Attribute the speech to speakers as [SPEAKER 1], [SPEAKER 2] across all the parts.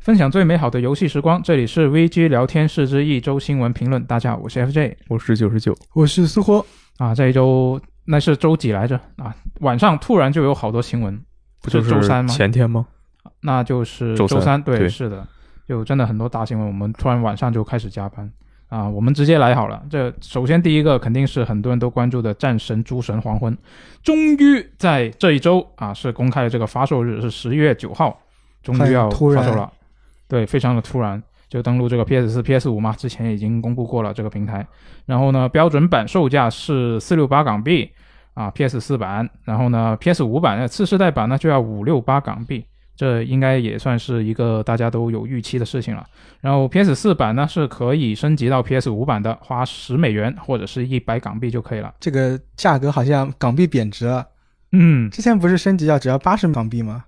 [SPEAKER 1] 分享最美好的游戏时光，这里是 VG 聊天室之一周新闻评论。大家好，我是 FJ
[SPEAKER 2] 我是九十九，
[SPEAKER 3] 我是苏活，
[SPEAKER 1] 啊，这一周那是周几来着啊？晚上突然就有好多新闻，
[SPEAKER 2] 不
[SPEAKER 1] 是
[SPEAKER 2] 就
[SPEAKER 1] 周三吗？
[SPEAKER 2] 前天吗？
[SPEAKER 1] 那就是
[SPEAKER 2] 周
[SPEAKER 1] 周
[SPEAKER 2] 三
[SPEAKER 1] 对，
[SPEAKER 2] 对
[SPEAKER 1] 是的，就真的很多大新闻，我们突然晚上就开始加班啊。我们直接来好了，这首先第一个肯定是很多人都关注的《战神：诸神黄昏》，终于在这一周啊是公开了这个发售日是十月九号，终于要
[SPEAKER 3] 很突
[SPEAKER 1] 发
[SPEAKER 3] 然
[SPEAKER 1] 售了，对，非常的突然。就登录这个 PS 四、PS 五嘛，之前已经公布过了这个平台。然后呢，标准版售价是四六八港币啊，PS 四版，然后呢 PS 五版呃次世代版呢就要五六八港币，这应该也算是一个大家都有预期的事情了。然后 PS 四版呢是可以升级到 PS 五版的，花十美元或者是一百港币就可以了。
[SPEAKER 3] 这个价格好像港币贬值了，
[SPEAKER 1] 嗯
[SPEAKER 3] 之前不是升级要只要八十港币吗？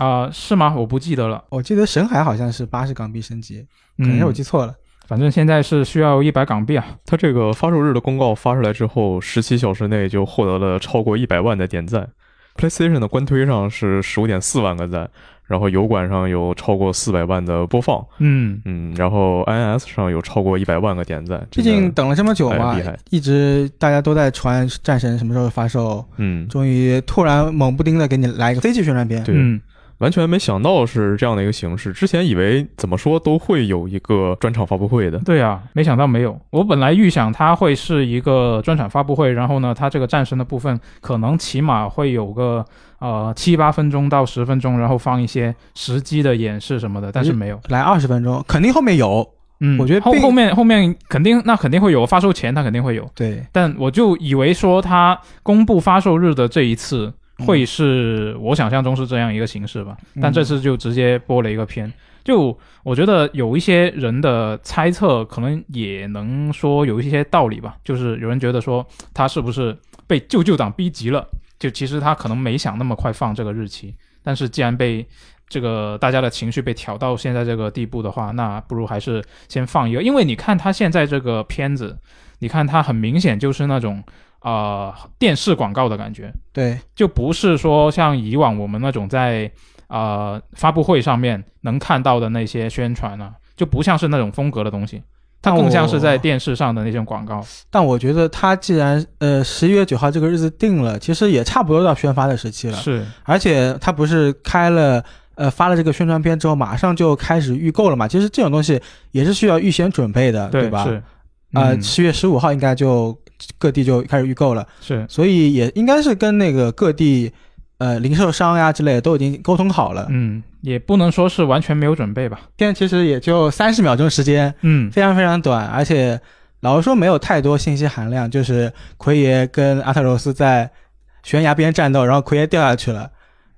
[SPEAKER 1] 啊、是吗？我不记得了，
[SPEAKER 3] 我记得神海好像是八十港币升级，可能
[SPEAKER 1] 嗯
[SPEAKER 3] 是我记错了。
[SPEAKER 1] 反正现在是需要一百港币啊。
[SPEAKER 2] 它这个发售日的公告发出来之后，十七小时内就获得了超过一百万的点赞。PlayStation 的官推上是十五点四万个赞，然后油管上有超过四百万的播放，
[SPEAKER 1] 嗯
[SPEAKER 2] 嗯，然后 INS 上有超过一百万个点赞。
[SPEAKER 3] 毕
[SPEAKER 2] 真的
[SPEAKER 3] 竟，等了这么久嘛
[SPEAKER 2] 哎厉害，
[SPEAKER 3] 一直大家都在传《战神》什么时候发售，
[SPEAKER 2] 嗯，
[SPEAKER 3] 终于突然猛不丁的给你来一个飞机宣传片。
[SPEAKER 2] 对，
[SPEAKER 1] 嗯
[SPEAKER 2] 完全没想到是这样的一个形式。之前以为怎么说都会有一个专场发布会的，
[SPEAKER 1] 对啊，没想到没有。我本来预想它会是一个专场发布会，然后呢，它这个战神的部分可能起码会有个呃七八分钟到十分钟，然后放一些实机的演示什么的，但是没有。
[SPEAKER 3] 来二十分钟，肯定后面有。
[SPEAKER 1] 嗯，
[SPEAKER 3] 我觉得
[SPEAKER 1] 后
[SPEAKER 3] 并
[SPEAKER 1] 后面后面肯定那肯定会有，发售前它肯定会有。
[SPEAKER 3] 对，
[SPEAKER 1] 但我就以为说它公布发售日的这一次会是我想象中是这样一个形式吧，
[SPEAKER 3] 嗯
[SPEAKER 1] 但这次就直接播了一个片。就我觉得有一些人的猜测，可能也能说有一些道理吧。就是有人觉得说他是不是被舅舅党逼急了，就其实他可能没想那么快放这个日期，但是既然被这个大家的情绪被挑到现在这个地步的话，那不如还是先放一个，因为你看他现在这个片子，你看它很明显就是那种啊、呃电视广告的感觉，
[SPEAKER 3] 嗯对，
[SPEAKER 1] 就不是说像以往我们那种在啊、呃发布会上面能看到的那些宣传啊，就不像是那种风格的东西，它
[SPEAKER 3] 但
[SPEAKER 1] 更
[SPEAKER 3] 我
[SPEAKER 1] 像是
[SPEAKER 2] 哦
[SPEAKER 1] 在电视上的那种广告。
[SPEAKER 3] 但我觉得他既然呃十一月九号这个日子定了，其实也差不多到宣发的时期
[SPEAKER 2] 啊
[SPEAKER 3] 了。
[SPEAKER 1] 是，
[SPEAKER 3] 而且他不是开了呃发了这个宣传片之后，马上就开始预购了嘛。其实这种东西也是需要预先准备的，
[SPEAKER 1] 对
[SPEAKER 3] 吧？
[SPEAKER 2] 啊
[SPEAKER 1] 是，
[SPEAKER 3] 呃，
[SPEAKER 1] 嗯
[SPEAKER 3] 七月十五号应该就各地就开始预购了，
[SPEAKER 1] 是，
[SPEAKER 3] 所以也应该是跟那个各地呃零售商呀之类的都已经沟通好了。
[SPEAKER 1] 嗯，也不能说是完全没有准备吧。
[SPEAKER 3] 现在其实也就三十秒钟时间，
[SPEAKER 1] 嗯，
[SPEAKER 3] 非常非常短，而且老实说没有太多信息含量，就是奎爷跟阿特柔斯在悬崖边战斗，然后奎爷掉下去了，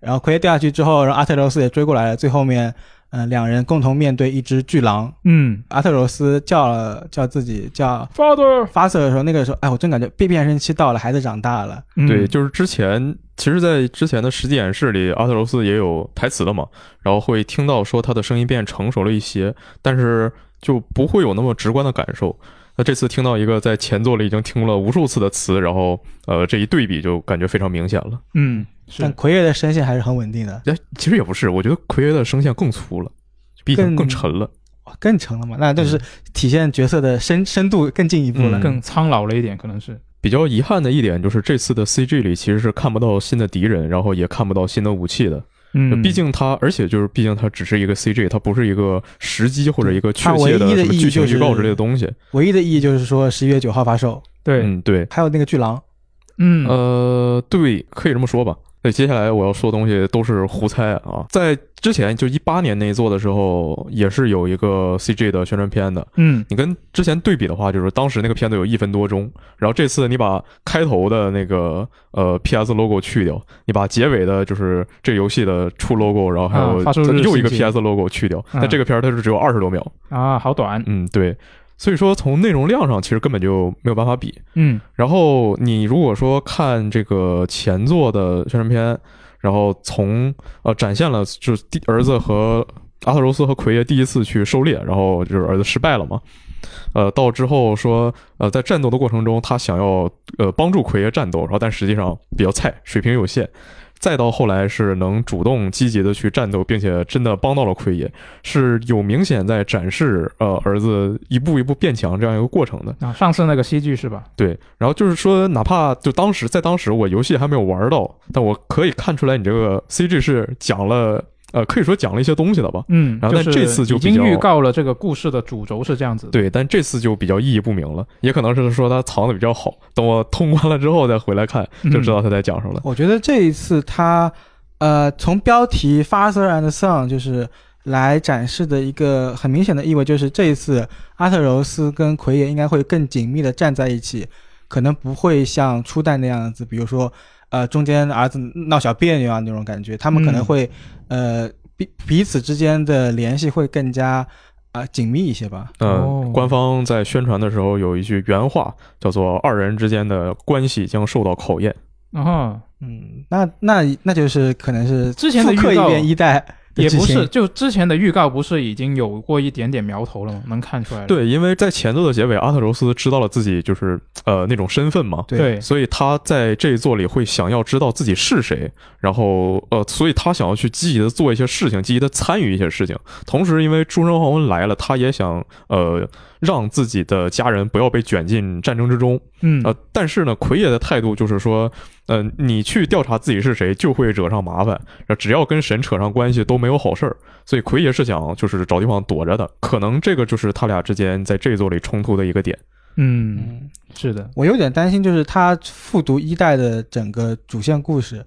[SPEAKER 3] 然后奎爷掉下去之后，然后阿特柔斯也追过来了，最后面，嗯、两人共同面对一只巨狼，
[SPEAKER 1] 嗯
[SPEAKER 3] 阿特柔斯叫了叫自己叫
[SPEAKER 1] ，Father，
[SPEAKER 3] 发射的时候，那个时候，哎，我真感觉被变声期到了，孩子长大了，
[SPEAKER 2] 对，
[SPEAKER 1] 嗯
[SPEAKER 2] 就是之前，其实，在之前的实际演示里，阿特柔斯也有台词的嘛，然后会听到说他的声音变成熟了一些，但是就不会有那么直观的感受。那这次听到一个在前作里已经听了无数次的词，然后呃，这一对比就感觉非常明显了。
[SPEAKER 1] 嗯，是
[SPEAKER 3] 但奎爷的声线还是很稳定的，
[SPEAKER 2] 哎，其实也不是，我觉得奎爷的声线更粗了，比以前
[SPEAKER 3] 更
[SPEAKER 2] 更沉了。
[SPEAKER 3] 哇，更成了嘛，那就是体现角色的深深度更进一步了。
[SPEAKER 2] 嗯
[SPEAKER 1] 更苍老了一点，可能是。
[SPEAKER 2] 比较遗憾的一点就是，这次的 CG 里其实是看不到新的敌人，然后也看不到新的武器的。
[SPEAKER 1] 嗯，
[SPEAKER 2] 毕竟它，而且就是，毕竟它只是一个 CG，它不是一个时机或者一个确
[SPEAKER 3] 它唯
[SPEAKER 2] 切
[SPEAKER 3] 一的
[SPEAKER 2] 什么
[SPEAKER 3] 意义
[SPEAKER 2] 剧情
[SPEAKER 3] 就是
[SPEAKER 2] 预告之类的东西。
[SPEAKER 3] 唯一的意义就是说十一月九号发售，
[SPEAKER 1] 对，
[SPEAKER 2] 嗯，对，
[SPEAKER 3] 还有那个巨狼，
[SPEAKER 1] 嗯，
[SPEAKER 2] 呃，对，可以这么说吧。那接下来我要说的东西都是胡猜啊，在之前就一八年那一做的时候，也是有一个 CG 的宣传片的。
[SPEAKER 1] 嗯，
[SPEAKER 2] 你跟之前对比的话，就是当时那个片子有一分多钟，然后这次你把开头的那个呃 PS logo 去掉，你把结尾的就是这游戏的出 logo，然后还有
[SPEAKER 1] 啊发售日
[SPEAKER 2] 又一个
[SPEAKER 1] 信息
[SPEAKER 2] PS logo 去掉，
[SPEAKER 1] 嗯
[SPEAKER 2] 但这个片儿它是只有二十多秒，
[SPEAKER 1] 啊，好短，
[SPEAKER 2] 嗯，对，所以说从内容量上其实根本就没有办法比。
[SPEAKER 1] 嗯
[SPEAKER 2] 然后你如果说看这个前作的宣传片，然后从呃展现了就是第儿子和阿特柔斯和奎爷第一次去狩猎，然后就是儿子失败了嘛。呃，到之后说，呃，在战斗的过程中，他想要呃帮助奎爷战斗，然后但实际上比较菜，水平有限，再到后来是能主动积极的去战斗，并且真的帮到了奎爷，是有明显在展示呃儿子一步一步变强这样一个过程的。
[SPEAKER 1] 啊，上次那个西剧是吧？
[SPEAKER 2] 对，然后就是说，哪怕就当时在当时我游戏还没有玩到，但我可以看出来你这个 CG 是讲了呃，可以说讲了一些东西的吧。
[SPEAKER 1] 嗯，
[SPEAKER 2] 然后
[SPEAKER 1] 是
[SPEAKER 2] 但这次就
[SPEAKER 1] 已
[SPEAKER 2] 比
[SPEAKER 1] 经
[SPEAKER 2] 较
[SPEAKER 1] 预告了这个故事的主轴是这样子的。
[SPEAKER 2] 对，但这次就比较意义不明了，也可能是说他藏的比较好，等我通关了之后再回来看，就知道他在讲什么了。
[SPEAKER 3] 我觉得这一次他，呃，从标题 “Father and Son” 就是来展示的一个很明显的意味，就是这一次阿特柔斯跟奎爷应该会更紧密的站在一起，可能不会像初代那样子，比如说，呃，中间儿子闹小别扭啊那种感觉，他们可能
[SPEAKER 1] 嗯
[SPEAKER 3] 会，呃，彼彼此之间的联系会更加啊、紧密一些吧。
[SPEAKER 2] 嗯、
[SPEAKER 1] 哦
[SPEAKER 2] 官方在宣传的时候有一句原话，叫做“二人之间的关系将受到考验
[SPEAKER 1] 然后
[SPEAKER 3] 嗯，那那那就是可能是
[SPEAKER 1] 之前的
[SPEAKER 3] 复刻
[SPEAKER 1] 预
[SPEAKER 3] 一
[SPEAKER 1] 告
[SPEAKER 3] 遍一代的
[SPEAKER 1] 也
[SPEAKER 3] 剧
[SPEAKER 1] 不
[SPEAKER 3] 情
[SPEAKER 1] 是，就之前的预告不是已经有过一点点苗头了吗？能看出来”。了。
[SPEAKER 2] 对，因为在前作的结尾，阿特柔斯知道了自己就是呃那种身份嘛，
[SPEAKER 3] 对
[SPEAKER 1] 对，
[SPEAKER 2] 所以他在这一作里会想要知道自己是谁，然后呃，所以他想要去积极的做一些事情，积极的参与一些事情。同时，因为《诸神黄昏》来了，他也想呃让自己的家人不要被卷进战争之中。
[SPEAKER 1] 嗯，
[SPEAKER 2] 呃，但是呢，奎爷的态度就是说，呃，你去调查自己是谁，就会惹上麻烦。呃只要跟神扯上关系，都没有好事儿。所以奎爷是想就是找地方躲着的，可能这个就是他俩之间在这一作里冲突的一个点。
[SPEAKER 1] 嗯，是的，
[SPEAKER 3] 我有点担心，就是他复读一代的整个主线故事，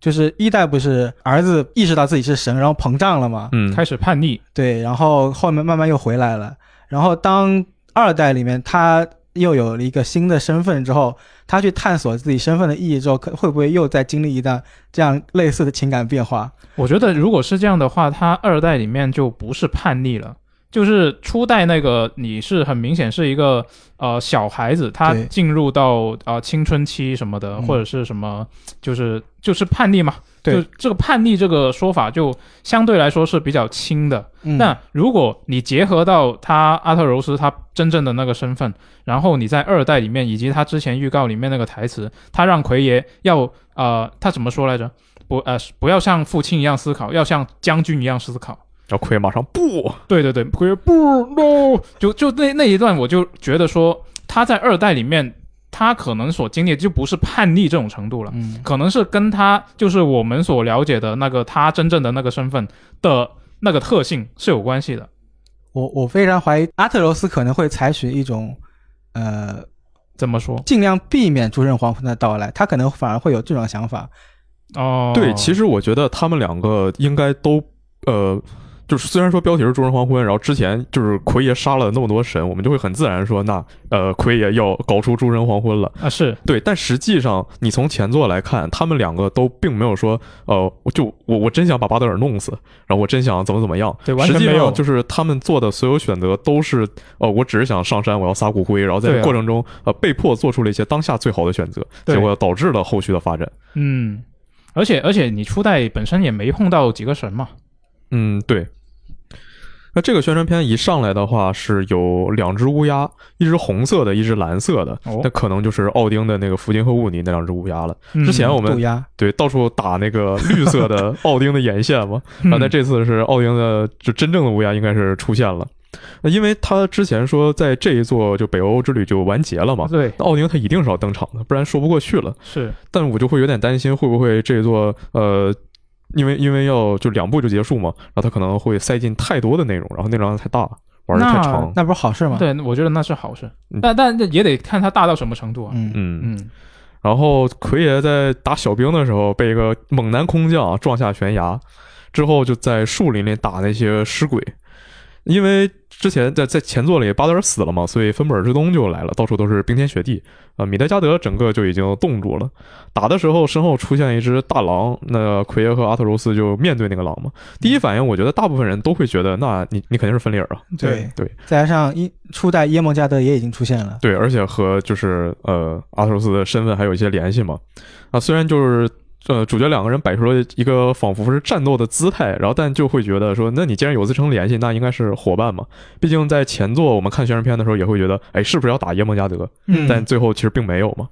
[SPEAKER 3] 就是一代不是儿子意识到自己是神，然后膨胀了嘛，
[SPEAKER 2] 嗯，
[SPEAKER 1] 开始叛逆，
[SPEAKER 3] 对，然后后面慢慢又回来了，然后当二代里面他又有了一个新的身份之后，他去探索自己身份的意义之后，可会不会又再经历一段这样类似的情感变化？
[SPEAKER 1] 我觉得如果是这样的话，他二代里面就不是叛逆了。就是初代那个，你是很明显是一个呃小孩子，他
[SPEAKER 3] 对
[SPEAKER 1] 进入到呃青春期什么的，
[SPEAKER 3] 嗯
[SPEAKER 1] 或者是什么，就是就是叛逆嘛。
[SPEAKER 3] 对
[SPEAKER 1] 就这个叛逆这个说法，就相对来说是比较轻的。
[SPEAKER 3] 嗯，
[SPEAKER 1] 那如果你结合到他阿特柔斯他真正的那个身份，然后你在二代里面以及他之前预告里面那个台词，他让奎爷要呃，他怎么说来着？不呃，不要像父亲一样思考，要像将军一样思考。
[SPEAKER 2] 然后奎爷马上不，
[SPEAKER 1] 对对对，奎爷不 no，就就那那一段，我就觉得说他在二代里面，他可能所经历的就不是叛逆这种程度了。
[SPEAKER 3] 嗯，
[SPEAKER 1] 可能是跟他就是我们所了解的那个他真正的那个身份的那个特性是有关系的。
[SPEAKER 3] 我我非常怀疑阿特柔斯可能会采取一种，呃，
[SPEAKER 1] 怎么说？
[SPEAKER 3] 尽量避免诸神黄昏的到来，他可能反而会有这种想法。
[SPEAKER 1] 哦，
[SPEAKER 2] 对，其
[SPEAKER 1] 实
[SPEAKER 2] 实我觉得他们两个应该都呃，就是虽然说标题是《诸神黄昏》，然后之前就是奎爷杀了那么多神，我们就会很自然说那呃奎爷要搞出诸神黄昏了。
[SPEAKER 1] 啊是
[SPEAKER 2] 对，但实际上你从前作来看，他们两个都并没有说呃，我就我我真想把巴德尔弄死，然后我真想怎么怎么样。
[SPEAKER 1] 对，完
[SPEAKER 2] 实
[SPEAKER 1] 全
[SPEAKER 2] 际
[SPEAKER 1] 没有，
[SPEAKER 2] 上就是他们做的所有选择都是呃，我只是想上山，我要撒骨灰，然后在
[SPEAKER 1] 对啊
[SPEAKER 2] 这过程中、呃被迫做出了一些当下最好的选择，
[SPEAKER 1] 对
[SPEAKER 2] 结果导致了后续的发展。
[SPEAKER 1] 嗯，而且而且你初代本身也没碰到几个神嘛，
[SPEAKER 2] 嗯，对。那这个宣传片一上来的话，是有两只乌鸦，一只红色的，一只蓝色的。
[SPEAKER 1] 哦
[SPEAKER 2] 那可能就是奥丁的那个福金和雾尼那两只乌鸦了。
[SPEAKER 1] 嗯
[SPEAKER 2] 之前我们
[SPEAKER 3] 嗯渡鸦，
[SPEAKER 2] 对到处打那个绿色的奥丁的眼线嘛，
[SPEAKER 1] 嗯
[SPEAKER 2] 然后在这次是奥丁的就真正的乌鸦应该是出现了。那因为他之前说在这一座就北欧之旅就完结了嘛，
[SPEAKER 1] 嗯对
[SPEAKER 2] 那奥丁他一定是要登场的，不然说不过去了。
[SPEAKER 1] 是
[SPEAKER 2] 但我就会有点担心，会不会这一座呃，因为因为要就两部就结束嘛，然后他可能会塞进太多的内容，然后内容量太大，玩的太长。
[SPEAKER 3] 那不是好事吗？
[SPEAKER 1] 对，我觉得那是好事
[SPEAKER 2] 嗯，
[SPEAKER 1] 但但也得看它大到什么程度啊。
[SPEAKER 3] 嗯，
[SPEAKER 2] 嗯，
[SPEAKER 1] 嗯，
[SPEAKER 2] 然后奎爷在打小兵的时候被一个猛男空降啊撞下悬崖，之后就在树林里打那些尸鬼，因为之前在在前作里巴德尔死了嘛，所以芬布尔之冬就来了，到处都是冰天雪地啊、米德加德整个就已经冻住了。打的时候身后出现一只大狼，那奎爷和阿特柔斯就面对那个狼嘛。第一反应，我觉得大部分人都会觉得，那你你肯定是芬里尔啊，
[SPEAKER 3] 对
[SPEAKER 2] 对，
[SPEAKER 3] 再加上一初代耶梦加德也已经出现了，
[SPEAKER 2] 对，而且和就是呃阿特柔斯的身份还有一些联系嘛。啊，虽然就是呃主角两个人摆出了一个仿佛是战斗的姿态，然后但就会觉得说，那你既然有这层联系，那应该是伙伴嘛。毕竟在前作我们看宣传片的时候也会觉得，哎，是不是要打耶梦加德？
[SPEAKER 1] 嗯
[SPEAKER 2] 但最后其实并没有嘛。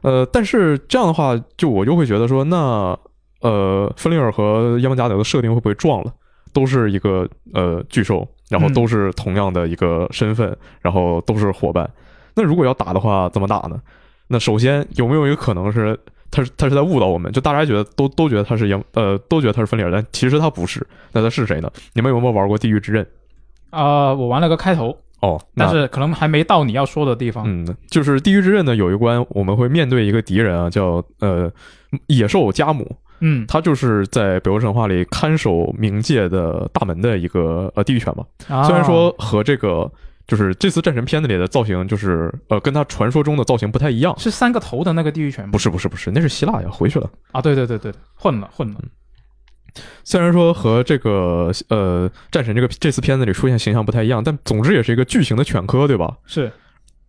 [SPEAKER 2] 呃，但是这样的话，就我就会觉得说，那呃，芬利尔和亚曼加德的设定会不会撞了？都是一个呃巨兽，然后
[SPEAKER 1] 嗯
[SPEAKER 2] 都是同样的一个身份，然后都是伙伴。那如果要打的话，怎么打呢？那首先有没有一个可能是他是他是在误导我们？就大家觉得都都觉得他是杨呃都觉得他是芬利尔，但其实他不是。那他是谁呢？你们有没有玩过《地狱之刃》？
[SPEAKER 1] 啊、我玩了个开头，
[SPEAKER 2] 哦，那
[SPEAKER 1] 但是可能还没到你要说的地方。
[SPEAKER 2] 嗯，就是《地狱之刃》呢，有一关我们会面对一个敌人啊，叫呃野兽加姆，
[SPEAKER 1] 嗯
[SPEAKER 2] 他就是在北欧神话里看守冥界的大门的一个呃地狱犬嘛。
[SPEAKER 1] 啊
[SPEAKER 2] 虽然说和这个就是这次战神片子里的造型，就是呃跟他传说中的造型不太一样。
[SPEAKER 1] 是三个头的那个地狱犬吗，
[SPEAKER 2] 不是不是不是，那是希腊呀，回去了。
[SPEAKER 1] 啊，对对对对，混了混了，
[SPEAKER 2] 虽然说和这个呃战神这个这次片子里出现形象不太一样，但总之也是一个巨型的犬科，对吧？
[SPEAKER 1] 是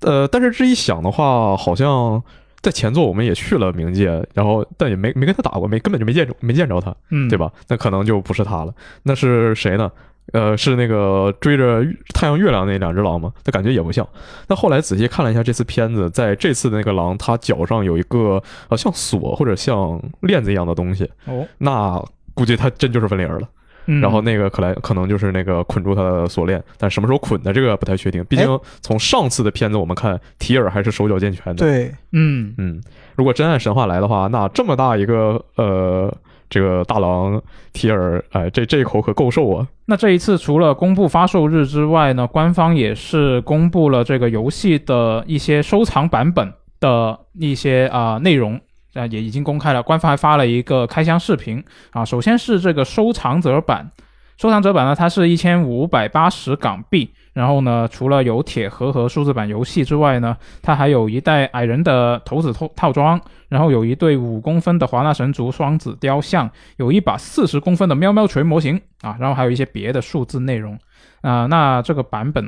[SPEAKER 2] 呃，但是这一想的话，好像在前作我们也去了冥界，然后但也没没跟他打过，没根本就没见着没见着他，
[SPEAKER 1] 嗯，
[SPEAKER 2] 对？吧？那可能就不是他了，那是谁呢？呃，是那个追着太阳、月亮那两只狼吗？他感觉也不像。那后来仔细看了一下这次片子，在这次的那个狼，它脚上有一个呃像锁或者像链子一样的东西，
[SPEAKER 1] 哦，
[SPEAKER 2] 那估计他真就是分灵儿了。
[SPEAKER 1] 嗯、
[SPEAKER 2] 然后那个可来可能就是那个捆住他的锁链，但什么时候捆的这个不太确
[SPEAKER 3] 哎
[SPEAKER 2] 定。毕竟从上次的片子我们看，提尔还是手脚健全的。，
[SPEAKER 3] 对，
[SPEAKER 1] 嗯
[SPEAKER 2] 嗯，如果真按神话来的话，那这么大一个呃这个大狼提尔，哎，这这一口可够受啊。
[SPEAKER 1] 那这一次除了公布发售日之外呢，官方也是公布了这个游戏的一些收藏版本的一些啊、内容啊、也已经公开了。官方还发了一个开箱视频啊，首先是这个收藏者版，收藏者版呢它是一千五百八十港币，然后呢除了有铁盒和数字版游戏之外呢，它还有一袋矮人的头子套套装，然后有一对五公分的华纳神族双子雕像，有一把四十公分的喵喵锤模型啊，然后还有一些别的数字内容啊、那这个版本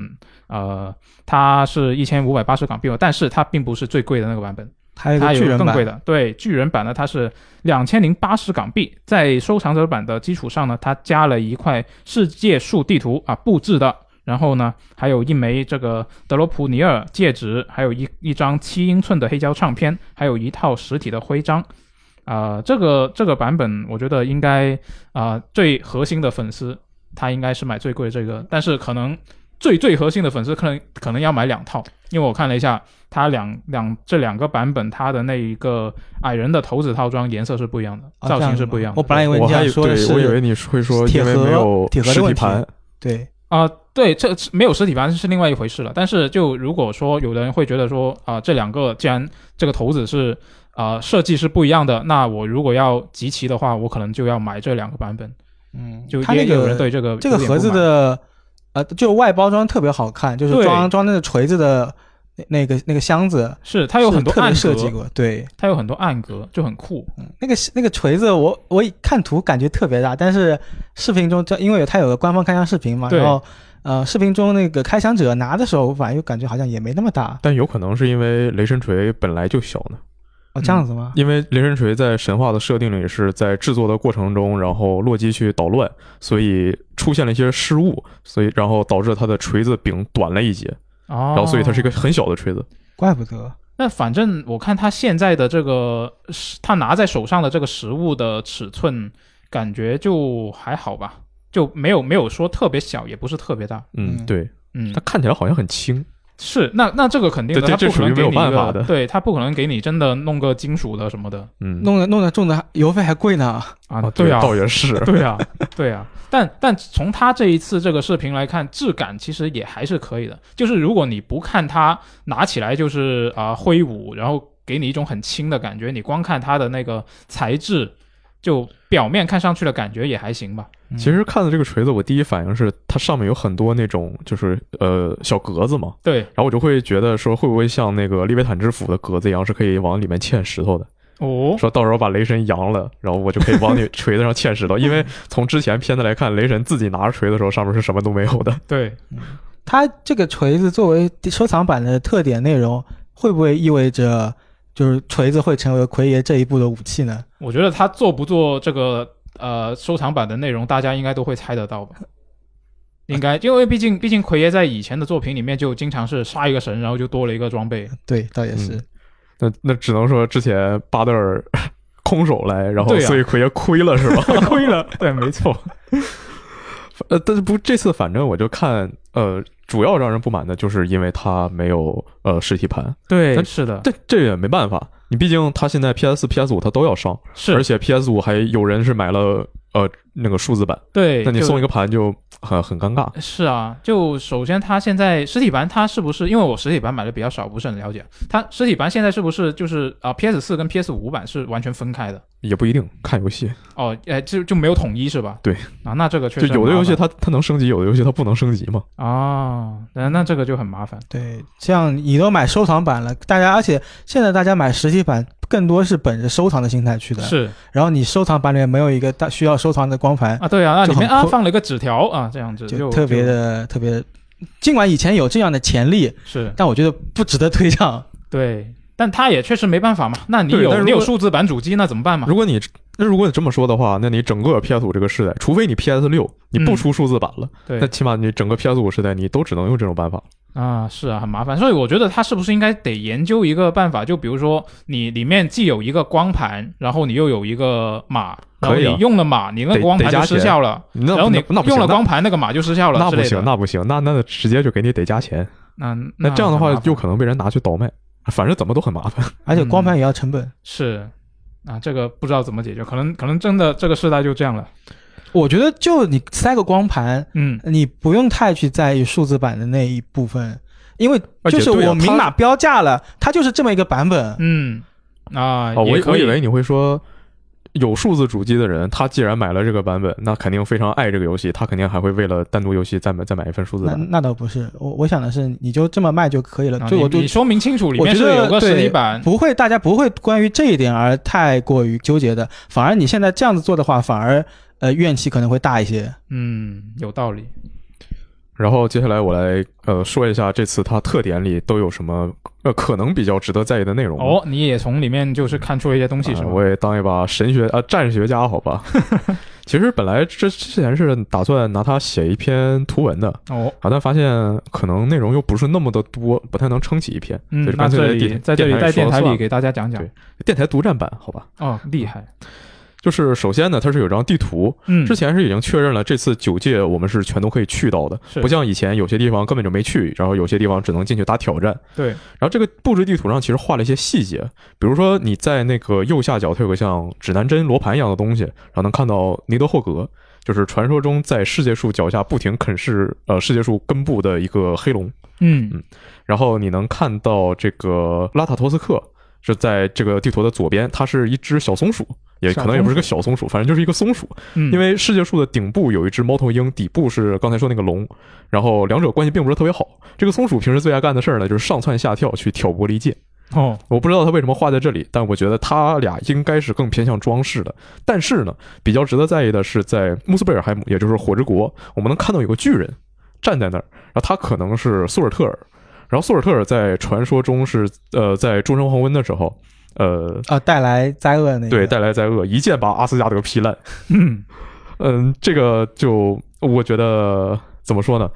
[SPEAKER 1] 呃，它是一千五百八十港币嘛，哦但是它并不是最贵的那个版本，
[SPEAKER 3] 还有一
[SPEAKER 1] 它
[SPEAKER 3] 个
[SPEAKER 1] 有
[SPEAKER 3] 巨人
[SPEAKER 1] 更
[SPEAKER 3] 版
[SPEAKER 1] 贵，的。对，巨人版呢，它是两千零八十港币，在收藏者版的基础上呢，它加了一块世界树地图啊布置的。然后呢，还有一枚这个德罗普尼尔戒指，还有一一张七英寸的黑胶唱片，还有一套实体的徽章。啊、这个这个版本，我觉得应该啊、最核心的粉丝他应该是买最贵的这个，但是可能最最核心的粉丝可能可能要买两套，因为我看了一下，它两两这两个版本它的那一个矮人的头子套装颜色是不一样的，
[SPEAKER 3] 啊
[SPEAKER 1] 造
[SPEAKER 3] 这样
[SPEAKER 1] 型
[SPEAKER 3] 子
[SPEAKER 1] 是
[SPEAKER 3] 吗
[SPEAKER 1] 不一样的。
[SPEAKER 3] 我本来以为
[SPEAKER 2] 我
[SPEAKER 3] 你
[SPEAKER 2] 还
[SPEAKER 3] 想
[SPEAKER 2] 以
[SPEAKER 3] 说的
[SPEAKER 2] 对，
[SPEAKER 3] 是，
[SPEAKER 2] 我以为你会说
[SPEAKER 3] 铁
[SPEAKER 2] 因为没
[SPEAKER 3] 盒
[SPEAKER 2] 有
[SPEAKER 3] 铁盒的
[SPEAKER 2] 实体
[SPEAKER 3] 问题
[SPEAKER 2] 盘，
[SPEAKER 3] 对
[SPEAKER 1] 啊、对，这这没有实体盘是另外一回事了。但是就如果说有的人会觉得说啊、这两个既然这个头子是啊、设计是不一样的，那我如果要集齐的话，我可能就要买这两个版本。
[SPEAKER 3] 嗯，
[SPEAKER 1] 就
[SPEAKER 3] 它
[SPEAKER 1] 也
[SPEAKER 3] 那
[SPEAKER 1] 有人
[SPEAKER 3] 个
[SPEAKER 1] 对这个
[SPEAKER 3] 这个
[SPEAKER 1] 有点不
[SPEAKER 3] 盒子
[SPEAKER 1] 满
[SPEAKER 3] 的呃，就外包装特别好看，就是
[SPEAKER 1] 对
[SPEAKER 3] 装装那个锤子的那那个那个箱子，
[SPEAKER 1] 是它有
[SPEAKER 3] 是
[SPEAKER 1] 很多
[SPEAKER 3] 特
[SPEAKER 1] 暗
[SPEAKER 3] 别设计
[SPEAKER 1] 格，
[SPEAKER 3] 过，对，
[SPEAKER 1] 它有很多暗格就很酷。
[SPEAKER 3] 嗯那个那个锤子我，我一看图感觉特别大，但是视频中，这因为有它有个官方开箱视频嘛，
[SPEAKER 1] 对
[SPEAKER 3] 然后呃，视频中那个开箱者拿的时候，我反而又感觉好像也没那么大
[SPEAKER 2] 但有可能是因为雷神锤本来就小呢。
[SPEAKER 3] 哦，这样子吗？
[SPEAKER 2] 因为雷神锤在神话的设定里是在制作的过程中，然后洛基去捣乱，所以出现了一些失误，所以然后导致他的锤子柄短了一截，
[SPEAKER 1] 哦，
[SPEAKER 2] 然后所以它是一个很小的锤子。
[SPEAKER 3] 怪不得
[SPEAKER 1] 那反正我看他现在的这个，他拿在手上的这个食物的尺寸，感觉就还好吧，就没有没有说特别小，也不是特别大。
[SPEAKER 2] 嗯，
[SPEAKER 3] 嗯
[SPEAKER 2] 对，
[SPEAKER 1] 嗯
[SPEAKER 2] 它，看起来好像很轻。
[SPEAKER 1] 是那那这个肯定的，
[SPEAKER 2] 对这
[SPEAKER 1] 他
[SPEAKER 2] 这
[SPEAKER 1] 不可
[SPEAKER 2] 属于
[SPEAKER 1] 能
[SPEAKER 2] 没
[SPEAKER 1] 给
[SPEAKER 2] 有
[SPEAKER 1] 你一
[SPEAKER 2] 办法
[SPEAKER 1] 个
[SPEAKER 2] 的，
[SPEAKER 1] 对他不可能给你真的弄个金属的什么的
[SPEAKER 2] 嗯，
[SPEAKER 3] 弄得弄得重的邮费还贵呢，
[SPEAKER 1] 啊
[SPEAKER 2] 啊，
[SPEAKER 1] 对啊，
[SPEAKER 2] 倒也是。
[SPEAKER 1] 对啊，对啊，但但从他这一次这个视频来看，质感其实也还是可以的。就是如果你不看他拿起来就是啊、挥舞，然后给你一种很轻的感觉，你光看它的那个材质，就表面看上去的感觉也还行吧。
[SPEAKER 2] 其实看到这个锤子，我第一反应是它上面有很多那种就是呃小格子嘛，
[SPEAKER 1] 对，
[SPEAKER 2] 然后我就会觉得说会不会像那个利维坦之斧的格子一样，是可以往里面嵌石头的。
[SPEAKER 1] 哦，
[SPEAKER 2] 说到时候把雷神扬了，然后我就可以往你 锤子上嵌石头，因为从之前片子来看，雷神自己拿着锤的时候上面是什么都没有的。
[SPEAKER 1] 对，
[SPEAKER 3] 它这个锤子作为收藏版的特点内容，会不会意味着就是锤子会成为奎爷这一步的武器呢？
[SPEAKER 1] 我觉得他做不做这个呃收藏版的内容，大家应该都会猜得到吧。应该，因为毕竟，毕竟奎爷在以前的作品里面就经常是杀一个神，然后就多了一个装备。
[SPEAKER 3] 对，倒也是，
[SPEAKER 2] 那那只能说之前巴德尔。 空手来，然后
[SPEAKER 1] 对啊
[SPEAKER 2] 所以奎爷亏了是吧？
[SPEAKER 1] 亏了，对，没错，
[SPEAKER 2] 呃，但是不，这次反正我就看，呃，主要让人不满的就是因为他没有呃实体盘，
[SPEAKER 1] 对，
[SPEAKER 2] 但
[SPEAKER 1] 是的，
[SPEAKER 2] 这这也没办法，你毕竟他现在 PS、PS 五他都要上，
[SPEAKER 1] 是，
[SPEAKER 2] 而且 PS 五还有人是买了呃那个数字版，
[SPEAKER 1] 对，
[SPEAKER 2] 那你
[SPEAKER 1] 就
[SPEAKER 2] 送一个盘就很很尴尬。
[SPEAKER 1] 是啊，就首先它现在实体盘它是不是？因为我实体盘买的比较少，不是很了解。它实体盘现在是不是就是啊、p s 四跟 PS 五版是完全分开的？
[SPEAKER 2] 也不一定看游戏，
[SPEAKER 1] 哦，呃，就就没有统一是吧？
[SPEAKER 2] 对
[SPEAKER 1] 啊，那这个确
[SPEAKER 2] 就
[SPEAKER 1] 实
[SPEAKER 2] 有的
[SPEAKER 1] 很
[SPEAKER 2] 游
[SPEAKER 1] 麻
[SPEAKER 2] 戏
[SPEAKER 1] 烦
[SPEAKER 2] 它它能升级，有的游戏它不能升级嘛。
[SPEAKER 1] 哦，那那这个就很麻烦。
[SPEAKER 3] 对，像你都买收藏版了，大家而且现在大家买实体版更多是本着收藏的心态去的。，
[SPEAKER 1] 是
[SPEAKER 3] 然后你收藏版里面没有一个大需要收藏的光盘，
[SPEAKER 1] 啊，对啊，那
[SPEAKER 3] 就
[SPEAKER 1] 里面
[SPEAKER 3] 很
[SPEAKER 1] 啊
[SPEAKER 3] 困
[SPEAKER 1] 放了一个纸条啊，这样子
[SPEAKER 3] 就
[SPEAKER 1] 就
[SPEAKER 3] 特别的特别。尽管以前有这样的潜力，
[SPEAKER 1] 是
[SPEAKER 3] 但我觉得不值得推让。
[SPEAKER 1] 对，但它也确实没办法嘛。那你
[SPEAKER 2] 对但
[SPEAKER 1] 有
[SPEAKER 2] 是
[SPEAKER 1] 你有
[SPEAKER 2] 如果
[SPEAKER 1] 数字版主机，那怎么办嘛？
[SPEAKER 2] 如果你那如果你这么说的话，那你整个 PS 五这个时代，除非你 PS 六你不出数字版了，
[SPEAKER 1] 嗯对
[SPEAKER 2] 那起码你整个 PS 五时代你都只能用这种办法。
[SPEAKER 1] 啊，是啊，很麻烦，所以我觉得他是不是应该得研究一个办法？就比如说，你里面既有一个光盘，然后你又有一个码，然后
[SPEAKER 2] 可以啊
[SPEAKER 1] 你用了码，你那
[SPEAKER 2] 得
[SPEAKER 1] 个光
[SPEAKER 2] 得
[SPEAKER 1] 盘
[SPEAKER 2] 加
[SPEAKER 1] 就失
[SPEAKER 2] 钱
[SPEAKER 1] 效了，
[SPEAKER 2] 那
[SPEAKER 1] 然后你
[SPEAKER 2] 那不行
[SPEAKER 1] 用了
[SPEAKER 2] 那
[SPEAKER 1] 光盘，那个码就失效了
[SPEAKER 2] 那
[SPEAKER 1] 之
[SPEAKER 2] 不
[SPEAKER 1] 类
[SPEAKER 2] 行，
[SPEAKER 1] 的。
[SPEAKER 2] 那不行，那那直接就给你得加钱。
[SPEAKER 1] 那
[SPEAKER 2] 那
[SPEAKER 1] 那
[SPEAKER 2] 这样的话
[SPEAKER 1] 很麻烦啊
[SPEAKER 2] 就可能被人拿去倒卖，反正怎么都很麻烦。
[SPEAKER 3] 而且光盘也要成本。
[SPEAKER 1] 是啊，这个不知道怎么解决，可能可能真的这个时代就这样了。
[SPEAKER 3] 我觉得就你塞个光盘，
[SPEAKER 1] 嗯，
[SPEAKER 3] 你不用太去在意数字版的那一部分，因为
[SPEAKER 2] 而且
[SPEAKER 3] 就是
[SPEAKER 2] 对啊
[SPEAKER 3] 我明
[SPEAKER 2] 它
[SPEAKER 3] 码标价了，它就是这么一个版本。
[SPEAKER 1] 嗯啊，
[SPEAKER 2] 哦，我
[SPEAKER 1] 也
[SPEAKER 2] 以
[SPEAKER 1] 可
[SPEAKER 2] 我以为你会说。有数字主机的人，他既然买了这个版本，那肯定非常爱这个游戏，他肯定还会为了单独游戏再买再买一份数字
[SPEAKER 3] 那
[SPEAKER 2] 版。
[SPEAKER 3] 那倒不是，我我想的是，你就这么卖就可以了。
[SPEAKER 1] 啊
[SPEAKER 3] 对，
[SPEAKER 1] 你
[SPEAKER 3] 我就
[SPEAKER 1] 你说明清楚，里
[SPEAKER 3] 我
[SPEAKER 1] 面
[SPEAKER 3] 觉
[SPEAKER 1] 是有
[SPEAKER 3] 得
[SPEAKER 1] 个实体
[SPEAKER 3] 对
[SPEAKER 1] 版，
[SPEAKER 3] 不会，大家不会关于这一点而太过于纠结的。反而你现在这样子做的话，反而呃怨气可能会大一些。
[SPEAKER 1] 嗯，有道理。
[SPEAKER 2] 然后接下来我来呃说一下这次它特点里都有什么呃可能比较值得在意的内容。
[SPEAKER 1] 哦，你也从里面就是看出了一些东西是
[SPEAKER 2] 呃
[SPEAKER 1] 吧？
[SPEAKER 2] 我也当一把神学啊、呃战学家 好吧。其实本来这之前是打算拿它写一篇图文的
[SPEAKER 1] 哦，
[SPEAKER 2] 啊，但发现可能内容又不是那么的多，不太能撑起一篇，
[SPEAKER 1] 嗯
[SPEAKER 2] 所以，
[SPEAKER 1] 那
[SPEAKER 2] 干脆
[SPEAKER 1] 这里
[SPEAKER 2] 电
[SPEAKER 1] 在这里在电台
[SPEAKER 2] 说了
[SPEAKER 1] 里给大家讲讲
[SPEAKER 2] 对。电台独占版好吧。
[SPEAKER 1] 哦，厉害，
[SPEAKER 2] 就是首先呢，它是有张地图，
[SPEAKER 1] 嗯，
[SPEAKER 2] 之前是已经确认了，这次九届我们是全都可以去到的，
[SPEAKER 1] 是
[SPEAKER 2] 不像以前有些地方根本就没去，然后有些地方只能进去打挑战。
[SPEAKER 1] 对，
[SPEAKER 2] 然后这个布置地图上其实画了一些细节，比如说你在那个右下角，它有个像指南针、罗盘一样的东西，然后能看到尼德霍格，就是传说中在世界树脚下不停啃噬呃世界树根部的一个黑龙。
[SPEAKER 1] 嗯
[SPEAKER 2] 嗯然后你能看到这个拉塔托斯克是在这个地图的左边，它是一只小松鼠，也可能也不是个小松鼠，反正就是一个松鼠。
[SPEAKER 1] 嗯，
[SPEAKER 2] 因为世界树的顶部有一只猫头鹰，底部是刚才说那个龙，然后两者关系并不是特别好。这个松鼠平时最爱干的事儿呢，就是上蹿下跳去挑拨离间。
[SPEAKER 1] 哦，
[SPEAKER 2] 我不知道它为什么画在这里，但我觉得它俩应该是更偏向装饰的。但是呢，比较值得在意的是，在穆斯贝尔海姆，也就是火之国，我们能看到有个巨人站在那儿，然后他可能是苏尔特尔。然后苏尔特尔在传说中是呃，在诸神黄昏的时候，呃，
[SPEAKER 3] 啊，带来灾厄那个。
[SPEAKER 2] 对，带来灾厄，一剑把阿斯加德劈烂。
[SPEAKER 1] 嗯，
[SPEAKER 2] 嗯，这个就我觉得怎么说呢？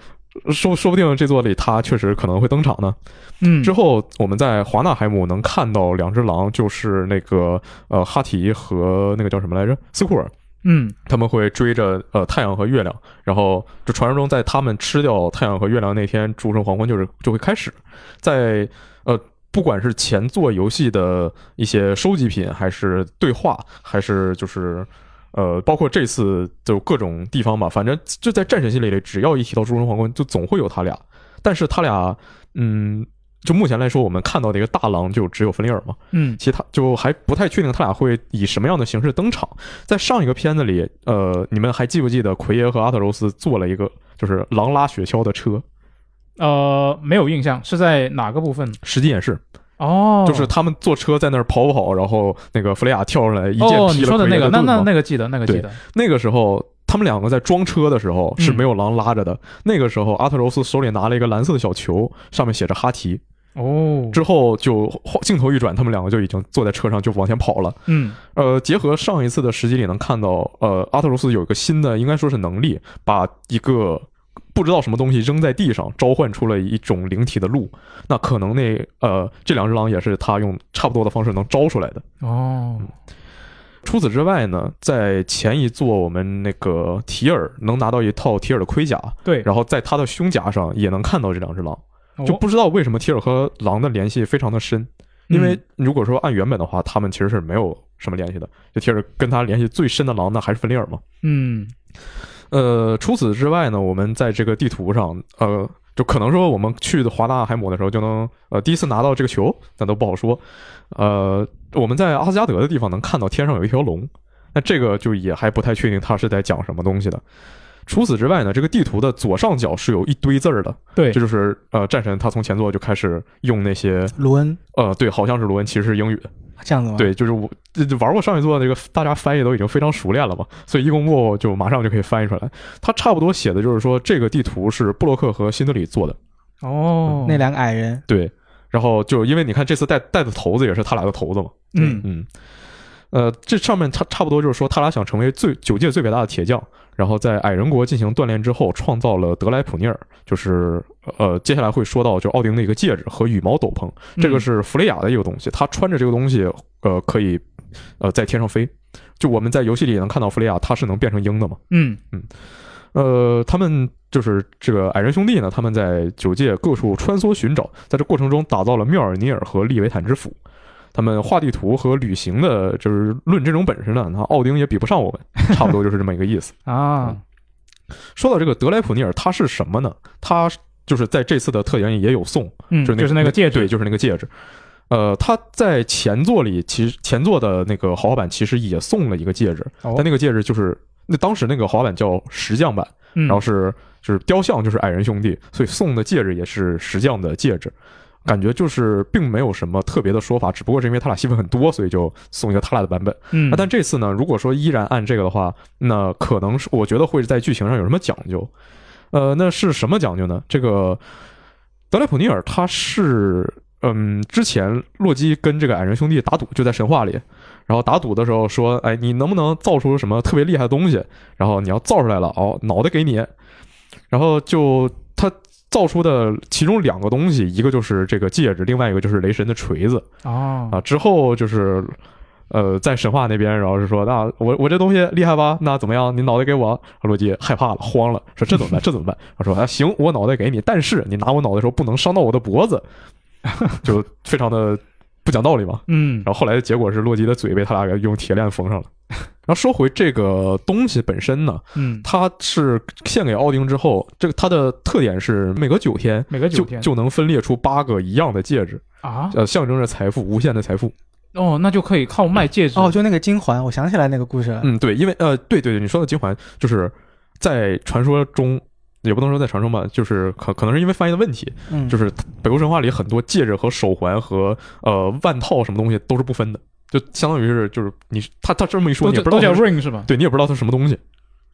[SPEAKER 2] 说说不定这座里它确实可能会登场呢。
[SPEAKER 1] 嗯，
[SPEAKER 2] 之后我们在华纳海姆能看到两只狼，就是那个呃哈提和那个叫什么来着斯库尔，
[SPEAKER 1] 嗯，
[SPEAKER 2] 他们会追着呃太阳和月亮，然后就传说中在他们吃掉太阳和月亮那天，诸神黄昏就是就会开始，在呃不管是前作游戏的一些收集品，还是对话，还是就是。呃，包括这次就各种地方吧，反正就在战神系列里，只要一提到诸神黄昏，就总会有他俩。但是他俩，嗯，就目前来说，我们看到的一个大狼就只有芬里尔嘛，
[SPEAKER 1] 嗯，
[SPEAKER 2] 其他就还不太确定他俩会以什么样的形式登场。在上一个片子里，呃，你们还记不记得奎爷和阿特柔斯坐了一个就是狼拉雪橇的车？
[SPEAKER 1] 呃，没有印象是在哪个部分？
[SPEAKER 2] 实际演示
[SPEAKER 1] 哦，
[SPEAKER 2] 就是他们坐车在那儿跑跑，然后那个弗雷亚跳上来一剑
[SPEAKER 1] 哦，
[SPEAKER 2] 劈
[SPEAKER 1] 你
[SPEAKER 2] 了
[SPEAKER 1] 说的
[SPEAKER 2] 奎
[SPEAKER 1] 那
[SPEAKER 2] 爷
[SPEAKER 1] 个，那
[SPEAKER 2] 盾嘛
[SPEAKER 1] 那那个记得，那个记
[SPEAKER 2] 对
[SPEAKER 1] 得，
[SPEAKER 2] 那个时候。他们两个在装车的时候是
[SPEAKER 1] 嗯
[SPEAKER 2] 没有狼拉着的。那个时候，阿特柔斯手里拿了一个蓝色的小球，上面写着哈提。
[SPEAKER 1] 哦，
[SPEAKER 2] 之后就镜头一转，他们两个就已经坐在车上就往前跑了。
[SPEAKER 1] 嗯，
[SPEAKER 2] 呃，结合上一次的实际里能看到，呃，阿特罗斯有一个新的，应该说是能力，把一个不知道什么东西扔在地上，召唤出了一种灵体的鹿。那可能那呃，这两只狼也是他用差不多的方式能招出来的。
[SPEAKER 1] 哦，
[SPEAKER 2] 除此之外呢，在前一座我们那个提尔能拿到一套提尔的盔甲，
[SPEAKER 1] 对，哦
[SPEAKER 2] 然后在他的胸甲上也能看到这两只狼，
[SPEAKER 1] 后
[SPEAKER 2] 就不知道为什么提尔和狼的联系非常的深，
[SPEAKER 1] 嗯
[SPEAKER 2] 因为如果说按原本的话，他们其实是没有什么联系的。就提尔跟他联系最深的狼，那还是芬里尔嘛。
[SPEAKER 1] 嗯
[SPEAKER 2] 呃，除此之外呢，我们在这个地图上，呃，就可能说我们去的华纳海姆的时候就能，呃，第一次拿到这个球，那都不好说。呃，我们在阿斯加德的地方能看到天上有一条龙，那这个就也还不太确定它是在讲什么东西的。除此之外呢，这个地图的左上角是有一堆字儿的，
[SPEAKER 1] 对
[SPEAKER 2] 这就是呃，战神他从前作就开始用那些
[SPEAKER 3] 卢恩
[SPEAKER 2] 呃，对，好像是罗恩，其实是英语的。
[SPEAKER 3] 这样子吗？，
[SPEAKER 2] 对，就是我这这玩过上一座那个，大家翻译都已经非常熟练了嘛，所以一公布就马上就可以翻译出来。它差不多写的就是说，这个地图是布洛克和辛德里做的，
[SPEAKER 1] 哦
[SPEAKER 3] 那两个矮人，
[SPEAKER 2] 对。然后就因为你看这次带带的头子也是他俩的头子嘛，
[SPEAKER 1] 嗯
[SPEAKER 2] 嗯，呃，这上面差差不多就是说，他俩想成为最九界最伟大的铁匠，然后在矮人国进行锻炼之后，创造了德莱普涅尔，就是呃，接下来会说到就奥丁的一个戒指和羽毛斗篷，嗯这
[SPEAKER 1] 嗯
[SPEAKER 2] 个是弗雷亚的一个东西，他穿着这个东西，呃，可以呃在天上飞。就我们在游戏里也能看到弗雷亚，他是能变成鹰的嘛？
[SPEAKER 1] 嗯
[SPEAKER 2] 呃，他们就是这个矮人兄弟呢，他们在九界各处穿梭寻找，在这过程中打造了妙尔尼尔和利维坦之斧。他们画地图和旅行的，就是论这种本事呢，那奥丁也比不上我们，差不多就是这么一个意思。
[SPEAKER 1] 啊
[SPEAKER 2] 说到这个德莱普尼尔，它是什么呢？它就是在这次的特点里也有送，
[SPEAKER 1] 嗯，
[SPEAKER 2] 就
[SPEAKER 1] 就是那
[SPEAKER 2] 那
[SPEAKER 1] 个戒
[SPEAKER 2] 对，
[SPEAKER 1] 指，
[SPEAKER 2] 就是那个戒指。呃，他在前作里，其实前作的那个豪华版其实也送了一个戒指，
[SPEAKER 1] 哦
[SPEAKER 2] 但那个戒指就是那当时那个豪华版叫石匠版，
[SPEAKER 1] 嗯
[SPEAKER 2] 然后是就是雕像就是矮人兄弟，所以送的戒指也是石匠的戒指，感觉就是并没有什么特别的说法，只不过是因为他俩戏份很多，所以就送一个他俩的版本。
[SPEAKER 1] 嗯
[SPEAKER 2] 啊那但这次呢，如果说依然按这个的话，那可能是我觉得会在剧情上有什么讲究。呃，那是什么讲究呢？这个德莱普尼尔他是嗯，之前洛基跟这个矮人兄弟打赌，就在神话里，然后打赌的时候说，哎，你能不能造出什么特别厉害的东西？然后你要造出来了，哦，脑袋给你。然后就他造出的其中两个东西，一个就是这个戒指，另外一个就是雷神的锤子。
[SPEAKER 1] 哦
[SPEAKER 2] 啊，之后就是。呃，在神话那边，然后是说，那我我这东西厉害吧？那怎么样？你脑袋给我。洛基害怕了，慌了，说这怎么办？这怎么办？他说啊，行，我脑袋给你，但是你拿我脑袋的时候不能伤到我的脖子， 就非常的不讲道理嘛。
[SPEAKER 1] 嗯
[SPEAKER 2] 然后后来的结果是，洛基的嘴被他俩给用铁链缝上了。然后说回这个东西本身呢，
[SPEAKER 1] 嗯，
[SPEAKER 2] 它是献给奥丁之后，这个它的特点是每隔九天
[SPEAKER 1] 每个
[SPEAKER 2] 就
[SPEAKER 1] 九天
[SPEAKER 2] 就能分裂出八个一样的戒指，
[SPEAKER 1] 啊
[SPEAKER 2] 呃，象征着财富，无限的财富。
[SPEAKER 1] 哦，那就可以靠卖戒指
[SPEAKER 3] 哦，就那个金环，我想起来那个故事了。
[SPEAKER 2] 嗯，对，因为呃，对对对，你说的金环就是在传说中，也不能说在传说吧，就是可可能是因为翻译的问题，
[SPEAKER 3] 嗯，
[SPEAKER 2] 就是北欧神话里很多戒指和手环和呃腕套什么东西都是不分的，就相当于是就是你他他这么一说，
[SPEAKER 1] 都
[SPEAKER 2] 你也不
[SPEAKER 1] 叫
[SPEAKER 2] 知道
[SPEAKER 1] 都叫
[SPEAKER 2] 它是
[SPEAKER 1] ring 是吧？
[SPEAKER 2] 对你也不知道它是什么东西。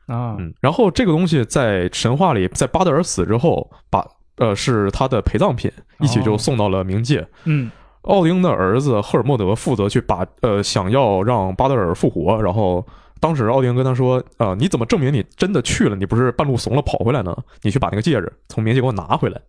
[SPEAKER 1] 啊
[SPEAKER 2] 嗯，然后这个东西在神话里，在巴德尔死之后，把呃是他的陪葬品一起就
[SPEAKER 1] 哦
[SPEAKER 2] 送到了冥界。
[SPEAKER 1] 嗯
[SPEAKER 2] 奥丁的儿子赫尔墨德负责去把呃想要让巴德尔复活，然后当时奥丁跟他说：“呃，你怎么证明你真的去了？你不是半路怂了跑回来呢？你去把那个戒指从冥界给我拿回来。”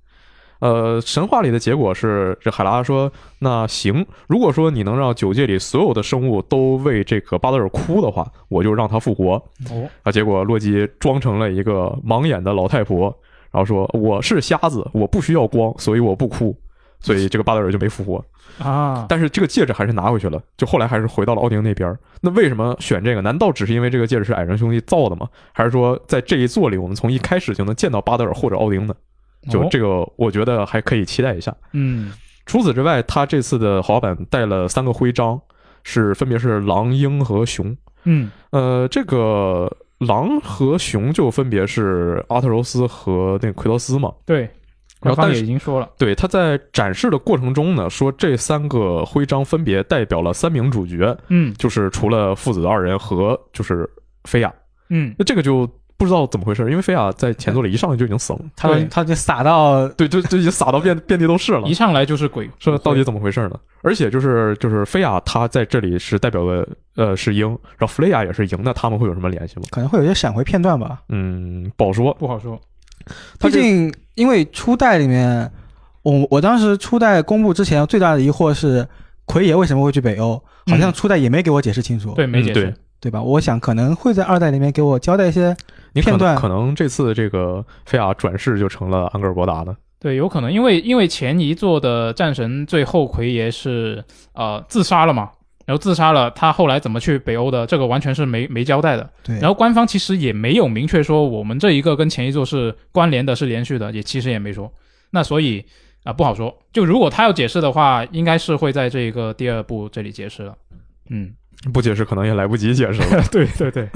[SPEAKER 2] 呃，神话里的结果是，这海拉说：“那行，如果说你能让九界里所有的生物都为这个巴德尔哭的话，我就让他复活。”
[SPEAKER 1] 哦
[SPEAKER 2] 啊，结果洛基装成了一个盲眼的老太婆，然后说：“我是瞎子，我不需要光，所以我不哭。”所以这个巴德尔就没复活。
[SPEAKER 1] 啊，
[SPEAKER 2] 但是这个戒指还是拿回去了，就后来还是回到了奥丁那边儿。那为什么选这个？难道只是因为这个戒指是矮人兄弟造的吗？还是说在这一座里，我们从一开始就能见到巴德尔或者奥丁呢？就
[SPEAKER 1] 哦
[SPEAKER 2] 这个，我觉得还可以期待一下。
[SPEAKER 1] 嗯
[SPEAKER 2] 除此之外，他这次的豪华版带了三个徽章，是分别是狼、鹰和熊。
[SPEAKER 1] 嗯
[SPEAKER 2] 呃，这个狼和熊就分别是阿特柔斯和那个奎托斯嘛。
[SPEAKER 1] 对，
[SPEAKER 2] 然
[SPEAKER 1] 刚
[SPEAKER 2] 后
[SPEAKER 1] 刚
[SPEAKER 2] 但
[SPEAKER 1] 也
[SPEAKER 2] 是
[SPEAKER 1] 已经说了，
[SPEAKER 2] 对，他在展示的过程中呢，说这三个徽章分别代表了三名主角，
[SPEAKER 1] 嗯
[SPEAKER 2] 就是除了父子二人和就是菲亚，
[SPEAKER 1] 嗯
[SPEAKER 2] 那这个就不知道怎么回事，因为菲亚在前作里一上来就已经死了，
[SPEAKER 3] 他
[SPEAKER 1] 对
[SPEAKER 3] 他就撒到
[SPEAKER 2] 对，就就已经撒到 遍遍地都是了
[SPEAKER 1] 嗯一，上来就是鬼，
[SPEAKER 2] 说到底怎么回事呢？而且就是就是菲亚她在这里是代表了呃是鹰，然后弗雷亚也是鹰，那他们会有什么联系吗？
[SPEAKER 3] 可能会有一些闪回片段吧。
[SPEAKER 2] 嗯，不好说。
[SPEAKER 1] 不好说，
[SPEAKER 2] 他
[SPEAKER 3] 毕
[SPEAKER 2] 这
[SPEAKER 3] 竟因为初代里面，我我当时初代公布之前最大的疑惑是，奎爷为什么会去北欧，好像初代也没给我解释清楚，
[SPEAKER 1] 嗯对，没解释
[SPEAKER 2] 嗯，
[SPEAKER 3] 对吧？我想可能会在二代里面给我交代一些，
[SPEAKER 2] 你可
[SPEAKER 3] 片段
[SPEAKER 2] 能可能这次这个菲亚转世就成了安格尔伯达的，
[SPEAKER 1] 对，有可能，因为因为前一座的战神最后奎爷是呃自杀了嘛，然后自杀了，他后来怎么去北欧的，这个完全是没没交代的。
[SPEAKER 3] 对，
[SPEAKER 1] 然后官方其实也没有明确说我们这一个跟前一座是关联的，是连续的，也其实也没说。那所以啊、不好说。就如果他要解释的话，应该是会在这个第二部这里解释了。嗯，
[SPEAKER 2] 不解释可能也来不及解释 了。
[SPEAKER 1] 对对对，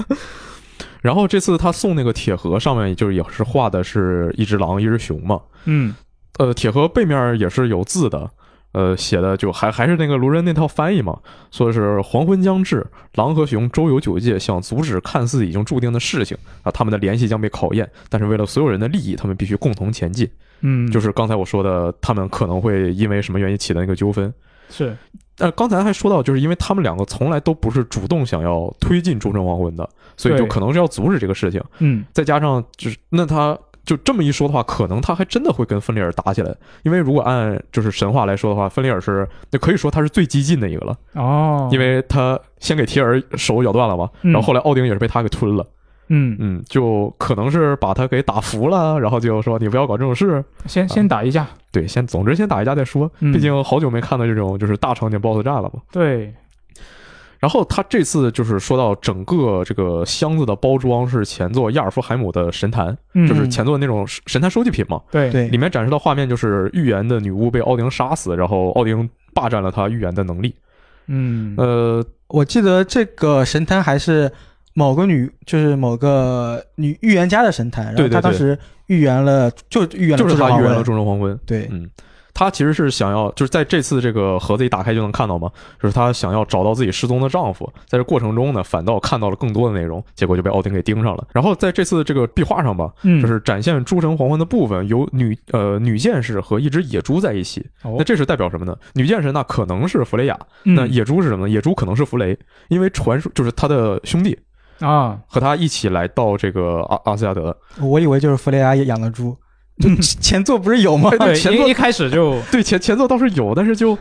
[SPEAKER 2] 然后这次他送那个铁盒上面就是也是画的是一只狼一只熊嘛，
[SPEAKER 1] 嗯，
[SPEAKER 2] 呃，铁盒背面也是有字的，呃，写的就还还是那个卢人那套翻译嘛，说是黄昏将至，狼和熊周游九界，想阻止看似已经注定的事情啊，他们的联系将被考验，但是为了所有人的利益，他们必须共同前进。
[SPEAKER 1] 嗯，
[SPEAKER 2] 就是刚才我说的，他们可能会因为什么原因起的那个纠纷。
[SPEAKER 1] 是，
[SPEAKER 2] 但刚才还说到，就是因为他们两个从来都不是主动想要推进忠正黄昏的，所以就
[SPEAKER 1] 对
[SPEAKER 2] 可能是要阻止这个事情。
[SPEAKER 1] 嗯，
[SPEAKER 2] 再加上就是那他就这么一说的话，可能他还真的会跟芬利尔打起来，因为如果按就是神话来说的话，芬利尔是那可以说他是最激进的一个了，
[SPEAKER 1] 哦，
[SPEAKER 2] 因为他先给提尔手咬断了嘛，
[SPEAKER 1] 嗯
[SPEAKER 2] 然后后来奥丁也是被他给吞了，
[SPEAKER 1] 嗯，
[SPEAKER 2] 嗯，就可能是把他给打服了，然后就说你不要搞这种事，
[SPEAKER 1] 先先打一架，
[SPEAKER 2] 对，先总之先打一架再说，
[SPEAKER 1] 嗯
[SPEAKER 2] 毕竟好久没看到这种就是大场景 BOSS 战了嘛。
[SPEAKER 1] 对，
[SPEAKER 2] 然后他这次就是说到整个这个箱子的包装是前作亚尔夫海姆的神坛，
[SPEAKER 1] 嗯，
[SPEAKER 2] 就是前作那种神坛收集品嘛，
[SPEAKER 1] 对，
[SPEAKER 3] 对
[SPEAKER 2] 里面展示的画面就是预言的女巫被奥丁杀死，然后奥丁霸占了她预言的能力。
[SPEAKER 1] 嗯，
[SPEAKER 2] 呃，
[SPEAKER 3] 我记得这个神坛还是某个女，就是某个女预言家的神坛，然后
[SPEAKER 2] 对对
[SPEAKER 3] 她当
[SPEAKER 2] 对
[SPEAKER 3] 时预言了，就预言了，
[SPEAKER 2] 就是她预言了
[SPEAKER 3] 中，
[SPEAKER 2] 众生黄昏。
[SPEAKER 3] 对
[SPEAKER 2] 嗯她其实是想要，就是在这次这个盒子一打开就能看到嘛，就是她想要找到自己失踪的丈夫，在这过程中呢，反倒看到了更多的内容，结果就被奥丁给盯上了。然后在这次这个壁画上吧，
[SPEAKER 1] 嗯，
[SPEAKER 2] 就是展现诸神黄昏的部分，有女呃女剑士和一只野猪在一起。
[SPEAKER 1] 哦
[SPEAKER 2] 那这是代表什么呢？女剑士那可能是弗雷雅，那
[SPEAKER 1] 嗯
[SPEAKER 2] 野猪是什么呢？野猪可能是弗雷，因为传说就是他的兄弟
[SPEAKER 1] 啊，
[SPEAKER 2] 和他一起来到这个阿阿斯加德。
[SPEAKER 3] 我以为就是弗雷亚养 的猪，就前作不是有吗？
[SPEAKER 1] 对，
[SPEAKER 2] 哎前
[SPEAKER 1] 一
[SPEAKER 2] 作
[SPEAKER 1] 一开始 就
[SPEAKER 2] 对前前作倒是有，但是就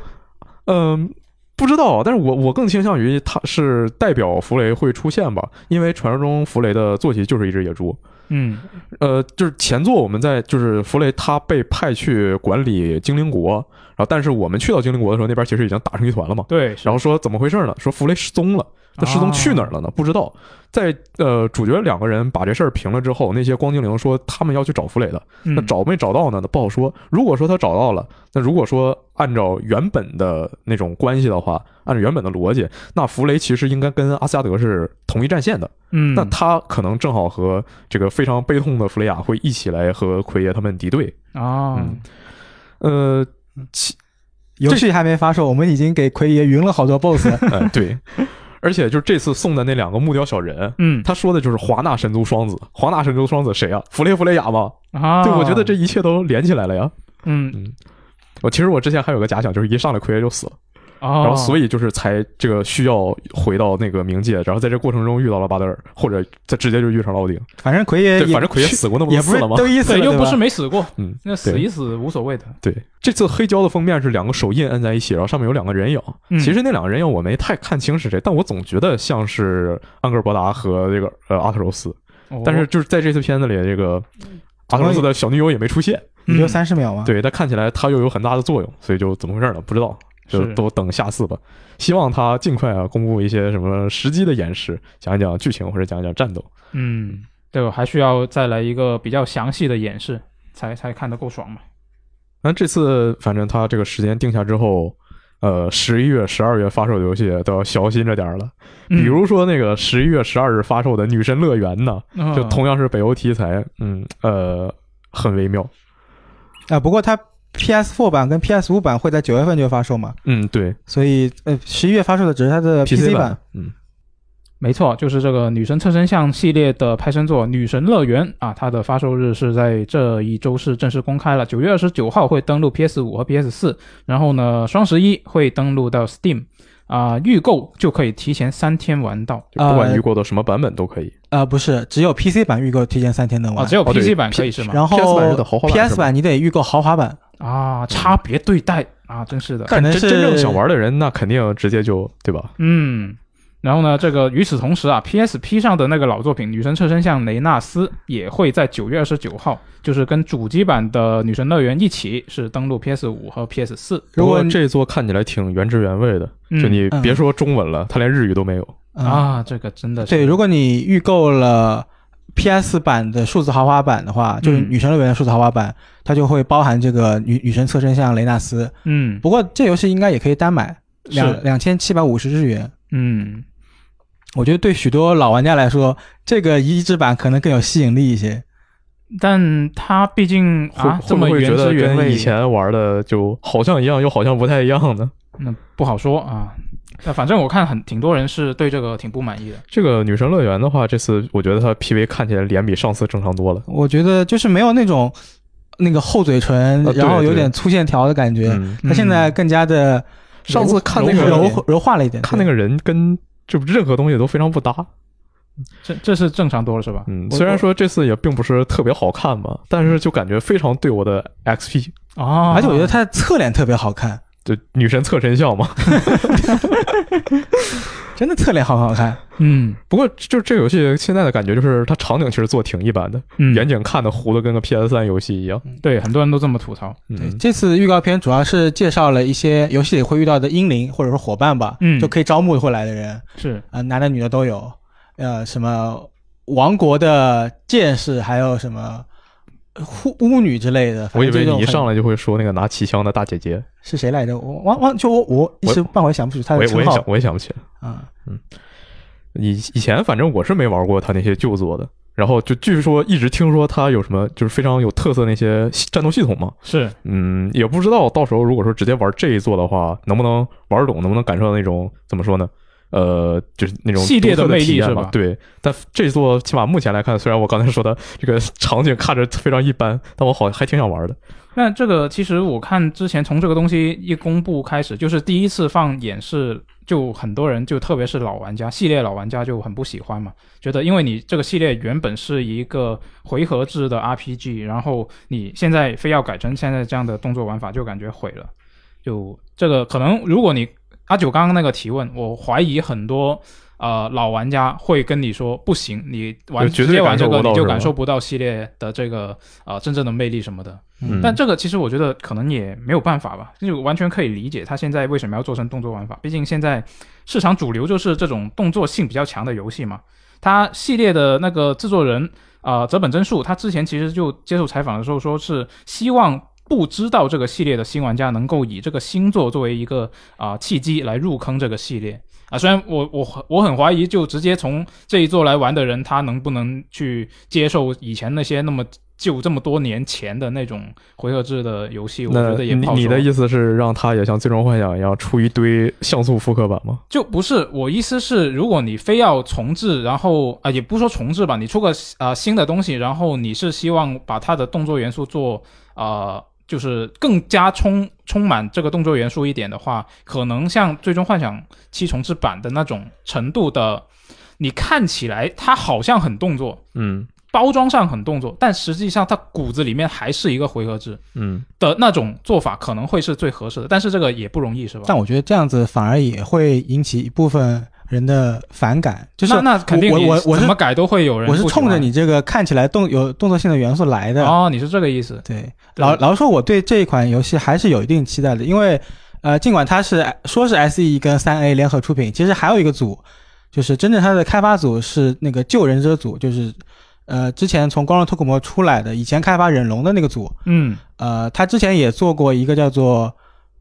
[SPEAKER 2] 嗯、不知道。但是我我更倾向于他是代表弗雷会出现吧，因为传说中弗雷的坐骑就是一只野猪。
[SPEAKER 1] 嗯
[SPEAKER 2] 呃，就是前作我们在就是弗雷他被派去管理精灵国，然后但是我们去到精灵国的时候，那边其实已经打成一团了嘛。
[SPEAKER 1] 对，是
[SPEAKER 2] 然后说怎么回事呢？说弗雷失踪了，那失踪去哪儿了呢？不知道。在呃，主角两个人把这事儿平了之后，那些光精灵说他们要去找弗雷的，那
[SPEAKER 1] 嗯
[SPEAKER 2] 找没找到呢？那不好说。如果说他找到了，那如果说按照原本的那种关系的话，按照原本的逻辑，那弗雷其实应该跟阿斯加德是同一战线的。
[SPEAKER 1] 嗯，
[SPEAKER 2] 那他可能正好和这个非常悲痛的弗雷亚会一起来和奎爷他们敌对。
[SPEAKER 1] 啊，
[SPEAKER 2] 嗯呃，
[SPEAKER 3] 游戏还没发售，我们已经给奎爷云了好多 BOSS，
[SPEAKER 2] 呃 对，而且就是这次送的那两个木雕小人，
[SPEAKER 1] 嗯，
[SPEAKER 2] 他说的就是华纳神族双子。华纳神族双子谁啊？弗雷弗雷亚吗？
[SPEAKER 1] 啊，
[SPEAKER 2] 对，我觉得这一切都连起来了呀。
[SPEAKER 1] 嗯
[SPEAKER 2] 我其实我之前还有个假想，就是一上来奎爷就死了，
[SPEAKER 1] 哦，
[SPEAKER 2] 然后所
[SPEAKER 1] 以
[SPEAKER 2] 以就是才这个需要回到那个冥界，然后在这过程中遇到了巴德尔，或者他直接就遇上了奥丁。
[SPEAKER 3] 反正奎爷
[SPEAKER 2] 对，
[SPEAKER 3] 呃也
[SPEAKER 2] 反正奎爷
[SPEAKER 3] 去
[SPEAKER 2] 死过那么
[SPEAKER 3] 也
[SPEAKER 2] 多
[SPEAKER 3] 不
[SPEAKER 2] 次
[SPEAKER 3] 是
[SPEAKER 2] 了嘛。
[SPEAKER 3] 都一死
[SPEAKER 1] 对
[SPEAKER 3] 了，
[SPEAKER 1] 又
[SPEAKER 3] 对
[SPEAKER 1] 不
[SPEAKER 3] 吧
[SPEAKER 1] 是没死过，
[SPEAKER 2] 嗯，
[SPEAKER 1] 那死
[SPEAKER 2] 对
[SPEAKER 1] 一死无所谓的。
[SPEAKER 2] 对，这次黑胶的封面是两个手印摁在一起，然后上面有两个人影。
[SPEAKER 1] 嗯
[SPEAKER 2] 其实那两个人影我没太看清是谁，但我总觉得像是安格尔伯达和这个呃阿特柔斯。
[SPEAKER 1] 哦
[SPEAKER 2] 但是就是在这次片子里，这个阿特柔斯的小女友也没出现。
[SPEAKER 3] 你就
[SPEAKER 1] 嗯
[SPEAKER 3] 三十秒嘛。
[SPEAKER 2] 对，但看起来她又有很大的作用，所以就怎么回事呢？不知道，就是都等下次吧。希望他尽快啊公布一些什么实际的演示，讲一讲剧情或者讲一讲战斗。
[SPEAKER 1] 嗯，对，我还需要再来一个比较详细的演示，才才看得够爽嘛。
[SPEAKER 2] 那这次反正他这个时间定下之后，呃，十一月、十二月发售的游戏都要小心着点儿了。
[SPEAKER 1] 嗯
[SPEAKER 2] 比如说那个十一月十二日发售的《女神乐园》呢，
[SPEAKER 1] 嗯
[SPEAKER 2] 就同样是北欧题材，嗯呃，很微妙。
[SPEAKER 3] 啊，不过它 PS4 版跟 PS5 版会在九月份就发售嘛，
[SPEAKER 2] 嗯，对
[SPEAKER 3] 所以呃，十一月发售的只是它的 PC 版
[SPEAKER 2] 版。，嗯，
[SPEAKER 1] 没错，就是这个女神侧身像系列的派生作《女神乐园》啊，它的发售日是在这一周是正式公开了，九月二十九号会登陆 PS 五和 PS 四，然后呢，双十一会登陆到 Steam 啊、预购就可以提前三天玩到
[SPEAKER 2] 就不管
[SPEAKER 3] 呃
[SPEAKER 2] 预购的什么版本都可以。
[SPEAKER 3] 啊，不是，只有 PC 版预购提前三天能
[SPEAKER 1] 啊，
[SPEAKER 3] 玩
[SPEAKER 1] 只，有
[SPEAKER 2] 哦对
[SPEAKER 1] PC 版可以是吗？
[SPEAKER 3] 然后
[SPEAKER 2] PS 版是的豪华版是
[SPEAKER 3] PS
[SPEAKER 2] 吗
[SPEAKER 3] 版你得预购豪华版，
[SPEAKER 1] 啊，差别对待，啊，真是的。
[SPEAKER 2] 但
[SPEAKER 3] 可能
[SPEAKER 2] 真真正
[SPEAKER 3] 是
[SPEAKER 2] 想玩的人，那肯定直接就对吧？
[SPEAKER 1] 嗯，然后呢，这个与此同时啊，PSP 上的那个老作品《女神侧身向雷纳斯》也会在九月二十九号，就是跟主机版的《女神乐园》一起是登陆 PS 五和 PS 四。
[SPEAKER 3] 如
[SPEAKER 2] 不过
[SPEAKER 3] 果你
[SPEAKER 2] 这座看起来挺原汁原味的，
[SPEAKER 1] 嗯
[SPEAKER 2] 就你
[SPEAKER 3] 嗯
[SPEAKER 2] 别说中文了，它连日语都没有。
[SPEAKER 3] 嗯
[SPEAKER 1] 啊，这个真的是
[SPEAKER 3] 对，如果你预购了 PS 版的数字豪华版的话，就是
[SPEAKER 1] 嗯
[SPEAKER 3] 女神乐园的数字豪华版，它就会包含这个女女神侧身像雷纳斯。
[SPEAKER 1] 嗯
[SPEAKER 3] 不过这游戏应该也可以单买，
[SPEAKER 1] 是
[SPEAKER 3] 两两千七百五十日元。
[SPEAKER 1] 嗯
[SPEAKER 3] 我觉得对许多老玩家来说，这个移植版可能更有吸引力一些。
[SPEAKER 1] 但它毕竟
[SPEAKER 2] 会
[SPEAKER 1] 啊
[SPEAKER 2] 会
[SPEAKER 1] 这
[SPEAKER 2] 不
[SPEAKER 1] 么
[SPEAKER 2] 会觉
[SPEAKER 1] 原
[SPEAKER 2] 得
[SPEAKER 1] 汁原
[SPEAKER 2] 跟
[SPEAKER 1] 味，
[SPEAKER 2] 以前玩的就好像一样，又好像不太一样呢？
[SPEAKER 1] 那嗯不好说啊。那反正我看很挺多人是对这个挺不满意的。
[SPEAKER 2] 这个女神乐园的话，这次我觉得它 PV 看起来脸比上次正常多了。
[SPEAKER 3] 我觉得就是没有那种那个厚嘴唇，
[SPEAKER 2] 啊对
[SPEAKER 3] 然后有
[SPEAKER 2] 对
[SPEAKER 3] 点粗线条的感觉。
[SPEAKER 2] 嗯，
[SPEAKER 3] 它现在更加的
[SPEAKER 2] 上次看那个
[SPEAKER 3] 柔柔柔化了一点，
[SPEAKER 2] 看那
[SPEAKER 3] 对
[SPEAKER 2] 个人跟这任何东西都非常不搭。
[SPEAKER 1] 这这是正常多了是吧？
[SPEAKER 2] 嗯，
[SPEAKER 3] 我
[SPEAKER 2] 虽然说这次也并不是特别好看吧，但是就感觉非常对我的 XP，
[SPEAKER 1] 哦，
[SPEAKER 3] 而且我觉得它的侧脸特别好看，
[SPEAKER 2] 就女神侧身像嘛。
[SPEAKER 3] 真的侧脸好好看。
[SPEAKER 1] 嗯
[SPEAKER 2] 不过就这个游戏现在的感觉就是，它场景其实做挺一般的，
[SPEAKER 1] 嗯
[SPEAKER 2] 远景看的糊的跟个 PS 三游戏一样。
[SPEAKER 1] 对很多人都这么吐槽。
[SPEAKER 3] 对，
[SPEAKER 2] 嗯，
[SPEAKER 3] 这次预告片主要是介绍了一些游戏里会遇到的英灵或者说伙伴吧，
[SPEAKER 1] 嗯
[SPEAKER 3] 就可以招募过来的人啊、
[SPEAKER 1] 是
[SPEAKER 3] 男的女的都有，呃，什么王国的剑士，还有什么巫巫女之类的。反正
[SPEAKER 2] 我以为
[SPEAKER 3] 就这种
[SPEAKER 2] 你一
[SPEAKER 3] 很
[SPEAKER 2] 上来就会说那个拿气枪的大姐姐，
[SPEAKER 3] 是谁来着？我忘忘就我我一时半会儿想不起他
[SPEAKER 2] 我
[SPEAKER 3] 的
[SPEAKER 2] 也我也
[SPEAKER 3] 称
[SPEAKER 2] 想
[SPEAKER 3] 号
[SPEAKER 2] 我也想不起来。
[SPEAKER 3] 啊。
[SPEAKER 2] 以以前反正我是没玩过他那些旧作的，然后就据说一直听说他有什么就是非常有特色那些系战斗系统嘛，
[SPEAKER 1] 是，
[SPEAKER 2] 嗯，也不知道到时候如果说直接玩这一座的话，能不能玩懂，能不能感受到那种怎么说呢？呃，就是那种
[SPEAKER 1] 系列
[SPEAKER 2] 独特
[SPEAKER 1] 的
[SPEAKER 2] 的
[SPEAKER 1] 魅力
[SPEAKER 2] 体验
[SPEAKER 1] 是吧
[SPEAKER 2] 嘛对，但这座起码目前来看，虽然我刚才说的这个场景看着非常一般，但我好还挺想玩的。
[SPEAKER 1] 那这个其实我看之前从这个东西一公布开始，就是第一次放演示，就很多人就特别是老玩家系列老玩家就很不喜欢嘛，觉得因为你这个系列原本是一个回合制的 RPG，然后你现在非要改成现在这样的动作玩法，就感觉毁了。就这个可能，如果你阿九刚刚那个提问，我怀疑很多。呃，老玩家会跟你说不行，你玩
[SPEAKER 2] 就绝
[SPEAKER 1] 直
[SPEAKER 2] 对
[SPEAKER 1] 接玩这
[SPEAKER 2] 感受
[SPEAKER 1] 个
[SPEAKER 2] 不到
[SPEAKER 1] 你就是
[SPEAKER 2] 吧
[SPEAKER 1] 感受不到系列的这个呃真正的魅力什么的。
[SPEAKER 2] 嗯，
[SPEAKER 1] 但这个其实我觉得可能也没有办法吧，就完全可以理解他现在为什么要做成动作玩法。毕竟现在市场主流就是这种动作性比较强的游戏嘛。他系列的那个制作人啊、呃、泽本真树，他之前其实就接受采访的时候说是希望。不知道这个系列的新玩家能够以这个新作作为一个啊、契机来入坑这个系列啊，虽然我我我很怀疑，就直接从这一座来玩的人，他能不能去接受以前那些那么就这么多年前的那种回合制的游戏，我
[SPEAKER 2] 那
[SPEAKER 1] 觉得也
[SPEAKER 2] 你
[SPEAKER 1] 不好
[SPEAKER 2] 你的
[SPEAKER 1] 说
[SPEAKER 2] 意思是让他也像《最终幻想》一样出一堆像素复刻版吗？
[SPEAKER 1] 就不是我意思是，如果你非要重置，然后啊、也不是说重置吧，你出个啊、呃新的东西，然后你是希望把它的动作元素做啊、呃就是更加充充满这个动作元素一点的话，可能像《最终幻想七重置版》的那种程度的，你看起来它好像很动作，
[SPEAKER 2] 嗯
[SPEAKER 1] 包装上很动作，但实际上它骨子里面还是一个回合制
[SPEAKER 2] 嗯，
[SPEAKER 1] 的那种做法，可能会是最合适的。但是这个也不容易，是吧？
[SPEAKER 3] 但我觉得这样子反而也会引起一部分人的反感，就是
[SPEAKER 1] 那那肯定
[SPEAKER 3] 我
[SPEAKER 1] 你
[SPEAKER 3] 我我
[SPEAKER 1] 怎
[SPEAKER 3] 是
[SPEAKER 1] 么改都会有人
[SPEAKER 3] 我是
[SPEAKER 1] 不喜欢
[SPEAKER 3] 冲着你这个看起来动有动作性的元素来的。
[SPEAKER 1] 哦，你是这个意思？
[SPEAKER 3] 对，老
[SPEAKER 1] 对
[SPEAKER 3] 老实说，我对这一款游戏还是有一定期待的，因为呃，尽管它是说是 SE 跟三 A 联合出品，其实还有一个组，就是真正它的开发组是那个旧人者组，就是呃之前从光荣脱口魔出来的，以前开发忍龙的那个组，
[SPEAKER 1] 嗯
[SPEAKER 3] 呃，他之前也做过一个叫做。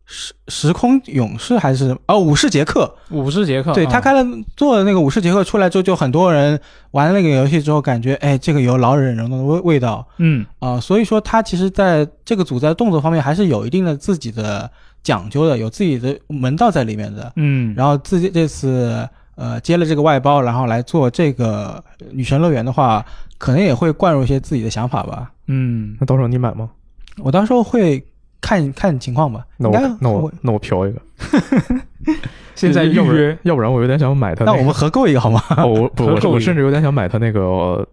[SPEAKER 3] 时时空勇士还是哦，武士杰克，
[SPEAKER 1] 五十节课，
[SPEAKER 3] 对
[SPEAKER 1] 嗯
[SPEAKER 3] 他开了做了那个武士杰克出来之后，就很多人玩了那个游戏之后，感觉哎，这个有老忍龙的味味道，
[SPEAKER 1] 嗯
[SPEAKER 3] 啊、所以说他其实在这个组在动作方面还是有一定的自己的讲究的，有自己的门道在里面的。
[SPEAKER 1] 嗯，
[SPEAKER 3] 然后自己这次呃接了这个外包，然后来做这个呃女神乐园的话，可能也会灌入一些自己的想法吧。
[SPEAKER 1] 嗯
[SPEAKER 2] 那到时候你买吗？
[SPEAKER 3] 我到时候会看看情况吧。
[SPEAKER 2] 那
[SPEAKER 3] 应
[SPEAKER 2] 我
[SPEAKER 3] 该
[SPEAKER 2] 那我
[SPEAKER 3] 会
[SPEAKER 2] 那我嫖一个，
[SPEAKER 1] 现在预
[SPEAKER 2] 要不然
[SPEAKER 1] 约，
[SPEAKER 2] 要不然我有点想买它、
[SPEAKER 3] 那
[SPEAKER 2] 个
[SPEAKER 3] 我们合购一个好吗？
[SPEAKER 2] 哦，我 不，
[SPEAKER 1] 合
[SPEAKER 2] 我
[SPEAKER 1] 购
[SPEAKER 2] 我
[SPEAKER 1] 一个
[SPEAKER 2] 甚至有点想买它那个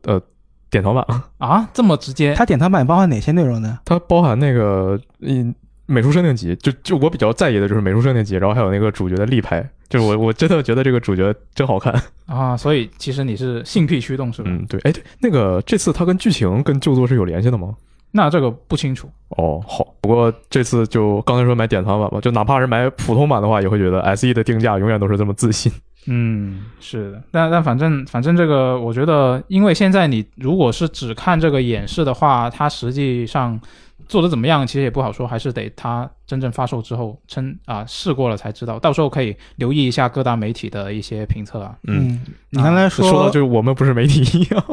[SPEAKER 2] 呃典藏版，
[SPEAKER 1] 啊，这么直接
[SPEAKER 2] 哎
[SPEAKER 3] 它典藏版包含哪些内容呢？
[SPEAKER 2] 它包含那个嗯美术设定集，就就我比较在意的就是美术设定集，然后还有那个主角的立牌，就是 我我真的觉得这个主角真好看。
[SPEAKER 1] 啊，所以其实你是性癖驱动是吧？
[SPEAKER 2] 嗯，对，哎，对，那个这次它跟剧情跟旧作是有联系的吗？
[SPEAKER 1] 那这个不清楚。
[SPEAKER 2] 哦，好，不过这次就刚才说买典藏版吧，就哪怕是买普通版的话，也会觉得 S E 的定价永远都是这么自信。
[SPEAKER 1] 嗯，是的，但但反正反正这个，我觉得，因为现在你如果是只看这个演示的话，它实际上做的怎么样，其实也不好说，还是得它真正发售之后称啊、试过了才知道，到时候可以留意一下各大媒体的一些评测啊。
[SPEAKER 2] 嗯，，
[SPEAKER 3] 你刚才
[SPEAKER 2] 说到就是我们不是媒体一样。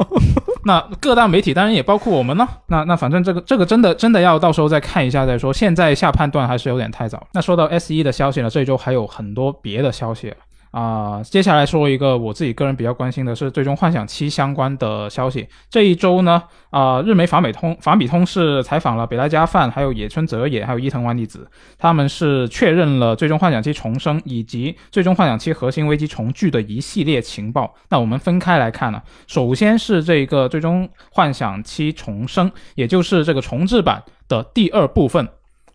[SPEAKER 1] 那各大媒体当然也包括我们呢。那那反正这个这个真的真的要到时候再看一下再说，现在下判断还是有点太早。那说到 S E 一的消息呢，这一周还有很多别的消息。啊、接下来说一个我自己个人比较关心的是《最终幻想七》相关的消息。这一周呢，啊、日媒法美通法米通是采访了北濑加范、还有野村哲也、还有伊藤万里子，他们是确认了《最终幻想七重生》以及《最终幻想七核心危机重聚》的一系列情报。那我们分开来看呢、首先是这个《最终幻想七重生》，也就是这个重制版的第二部分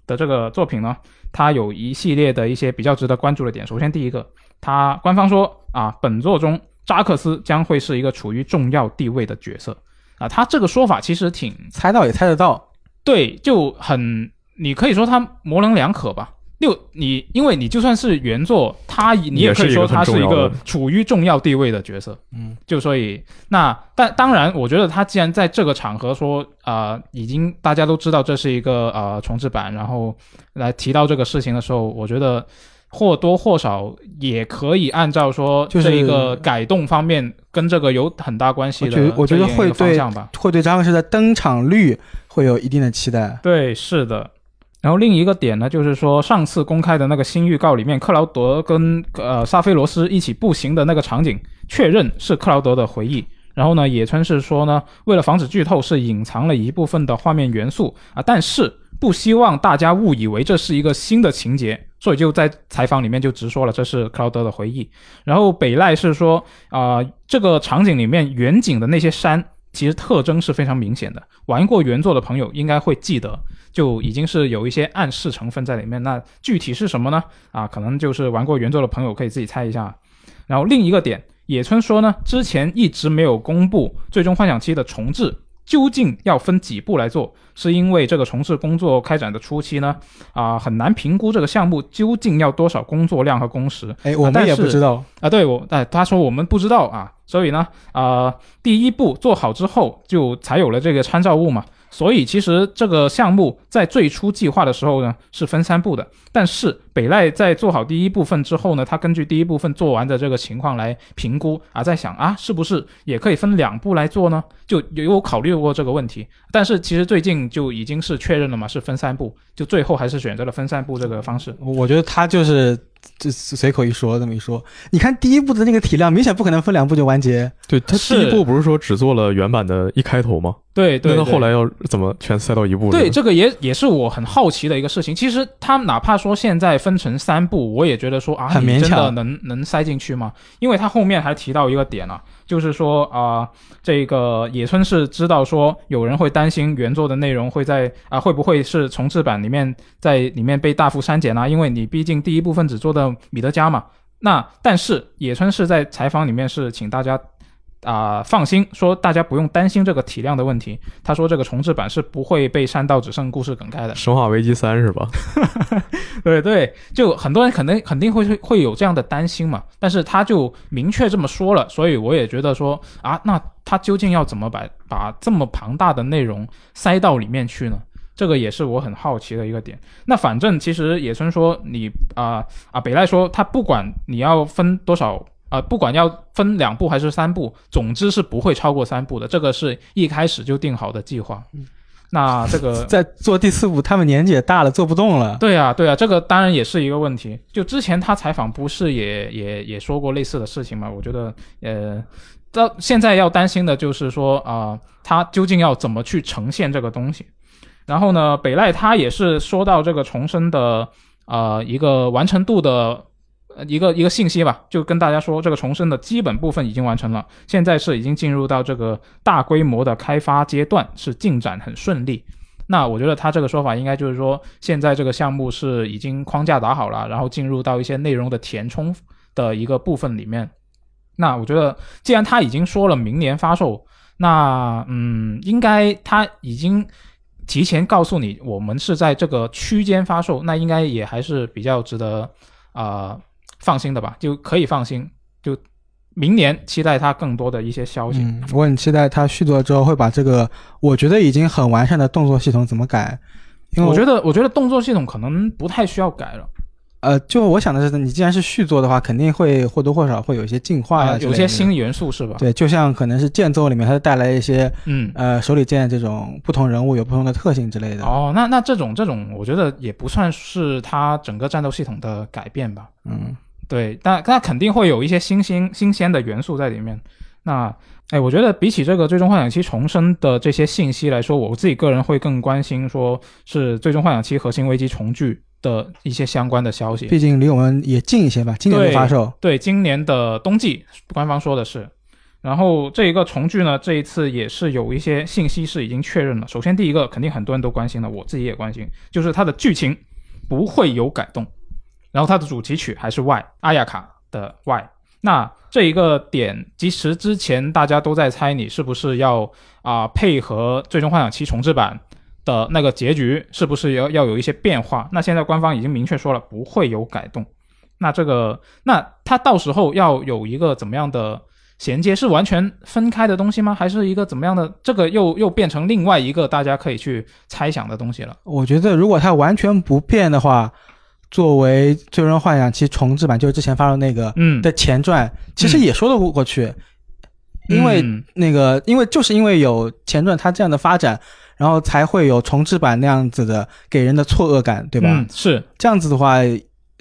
[SPEAKER 1] 的这个作品呢，它有一系列的一些比较值得关注的点。首先，第一个，它官方说啊，本作中扎克斯将会是一个处于重要地位的角色啊。他这个说法其实挺
[SPEAKER 3] 猜到也猜得到，
[SPEAKER 1] 对，就很，你可以说它模棱两可吧。六，你因为你就算是原作，它你也可以说它是一
[SPEAKER 2] 也是一个
[SPEAKER 1] 个
[SPEAKER 2] 很重要的
[SPEAKER 1] 处于重要地位的角色。
[SPEAKER 3] 嗯，
[SPEAKER 1] 就所以那但当然，我觉得他既然在这个场合说啊、呃已经大家都知道这是一个呃重置版，然后来提到这个事情的时候，我觉得或多或少也可以按照说
[SPEAKER 3] 就是
[SPEAKER 1] 这一个改动方面跟这个有很大关系的
[SPEAKER 3] 我觉得我觉得
[SPEAKER 1] 这样一个
[SPEAKER 3] 会对
[SPEAKER 1] 方向吧。
[SPEAKER 3] 会对扎克斯的登场率会有一定的期待。
[SPEAKER 1] 对，是的。然后另一个点呢，就是说上次公开的那个新预告里面，克劳德跟呃沙菲罗斯一起步行的那个场景，确认是克劳德的回忆。然后呢，野村是说呢，为了防止剧透，是隐藏了一部分的画面元素啊，但是不希望大家误以为这是一个新的情节，所以就在采访里面就直说了这是克劳德的回忆。然后北赖是说啊、这个场景里面远景的那些山其实特征是非常明显的，玩过原作的朋友应该会记得，就已经是有一些暗示成分在里面。那具体是什么呢？啊，可能就是玩过原作的朋友可以自己猜一下。然后另一个点，野村说呢，之前一直没有公布《最终幻想七》的重置。究竟要分几步来做？是因为这个重置工作开展的初期呢，啊、很难评估这个项目究竟要多少工作量和工时，
[SPEAKER 3] 哎，我
[SPEAKER 1] 但
[SPEAKER 3] 们也不
[SPEAKER 1] 是
[SPEAKER 3] 知道，
[SPEAKER 1] 啊，对我，哎，他说我们不知道啊，所以呢，啊、第一步做好之后，就才有了这个参照物嘛。所以其实这个项目在最初计划的时候呢，是分三步的。但是北赖在做好第一部分之后呢，他根据第一部分做完的这个情况来评估啊，在想啊，是不是也可以分两步来做呢？就有考虑过这个问题。但是其实最近就已经是确认了嘛，是分三步，就最后还是选择了分三步这个方式。
[SPEAKER 3] 我觉得他就是就随口一说这么一说。你看第一部的那个体量，明显不可能分两部就完结。
[SPEAKER 2] 对，它
[SPEAKER 1] 是
[SPEAKER 2] 第一部不是说只做了原版的一开头吗？
[SPEAKER 1] 对对
[SPEAKER 2] 那
[SPEAKER 1] 对。
[SPEAKER 2] 它后来要怎么全塞到一部？
[SPEAKER 1] 对，，这个也也是我很好奇的一个事情。其实他哪怕说现在分成三部，我也觉得说啊，
[SPEAKER 3] 很
[SPEAKER 1] 你
[SPEAKER 3] 勉
[SPEAKER 1] 真的
[SPEAKER 3] 强
[SPEAKER 1] 能能塞进去吗？因为他后面还提到一个点啊，就是说啊、这个野村是知道说有人会担心原作的内容会在啊、会不会是重制版里面在里面被大幅删减啊？因为你毕竟第一部分只做到米德加嘛。那但是野村是在采访里面是请大家啊、放心，说大家不用担心这个体量的问题。他说这个重置版是不会被删到只剩故事梗概的。
[SPEAKER 2] 《生化危机三》是吧？
[SPEAKER 1] 对对，就很多人肯定肯定会会有这样的担心嘛，但是他就明确这么说了，所以我也觉得说啊，那他究竟要怎么把把这么庞大的内容塞到里面去呢？这个也是我很好奇的一个点。那反正其实野村说你啊啊、北赖说他不管你要分多少啊、不管要分两步还是三步，总之是不会超过三步的，这个是一开始就定好的计划。那这个
[SPEAKER 3] 在做第四部，他们年纪也大了，做不动了。
[SPEAKER 1] 对啊，对啊，这个当然也是一个问题。就之前他采访不是也也也说过类似的事情嘛？我觉得，呃，到现在要担心的就是说啊、他究竟要怎么去呈现这个东西。然后呢，北赖他也是说到这个重生的呃一个完成度的。呃一个一个信息吧，就跟大家说，这个重生的基本部分已经完成了，现在是已经进入到这个大规模的开发阶段，是进展很顺利。那我觉得他这个说法应该就是说，现在这个项目是已经框架打好了，然后进入到一些内容的填充的一个部分里面。那我觉得，既然他已经说了明年发售，那嗯，应该他已经提前告诉你，我们是在这个区间发售，那应该也还是比较值得啊、呃放心的吧，就可以放心，就明年期待它更多的一些消息。
[SPEAKER 3] 嗯，我很期待它续作之后会把这个我觉得已经很完善的动作系统怎么改，因为
[SPEAKER 1] 我觉
[SPEAKER 3] 得
[SPEAKER 1] 得，我觉得动作系统可能不太需要改了，
[SPEAKER 3] 呃，就我想的是，你既然是续作的话，肯定会或多或少会有一些进化呀、
[SPEAKER 1] 啊
[SPEAKER 3] 之
[SPEAKER 1] 有
[SPEAKER 3] 类
[SPEAKER 1] 些
[SPEAKER 3] 的
[SPEAKER 1] 新元素是吧？
[SPEAKER 3] 对，就像可能是剑奏里面它带来一些
[SPEAKER 1] 嗯，
[SPEAKER 3] 呃手里剑这种不同人物有不同的特性之类的。
[SPEAKER 1] 哦，那那这种这种，我觉得也不算是它整个战斗系统的改变吧。
[SPEAKER 3] 嗯，
[SPEAKER 1] 对，但但肯定会有一些新兴新鲜的元素在里面。那哎，我觉得比起这个《最终幻想七》重生的这些信息来说，我自己个人会更关心，说是《最终幻想七》核心危机重聚的一些相关的消息。
[SPEAKER 3] 毕竟离我们也近一些吧，今年
[SPEAKER 1] 对
[SPEAKER 3] 就发售。
[SPEAKER 1] 对，今年的冬季，官方说的是。然后这一个重聚呢，这一次也是有一些信息是已经确认了。首先第一个，肯定很多人都关心了，我自己也关心，就是它的剧情不会有改动，然后它的主题曲还是 Y 阿亚卡的 Y。那这一个点，其实之前大家都在猜你是不是要啊、配合《最终幻想七重置版》的那个结局，是不是要要有一些变化？那现在官方已经明确说了，不会有改动。那这个，那它到时候要有一个怎么样的衔接？是完全分开的东西吗？还是一个怎么样的？这个又又变成另外一个大家可以去猜想的东西了。
[SPEAKER 3] 我觉得如果它完全不变的话，作为《最终幻想七》重置版，就是之前发售那个
[SPEAKER 1] 嗯，
[SPEAKER 3] 的前传，其实也说得过去，因为
[SPEAKER 1] 嗯
[SPEAKER 3] 那个，因为就是因为有前传它这样的发展，然后才会有重置版那样子的给人的错愕感，对吧？
[SPEAKER 1] 嗯是
[SPEAKER 3] 这样子的话，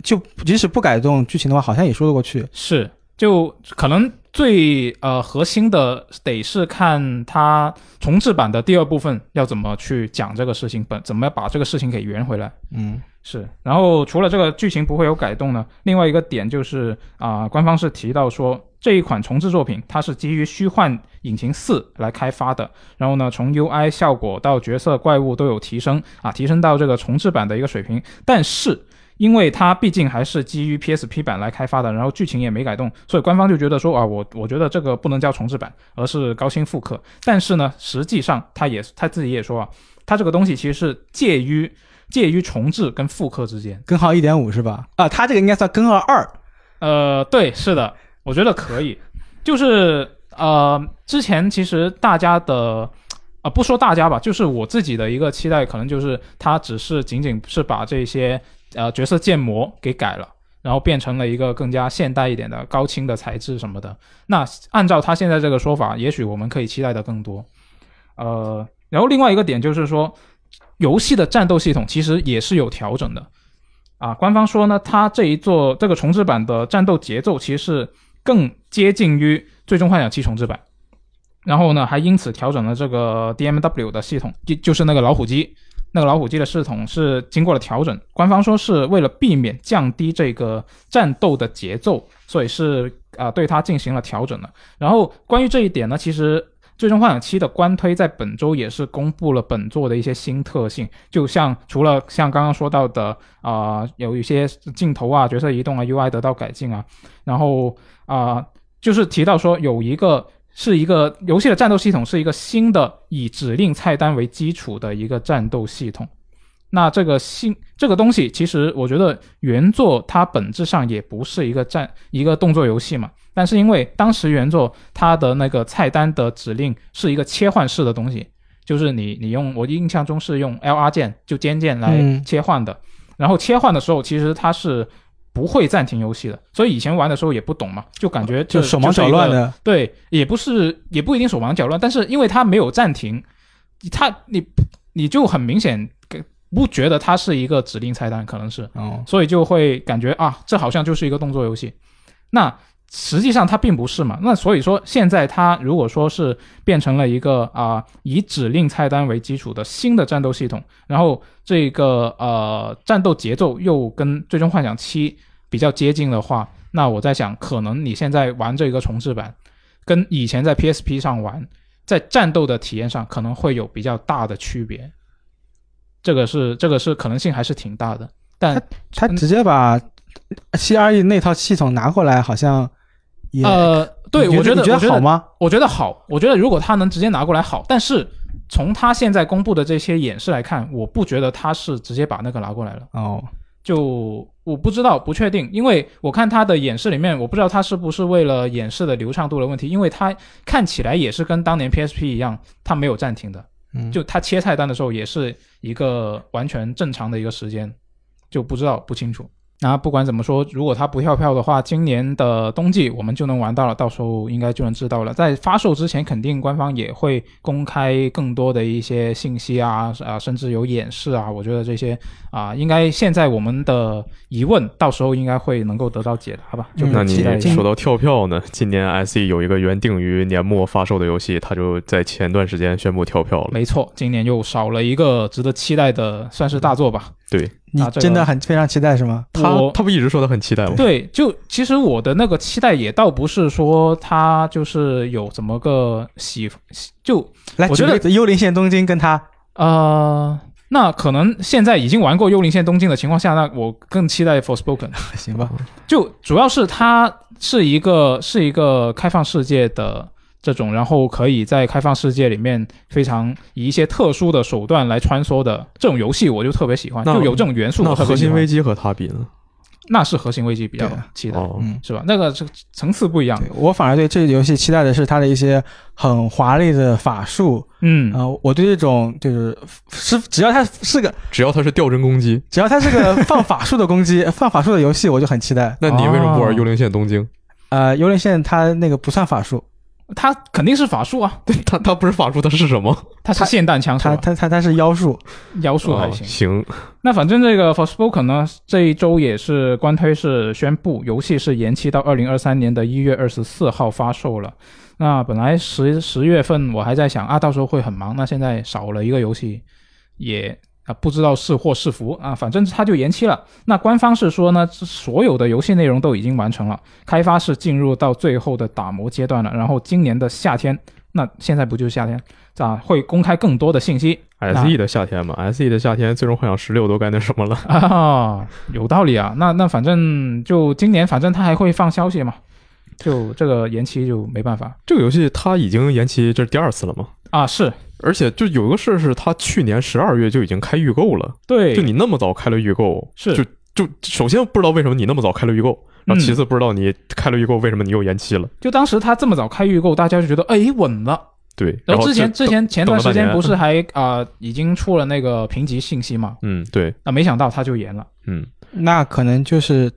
[SPEAKER 3] 就即使不改动剧情的话，好像也说得过去。
[SPEAKER 1] 是，就可能最呃核心的得是看它重置版的第二部分要怎么去讲这个事情，本怎么把这个事情给圆回来。
[SPEAKER 3] 嗯，
[SPEAKER 1] 是，然后除了这个剧情不会有改动呢，另外一个点就是啊、官方是提到说这一款重置作品它是基于虚幻引擎四来开发的，然后呢，从 UI 效果到角色怪物都有提升啊，提升到这个重置版的一个水平，但是。因为它毕竟还是基于 PSP 版来开发的，然后剧情也没改动，所以官方就觉得说啊，我我觉得这个不能叫重置版，而是高清复刻。但是呢，实际上他也他自己也说啊，他这个东西其实是介于介于重置跟复刻之间。
[SPEAKER 3] 根号一点五是吧？啊，它这个应该算根号二。
[SPEAKER 1] 呃，对，是的，我觉得可以。就是呃，之前其实大家的啊、不说大家吧，就是我自己的一个期待，可能就是它只是仅仅是把这些呃角色建模给改了。然后变成了一个更加现代一点的高清的材质什么的。那按照他现在这个说法，也许我们可以期待的更多。呃，然后另外一个点就是说，游戏的战斗系统其实也是有调整的。啊，官方说呢，它这一座这个重置版的战斗节奏其实是更接近于《最终幻想七》重置版，然后呢，还因此调整了这个 DMW 的系统，就就是那个老虎机，那个老虎机的系统是经过了调整。官方说是为了避免降低这个战斗的节奏，所以是啊、对它进行了调整的。然后关于这一点呢，其实。最终幻想七的官推在本周也是公布了本作的一些新特性，就像除了像刚刚说到的啊、有一些镜头啊、角色移动啊、UI 得到改进啊，然后啊、就是提到说有一个是一个游戏的战斗系统是一个新的以指令菜单为基础的一个战斗系统。那这个新这个东西，其实我觉得原作它本质上也不是一个战一个动作游戏嘛，但是因为当时原作它的那个菜单的指令是一个切换式的东西，就是你你用我印象中是用 L R 键就尖键来
[SPEAKER 3] 嗯
[SPEAKER 1] 切换的，然后切换的时候其实它是不会暂停游戏的，所以以前玩的时候也不懂嘛，就感觉这
[SPEAKER 3] 就手忙脚
[SPEAKER 1] 的。
[SPEAKER 3] 乱的，
[SPEAKER 1] 对，也不是，也不一定手忙脚乱，但是因为它没有暂停，它你你就很明显给不觉得它是一个指令菜单，可能是，
[SPEAKER 3] 哦，
[SPEAKER 1] 所以就会感觉啊，这好像就是一个动作游戏。那实际上它并不是嘛。那所以说，现在它如果说是变成了一个啊、以指令菜单为基础的新的战斗系统，然后这个呃战斗节奏又跟《最终幻想七》比较接近的话，那我在想，可能你现在玩这个重置版，跟以前在 PSP 上玩，在战斗的体验上可能会有比较大的区别。这个是这个是可能性还是挺大的。但
[SPEAKER 3] 他直接把 CRE 那套系统拿过来，好像也
[SPEAKER 1] 呃，对，
[SPEAKER 3] 你
[SPEAKER 1] 我觉
[SPEAKER 3] 觉
[SPEAKER 1] 得
[SPEAKER 3] 你
[SPEAKER 1] 我
[SPEAKER 3] 得
[SPEAKER 1] 觉
[SPEAKER 3] 好
[SPEAKER 1] 得
[SPEAKER 3] 吗？
[SPEAKER 1] 我觉得好，我觉得如果他能直接拿过来好，但是从他现在公布的这些演示来看，我不觉得他是直接把那个拿过来了。
[SPEAKER 3] 哦，
[SPEAKER 1] 就我不知道，不确定，因为我看他的演示里面，我不知道他是不是为了演示的流畅度的问题，因为他看起来也是跟当年 PSP 一样，它没有暂停的，
[SPEAKER 3] 嗯
[SPEAKER 1] 就他切菜单的时候也是一个完全正常的一个时间，就不知道不清楚。那不管怎么说，如果它不跳票的话，今年的冬季我们就能玩到了，到时候应该就能知道了。在发售之前，肯定官方也会公开更多的一些信息啊啊，甚至有演示啊。我觉得这些啊，应该现在我们的疑问，到时候应该会能够得到解答吧。就
[SPEAKER 3] 嗯
[SPEAKER 2] 那
[SPEAKER 1] 是期待一
[SPEAKER 2] 你
[SPEAKER 1] 下。
[SPEAKER 2] 说到跳票呢？今年 SE 有一个原定于年末发售的游戏，它就在前段时间宣布跳票了。
[SPEAKER 1] 没错，今年又少了一个值得期待的，算是大作吧。
[SPEAKER 2] 对
[SPEAKER 3] 你
[SPEAKER 1] 啊这个
[SPEAKER 3] 真的很非常期待是吗？
[SPEAKER 2] 他
[SPEAKER 1] 我
[SPEAKER 2] 他不一直说他很期待 吗？
[SPEAKER 1] 对，就其实我的那个期待也倒不是说它就是有怎么个喜，就
[SPEAKER 3] 来，
[SPEAKER 1] 我觉得
[SPEAKER 3] 举个例子《幽灵线：东京》跟他
[SPEAKER 1] 呃，那可能现在已经玩过《幽灵线：东京》的情况下，那我更期待《Forspoken》。
[SPEAKER 3] 行吧？
[SPEAKER 2] 嗯
[SPEAKER 1] 就主要是它是一个是一个开放世界的这种，然后可以在开放世界里面非常以一些特殊的手段来穿梭的这种游戏，我就特别喜欢。
[SPEAKER 2] 那
[SPEAKER 1] 就有这种元素，
[SPEAKER 2] 那
[SPEAKER 1] 我特
[SPEAKER 2] 核
[SPEAKER 1] 别喜
[SPEAKER 2] 心
[SPEAKER 1] 欢
[SPEAKER 2] 危机和他比呢？
[SPEAKER 1] 那是核心危机比较
[SPEAKER 3] 对啊
[SPEAKER 1] 期待，
[SPEAKER 2] 哦，
[SPEAKER 3] 嗯，
[SPEAKER 1] 是吧？那个是层次不一样。
[SPEAKER 3] 对我反而对这个游戏期待的是它的一些很华丽的法术。
[SPEAKER 1] 嗯，
[SPEAKER 3] 呃，我对这种就是是只要它是个
[SPEAKER 2] 只要他是吊针攻击，
[SPEAKER 3] 只要它是 个放法术的攻击、放法术的游戏，我就很期待。
[SPEAKER 2] 那你为什么不玩
[SPEAKER 1] 哦
[SPEAKER 2] 《幽灵线：东京
[SPEAKER 3] 呃，幽灵线它那个不算法术，
[SPEAKER 1] 它肯定是法术啊，》？
[SPEAKER 2] 他他不是法术，他是什么？
[SPEAKER 1] 它是霰弹枪啊是
[SPEAKER 3] 它
[SPEAKER 1] 吧？
[SPEAKER 3] 它它它是妖术。
[SPEAKER 1] 妖术还
[SPEAKER 2] 哦
[SPEAKER 1] 行。
[SPEAKER 2] 行，
[SPEAKER 1] 那反正这个 Forspoken 呢，这一周也是官推是宣布，游戏是延期到二零二三年的一月二十四号发售了。那本来十十月份我还在想啊，到时候会很忙，那现在少了一个游戏，也啊不知道是祸是福啊，反正它就延期了。那官方是说呢，所有的游戏内容都已经完成了，开发是进入到最后的打磨阶段了，然后今年的夏天。那现在不就是夏天啊？会公开更多的信息， 那
[SPEAKER 2] S E 的夏天嘛，S E 的夏天，最终幻想十六都该那什么了？
[SPEAKER 1] 啊，有道理啊。那那反正就今年，反正他还会放消息嘛，就这个延期就没办法
[SPEAKER 2] 这个游戏它已经延期，这是第二次了嘛？
[SPEAKER 1] 啊。是
[SPEAKER 2] 而且就有一个事儿是，它去年十二月就已经开预购了，
[SPEAKER 1] 对，
[SPEAKER 2] 就你那么早开了预购，
[SPEAKER 1] 是
[SPEAKER 2] 就就首先不知道为什么你那么早开了预购，然
[SPEAKER 1] 嗯
[SPEAKER 2] 后啊其次不知道你开了预购为什么你又延期了，
[SPEAKER 1] 就当时他这么早开预购，大家就觉得哎稳了。
[SPEAKER 2] 对，
[SPEAKER 1] 然后
[SPEAKER 2] 后
[SPEAKER 1] 之前
[SPEAKER 2] 就
[SPEAKER 1] 之前前段时间
[SPEAKER 2] 等了半年
[SPEAKER 1] 不是还啊、已经出了那个评级信息嘛？
[SPEAKER 2] 嗯对
[SPEAKER 1] 啊，没想到他就延了。
[SPEAKER 2] 嗯
[SPEAKER 3] 那可能就是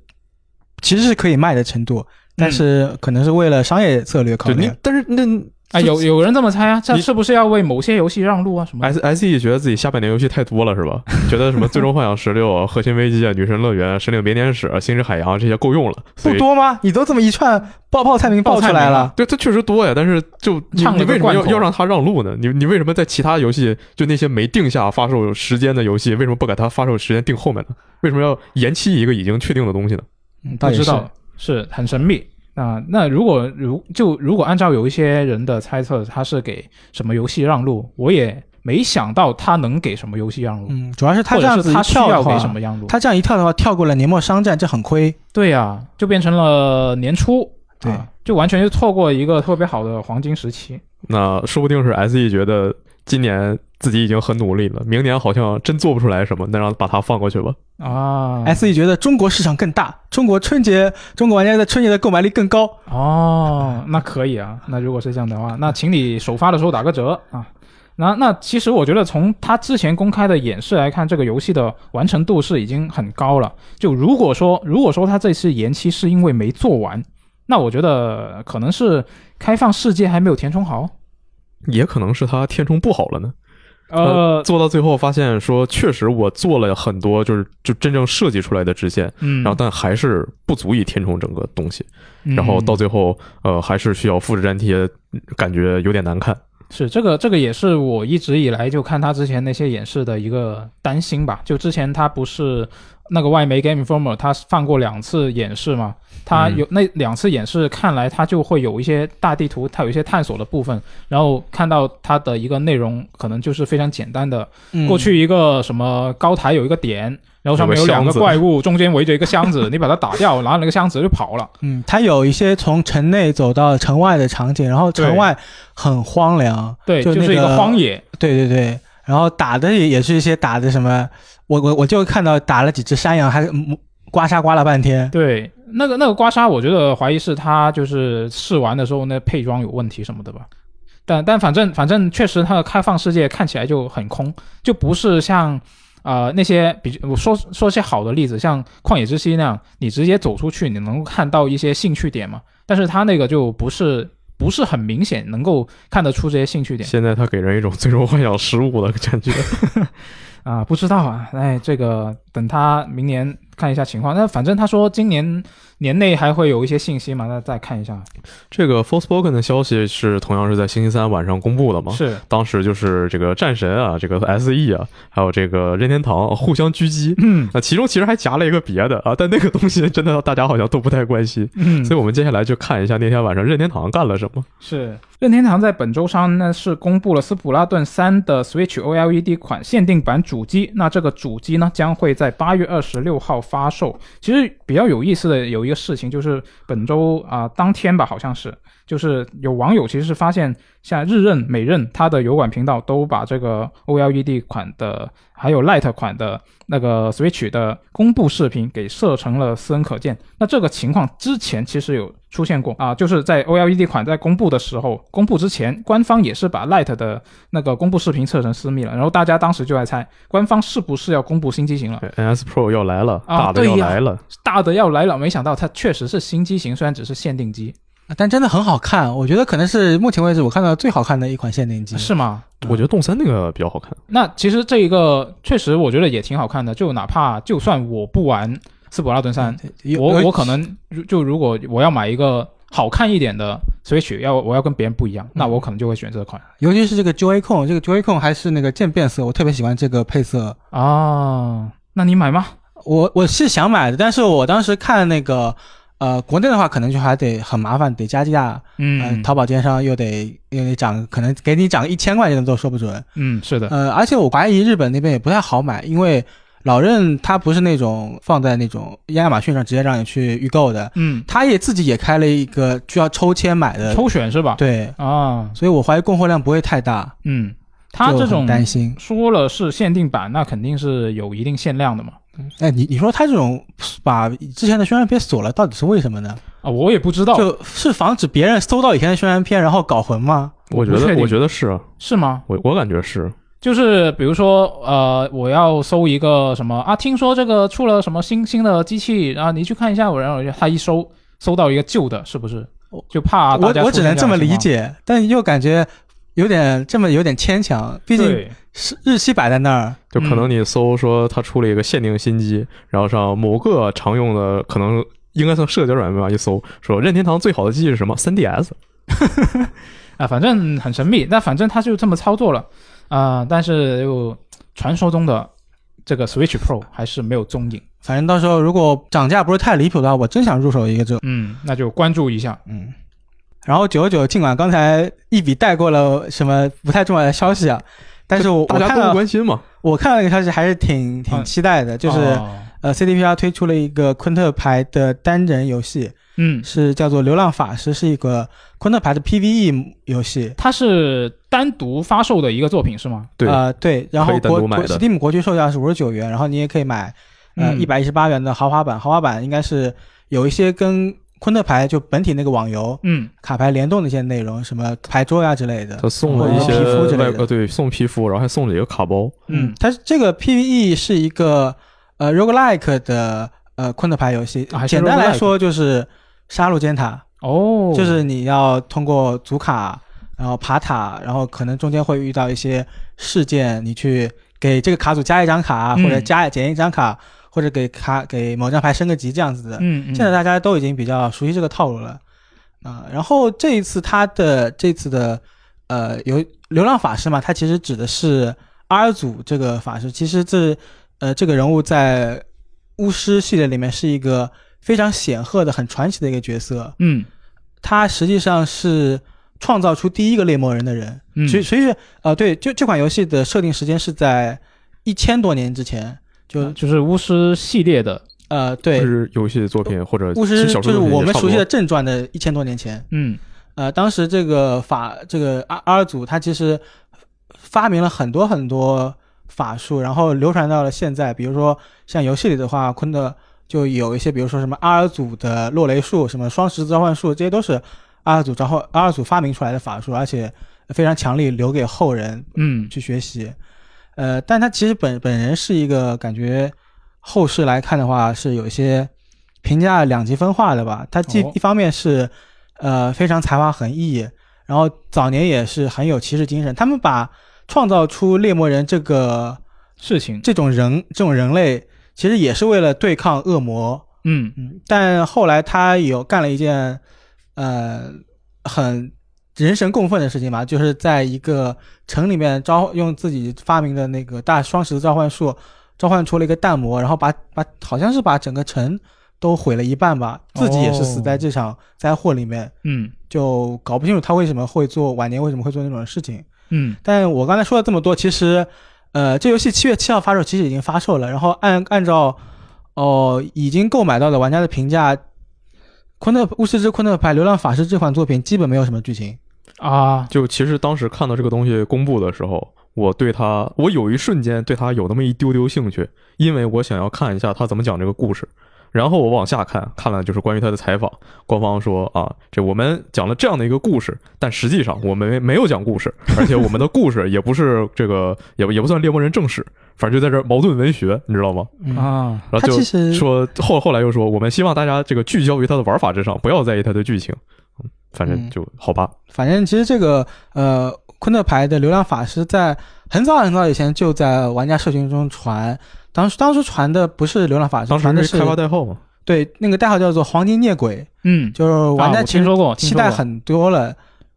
[SPEAKER 3] 其实是可以卖的程度，
[SPEAKER 1] 嗯
[SPEAKER 3] 但是可能是为了商业策略考
[SPEAKER 2] 对
[SPEAKER 3] 虑
[SPEAKER 2] 你。但是那
[SPEAKER 1] 啊，有有人这么猜啊，这
[SPEAKER 2] 你
[SPEAKER 1] 是不是要为某些游戏让路啊什么的？
[SPEAKER 2] S S E 觉得自己下半年游戏太多了是 吧？觉得什么最终幻想十六啊、核心危机啊、女神乐园、神领编年史、啊星之海洋这些够用了，所
[SPEAKER 3] 不
[SPEAKER 2] 以。
[SPEAKER 3] 多吗？你都这么一串爆泡菜名爆出来了，
[SPEAKER 2] 对，它确实多呀，但是就你
[SPEAKER 1] 啊唱了
[SPEAKER 2] 你
[SPEAKER 1] 个
[SPEAKER 2] 为什么
[SPEAKER 1] 罐
[SPEAKER 2] 要
[SPEAKER 1] 头
[SPEAKER 2] 要让它让路呢？你你为什么在其他游戏就那些没定下发售时间的游戏，为什么不给它发售时间定后面呢？为什么要延期一个已经确定的东西呢？
[SPEAKER 3] 嗯，倒
[SPEAKER 1] 不
[SPEAKER 3] 也
[SPEAKER 1] 知
[SPEAKER 3] 是。
[SPEAKER 1] 道，是很神秘。啊、那如果如就如果按照有一些人的猜测，他是给什么游戏让路，我也没想到他能给什么游戏让路，
[SPEAKER 3] 嗯，主要是他
[SPEAKER 1] 或者
[SPEAKER 3] 这样
[SPEAKER 1] 是
[SPEAKER 3] 子
[SPEAKER 1] 他
[SPEAKER 3] 一
[SPEAKER 1] 需
[SPEAKER 3] 跳的
[SPEAKER 1] 要
[SPEAKER 3] 话
[SPEAKER 1] 给什么让路？
[SPEAKER 3] 他这样一跳的话，跳过了年末商战，这很亏。
[SPEAKER 1] 对呀、就变成了年初，
[SPEAKER 3] 对
[SPEAKER 1] 啊就完全就错过一个特别好的黄金时期。
[SPEAKER 2] 那说不定是 S E 觉得今年自己已经很努力了，明年好像真做不出来什么，那让把它放过去吧。
[SPEAKER 1] 啊
[SPEAKER 3] S E 觉得中国市场更大，中国春节中国玩家的春节的购买力更高。
[SPEAKER 1] 哦，那可以啊。那如果是这样的话，那请你首发的时候打个折啊。那那其实我觉得从它之前公开的演示来看，这个游戏的完成度是已经很高了。就如果说如果说它这次延期是因为没做完，那我觉得可能是开放世界还没有填充好。
[SPEAKER 2] 也可能是他填充不好了呢。
[SPEAKER 1] 呃，
[SPEAKER 2] 做到最后发现说，确实我做了很多，就是就真正设计出来的支线，
[SPEAKER 1] 嗯，
[SPEAKER 2] 然后但还是不足以填充整个东西。然后到
[SPEAKER 1] 嗯
[SPEAKER 2] 最后，呃，还是需要复制粘贴，感觉有点难看。
[SPEAKER 1] 是这个，这个也是我一直以来就看他之前那些演示的一个担心吧。就之前他不是那个外媒 Game Informer 他放过两次演示嘛，他有、那两次演示看来他就会有一些大地图，它有一些探索的部分，然后看到它的一个内容可能就是非常简单的，
[SPEAKER 3] 嗯
[SPEAKER 1] 过去一个什么高台有一个点，然后上面
[SPEAKER 2] 有
[SPEAKER 1] 有
[SPEAKER 2] 个箱
[SPEAKER 1] 两个
[SPEAKER 2] 子
[SPEAKER 1] 怪物，中间围着一个箱子， 你把它打掉，然后那个箱子就跑了。
[SPEAKER 3] 嗯，它有一些从城内走到城外的场景，然后城
[SPEAKER 1] 对
[SPEAKER 3] 外很荒凉，
[SPEAKER 1] 对，
[SPEAKER 3] 就
[SPEAKER 1] 就
[SPEAKER 3] 那
[SPEAKER 1] 是一
[SPEAKER 3] 个
[SPEAKER 1] 个荒野。
[SPEAKER 3] 对对对，然后打的也也是一些打的什么，我我我就看到打了几只山羊，还嗯刮痧刮了半天，
[SPEAKER 1] 对，那个那个刮痧，我觉得怀疑是他就是试完的时候那配装有问题什么的吧。但但反正反正确实它的开放世界看起来就很空，就不是像呃那些比我说说些好的例子，像旷野之息那样，你直接走出去你能够看到一些兴趣点嘛。但是它那个就不是不是很明显能够看得出这些兴趣点
[SPEAKER 2] 现在它给人一种 最终幻想失误的感觉。
[SPEAKER 1] 啊，不知道啊，哎，这个等他明年看一下情况。那反正他说今年年内还会有一些信息嘛，那再看一下。
[SPEAKER 2] 这个 Forspoken 的消息是同样是在星期三晚上公布的嘛？
[SPEAKER 1] 是，
[SPEAKER 2] 当时就是这个战神啊，这个 S.E 啊，还有这个任天堂互相狙击，
[SPEAKER 1] 嗯
[SPEAKER 2] 那其中其实还夹了一个别的啊，但那个东西真的大家好像都不太关心，
[SPEAKER 1] 嗯，
[SPEAKER 2] 所以我们接下来就看一下那天晚上任天堂干了什么。
[SPEAKER 1] 是任天堂在本周三呢是公布了斯普拉顿三的 Switch OLED 款限定版主机，那这个主机呢将会在八月二十六号发售。其实比较有意思的有一个事情就是本周啊、当天吧，好像是就是有网友其实是发现，像日任、美任它的油管频道都把这个 OLED 款的还有 Lite 款的那个 Switch 的公布视频给设成了私人可见。那这个情况之前其实有出现过啊，就是在 OLED 款在公布的时候，公布之前，官方也是把 Lite 的那个公布视频设成私密了，然后大家当时就在猜，官方是不是要公布新机型了？
[SPEAKER 2] 对 NS Pro 要来了，
[SPEAKER 1] 啊
[SPEAKER 2] 大的要来了，
[SPEAKER 1] 大的要来了，没想到它确实是新机型，虽然只是限定机，
[SPEAKER 3] 但真的很好看，我觉得可能是目前为止我看到最好看的一款限定机。
[SPEAKER 1] 是吗？
[SPEAKER 2] 我觉得动森那个比较好看。
[SPEAKER 1] 那其实这一个确实我觉得也挺好看的，就哪怕就算我不玩斯普拉顿三，
[SPEAKER 3] 嗯有
[SPEAKER 1] 我
[SPEAKER 3] 有
[SPEAKER 1] 我可能如就如果我要买一个好看一点的 Switch，要我要跟别人不一样，
[SPEAKER 3] 嗯
[SPEAKER 1] 那我可能就会选这款
[SPEAKER 3] 尤其是这个 Joy-Con，这个 Joy-Con 还是那个渐变色，我特别喜欢这个配色。
[SPEAKER 1] 啊。那你买吗？
[SPEAKER 3] 我我是想买的，但是我当时看那个，呃，国内的话可能就还得很麻烦，得加价，呃
[SPEAKER 1] 嗯，
[SPEAKER 3] 淘宝电商又得又得涨，可能给你涨一千块钱都说不准。
[SPEAKER 1] 嗯是的，
[SPEAKER 3] 呃，而且我怀疑日本那边也不太好买，因为老任他不是那种放在那种亚马逊上直接让你去预购的，
[SPEAKER 1] 嗯，
[SPEAKER 3] 他也自己也开了一个需要抽签买的，
[SPEAKER 1] 抽选是吧？
[SPEAKER 3] 呃对，
[SPEAKER 1] 啊，
[SPEAKER 3] 所以我怀疑供货量不会太大，
[SPEAKER 1] 嗯，它
[SPEAKER 3] 就
[SPEAKER 1] 这
[SPEAKER 3] 很
[SPEAKER 1] 种
[SPEAKER 3] 担心。
[SPEAKER 1] 说了是限定版，那肯定是有一定限量的嘛。
[SPEAKER 3] 哎，你你说他这种把之前的宣传片锁了，到底是为什么呢？
[SPEAKER 1] 啊，我也不知道，
[SPEAKER 3] 就是防止别人搜到以前的宣传片，然后搞混吗？
[SPEAKER 2] 我觉
[SPEAKER 1] 不确
[SPEAKER 2] 得，
[SPEAKER 1] 定
[SPEAKER 2] 我觉得是啊，
[SPEAKER 1] 是吗？
[SPEAKER 2] 我我感觉是，
[SPEAKER 1] 就是比如说，呃，我要搜一个什么啊，听说这个出了什么新新的机器，然、后你去看一下我，然后他一搜搜到一个旧的，是不是
[SPEAKER 3] 我？
[SPEAKER 1] 就怕啊大
[SPEAKER 3] 我
[SPEAKER 1] 家
[SPEAKER 3] 我
[SPEAKER 1] 出
[SPEAKER 3] 只
[SPEAKER 1] 现
[SPEAKER 3] 能这
[SPEAKER 1] 样
[SPEAKER 3] 么
[SPEAKER 1] 的情
[SPEAKER 3] 理
[SPEAKER 1] 况。
[SPEAKER 3] 解，但又感觉有点这么有点牵强，毕竟
[SPEAKER 1] 对，
[SPEAKER 3] 是日期摆在那儿，
[SPEAKER 2] 就可能你搜说它出了一个限定新机，然后上某个常用的可能应该算社交软件吧，一搜说任天堂最好的机是什么？3DS。
[SPEAKER 3] 哦
[SPEAKER 1] 啊，反正很神秘，但反正他就这么操作了啊、但是又传说中的这个 Switch Pro 还是没有踪影，
[SPEAKER 3] 反正到时候如果涨价不是太离谱的话，我真想入手一个这，
[SPEAKER 1] 嗯，那就关注一下。
[SPEAKER 3] 嗯。然后九九九，尽管刚才一笔带过了什么不太重要的消息啊，但是我我
[SPEAKER 2] 大家
[SPEAKER 3] 看啊
[SPEAKER 2] 都不
[SPEAKER 3] 到
[SPEAKER 2] 关心嘛。
[SPEAKER 3] 我看到那个消息还是挺挺
[SPEAKER 1] 嗯
[SPEAKER 3] 期待的，就是、
[SPEAKER 1] 哦
[SPEAKER 3] 呃 CDPR 推出了一个昆特牌的单人游戏，
[SPEAKER 1] 嗯，
[SPEAKER 3] 是叫做《流浪法师》，是一个昆特牌的 PVE 游戏。
[SPEAKER 1] 它是单独发售的一个作品是吗？
[SPEAKER 2] 对，
[SPEAKER 3] 呃，对，然
[SPEAKER 2] 可
[SPEAKER 3] 后
[SPEAKER 2] 以单
[SPEAKER 3] 国
[SPEAKER 2] 独买
[SPEAKER 3] 国
[SPEAKER 2] 的
[SPEAKER 3] Steam 国区售价是五十九元，然后你也可以买呃
[SPEAKER 1] 嗯
[SPEAKER 3] 一百一十八元的豪华版，豪华版应该是有一些跟昆特牌就本体那个网游
[SPEAKER 1] 嗯，
[SPEAKER 3] 卡牌联动的一些内容，什么牌桌呀、之类的。
[SPEAKER 2] 他送了一些
[SPEAKER 1] 或者皮
[SPEAKER 3] 哦肤之类
[SPEAKER 2] 外
[SPEAKER 3] 的
[SPEAKER 2] 呃，对，送皮肤，然后还送了一个卡包。
[SPEAKER 1] 嗯，
[SPEAKER 3] 它是这个 PVE 是一个呃 roguelike 的呃昆特牌游戏
[SPEAKER 1] 啊还，是
[SPEAKER 3] 简单来
[SPEAKER 1] roguelike
[SPEAKER 3] 说就是杀戮尖塔，
[SPEAKER 1] 哦，
[SPEAKER 3] 就是你要通过组卡，然后爬塔，然后可能中间会遇到一些事件，你去给这个卡组加一张卡，
[SPEAKER 1] 嗯
[SPEAKER 3] 或者加减一张卡，或者给卡给某张牌升个级这样子的。
[SPEAKER 1] 嗯，嗯
[SPEAKER 3] 现在大家都已经比较熟悉这个套路了啊、然后这一次它的这次的呃有流浪法师嘛，它其实指的是阿尔祖这个法师，其实这呃这个人物在巫师系列里面是一个非常显赫的、很传奇的一个角色，
[SPEAKER 1] 嗯
[SPEAKER 3] 他实际上是创造出第一个猎魔人的人。
[SPEAKER 1] 嗯，
[SPEAKER 3] 所以，所以是呃，对，就这款游戏的设定时间是在一千多年之前，就
[SPEAKER 1] 就是巫师系列的，
[SPEAKER 3] 呃，对
[SPEAKER 2] 就，是游戏作品或者
[SPEAKER 3] 巫
[SPEAKER 2] 其
[SPEAKER 3] 师
[SPEAKER 2] 实小说
[SPEAKER 3] 就是
[SPEAKER 2] 作品也
[SPEAKER 3] 我们
[SPEAKER 2] 差不
[SPEAKER 3] 熟悉
[SPEAKER 2] 多
[SPEAKER 3] 的正传的一千多年前。
[SPEAKER 1] 嗯
[SPEAKER 3] 呃，当时这个法这个阿阿尔祖他其实发明了很多很多法术，然后流传到了现在。比如说像游戏里的话，昆德就有一些，比如说什么阿尔祖的落雷术、什么双十字召唤术，这些都是阿尔祖召唤阿尔祖发明出来的法术，而且非常强力，留给后人
[SPEAKER 1] 嗯
[SPEAKER 3] 去学习。呃，但他其实本本人是一个感觉后世来看的话是有一些评价两极分化的吧。他既
[SPEAKER 1] 哦
[SPEAKER 3] 一方面是、呃非常才华横溢，然后早年也是很有骑士精神。他们把创造出猎魔人这个
[SPEAKER 1] 事情，
[SPEAKER 3] 这种人这种人类，其实也是为了对抗恶魔。
[SPEAKER 1] 嗯
[SPEAKER 3] 嗯，但后来他有干了一件，呃，很人神共愤的事情吧，就是在一个城里面召用自己发明的那个大双十字召唤术，召唤出了一个弹魔，然后把把好像是把整个城都毁了一半吧，自己也是死在这场灾祸里面，
[SPEAKER 1] 嗯
[SPEAKER 3] 就搞不清楚他为什么会做晚年为什么会做那种事情。
[SPEAKER 1] 嗯
[SPEAKER 3] 但我刚才说了这么多，其实，呃，这游戏七月七号发售，其实已经发售了。然后按按照哦、已经购买到的玩家的评价，《昆特巫师之昆特牌流浪法师》这款作品基本没有什么剧情。
[SPEAKER 1] 啊，
[SPEAKER 2] 就其实当时看到这个东西公布的时候，我对它，我有一瞬间对它有那么一丢丢兴趣，因为我想要看一下它怎么讲这个故事。然后我往下看，看了就是关于他的采访，官方说啊，这我们讲了这样的一个故事，但实际上我们没没有讲故事，而且我们的故事也不是这个，也不也不算猎魔人正史，反正就在这儿矛盾文学，你知道吗？
[SPEAKER 3] 嗯
[SPEAKER 1] 啊，
[SPEAKER 2] 然后
[SPEAKER 3] 它
[SPEAKER 2] 就
[SPEAKER 3] 其实
[SPEAKER 2] 说后后来又说，我们希望大家这个聚焦于它的玩法之上，不要在意它的剧情。嗯反正
[SPEAKER 3] 嗯
[SPEAKER 2] 就好吧，
[SPEAKER 3] 反正其实这个呃，昆特牌的流浪法师在很早很早以前就在玩家社群中传，当时当时传的不是流浪法师，
[SPEAKER 2] 当
[SPEAKER 3] 传的
[SPEAKER 2] 时
[SPEAKER 3] 是
[SPEAKER 2] 是开发代号嘛，
[SPEAKER 3] 对那个代号叫做黄金孽鬼，
[SPEAKER 1] 嗯，
[SPEAKER 3] 就是玩
[SPEAKER 1] 啊
[SPEAKER 3] 家
[SPEAKER 1] 我
[SPEAKER 3] 其实
[SPEAKER 1] 听说过，听
[SPEAKER 3] 期
[SPEAKER 1] 说
[SPEAKER 3] 待
[SPEAKER 1] 过，
[SPEAKER 3] 很多了。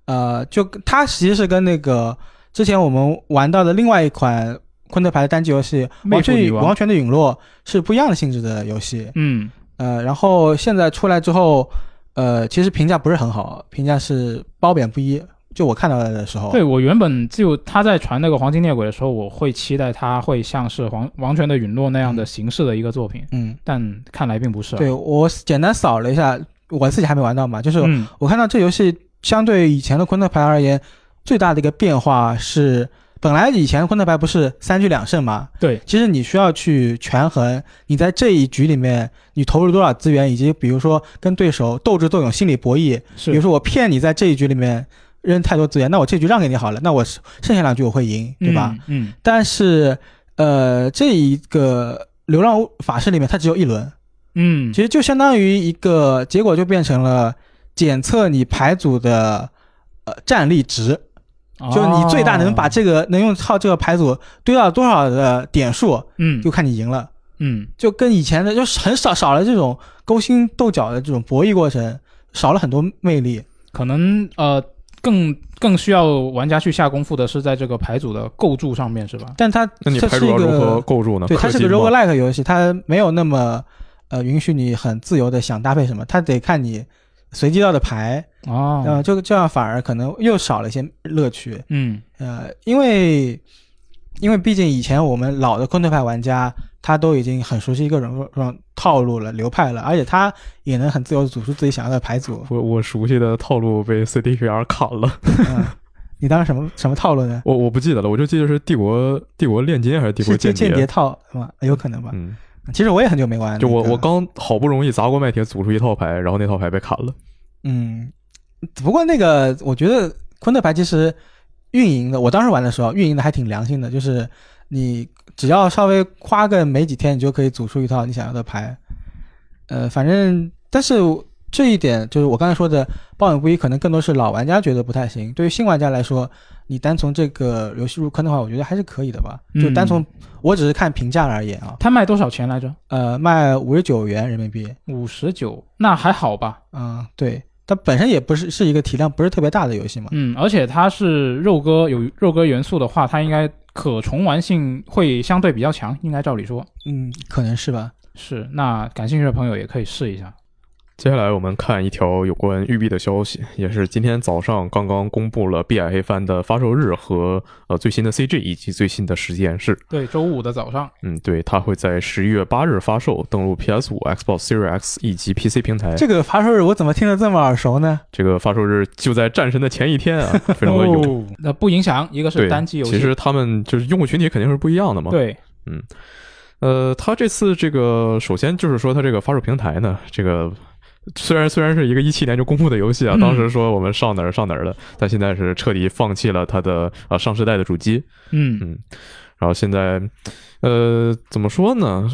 [SPEAKER 3] 呃，就它其实是跟那个之前我们玩到的另外一款昆特牌的单机游戏《
[SPEAKER 1] 魅
[SPEAKER 3] 王
[SPEAKER 1] 族
[SPEAKER 3] 权
[SPEAKER 1] 女
[SPEAKER 3] 与
[SPEAKER 1] 王
[SPEAKER 3] 王权的陨落》是不一样的性质的游戏。
[SPEAKER 1] 嗯
[SPEAKER 3] 呃，然后现在出来之后，呃，其实评价不是很好，评价是褒贬不一。就我看到的时候，
[SPEAKER 1] 对我原本就他在传那个黄金猎鬼的时候，我会期待他会像是黄王权的陨落那样的形式的一个作品，
[SPEAKER 3] 嗯，
[SPEAKER 1] 但看来并不是、啊。
[SPEAKER 3] 对，我简单扫了一下，我自己还没玩到嘛，就是
[SPEAKER 1] 嗯
[SPEAKER 3] 我看到这游戏相对以前的昆特牌而言，最大的一个变化是，本来以前昆特牌不是三局两胜嘛？
[SPEAKER 1] 对，
[SPEAKER 3] 其实你需要去权衡，你在这一局里面你投入多少资源，以及比如说跟对手斗智斗勇、心理博弈。比如
[SPEAKER 1] 是，
[SPEAKER 3] 说我骗你在这一局里面扔太多资源，那我这局让给你好了，那我剩下两局我会赢，对吧？？
[SPEAKER 1] 嗯，
[SPEAKER 3] 但是，呃，这一个流浪法师里面它只有一轮，
[SPEAKER 1] 嗯
[SPEAKER 3] 其实就相当于一个结果，就变成了检测你牌组的呃战力值，
[SPEAKER 1] 嗯，
[SPEAKER 3] 就是你最大能把
[SPEAKER 1] 哦，
[SPEAKER 3] 这个、能用靠这个牌组堆到多少的点数，
[SPEAKER 1] 嗯
[SPEAKER 3] 就看你赢了。
[SPEAKER 1] 嗯
[SPEAKER 3] 就跟以前的就是很少少了这种勾心斗角的这种博弈过程，少了很多魅力。
[SPEAKER 1] 可能呃更更需要玩家去下功夫的是在这个牌组的构筑上面，是吧？
[SPEAKER 3] 但它
[SPEAKER 2] 那你
[SPEAKER 3] 它
[SPEAKER 2] 牌
[SPEAKER 3] 是
[SPEAKER 2] 主
[SPEAKER 3] 一
[SPEAKER 2] 要如何
[SPEAKER 3] 个
[SPEAKER 2] 构筑呢？
[SPEAKER 3] 对，它
[SPEAKER 2] 氪
[SPEAKER 3] 是个
[SPEAKER 2] 金吗。
[SPEAKER 3] roguelike 游戏，它没有那么呃允许你很自由的想搭配什么，它得看你随机到的牌，
[SPEAKER 1] 哦，
[SPEAKER 3] 嗯、就这样反而可能又少了一些乐趣。
[SPEAKER 1] 嗯
[SPEAKER 3] 呃，因为因为毕竟以前我们老的昆特牌玩家，他都已经很熟悉各种各种呃套路了、流派了，而且他也能很自由地组出自己想要的牌组
[SPEAKER 2] 我我熟悉的套路被 CDPR 砍了，
[SPEAKER 3] 嗯，你当时什么什么套路呢？
[SPEAKER 2] 我我不记得了，我就记得是帝国帝国炼金还是帝国
[SPEAKER 3] 是间
[SPEAKER 2] 间谍？
[SPEAKER 3] 间谍套嘛？有可能吧。
[SPEAKER 2] 嗯，
[SPEAKER 3] 其实我也很久没玩了。
[SPEAKER 2] 就我我刚好不容易砸锅卖铁组出一套牌，然后那套牌被砍了。
[SPEAKER 3] 嗯，不过那个我觉得昆特牌其实运营的，我当时玩的时候运营的还挺良心的，就是你只要稍微花个没几天，你就可以组出一套你想要的牌。呃，反正但是这一点就是我刚才说的褒贬不一，可能更多是老玩家觉得不太行。对于新玩家来说，你单从这个游戏入坑的话，我觉得还是可以的吧。就单从、我只是看评价而言啊，
[SPEAKER 1] 他卖多少钱来着？
[SPEAKER 3] 呃，卖五十九元人民币，
[SPEAKER 1] 五十九，那还好吧？
[SPEAKER 3] 啊、对，它本身也不是是一个体量不是特别大的游戏嘛。
[SPEAKER 1] 嗯，而且它是肉鸽有肉鸽元素的话，它应该可重玩性会相对比较强，应该照理说
[SPEAKER 3] 嗯，可能是吧。
[SPEAKER 1] 是，那感兴趣的朋友也可以试一下。
[SPEAKER 2] 接下来我们看一条有关育碧的消息，也是今天早上刚刚公布了《碧海黑帆》的发售日和呃最新的 CG 以及最新的实际演示。
[SPEAKER 1] 对，周五的早上，
[SPEAKER 2] 嗯，对，它会在十一月八日发售，登陆 PS 五、Xbox Series X 以及 PC 平台。
[SPEAKER 3] 这个发售日我怎么听着这么耳熟呢？
[SPEAKER 2] 这个发售日就在战神的前一天啊， 非常的有。
[SPEAKER 1] 哦，那不影响，一个是
[SPEAKER 2] 对，
[SPEAKER 1] 单机游戏，
[SPEAKER 2] 其实他们就是用户群体肯定是不一样的嘛。，
[SPEAKER 1] 对，
[SPEAKER 2] 呃，它这次这个首先就是说它这个发售平台呢，这个虽然虽然是一个一七年就公布的游戏啊，
[SPEAKER 1] 嗯
[SPEAKER 2] 当时说我们上哪儿上哪儿的，但现在是彻底放弃了它的呃上世代的主机，
[SPEAKER 1] 嗯
[SPEAKER 2] 嗯然后现在呃怎么说呢？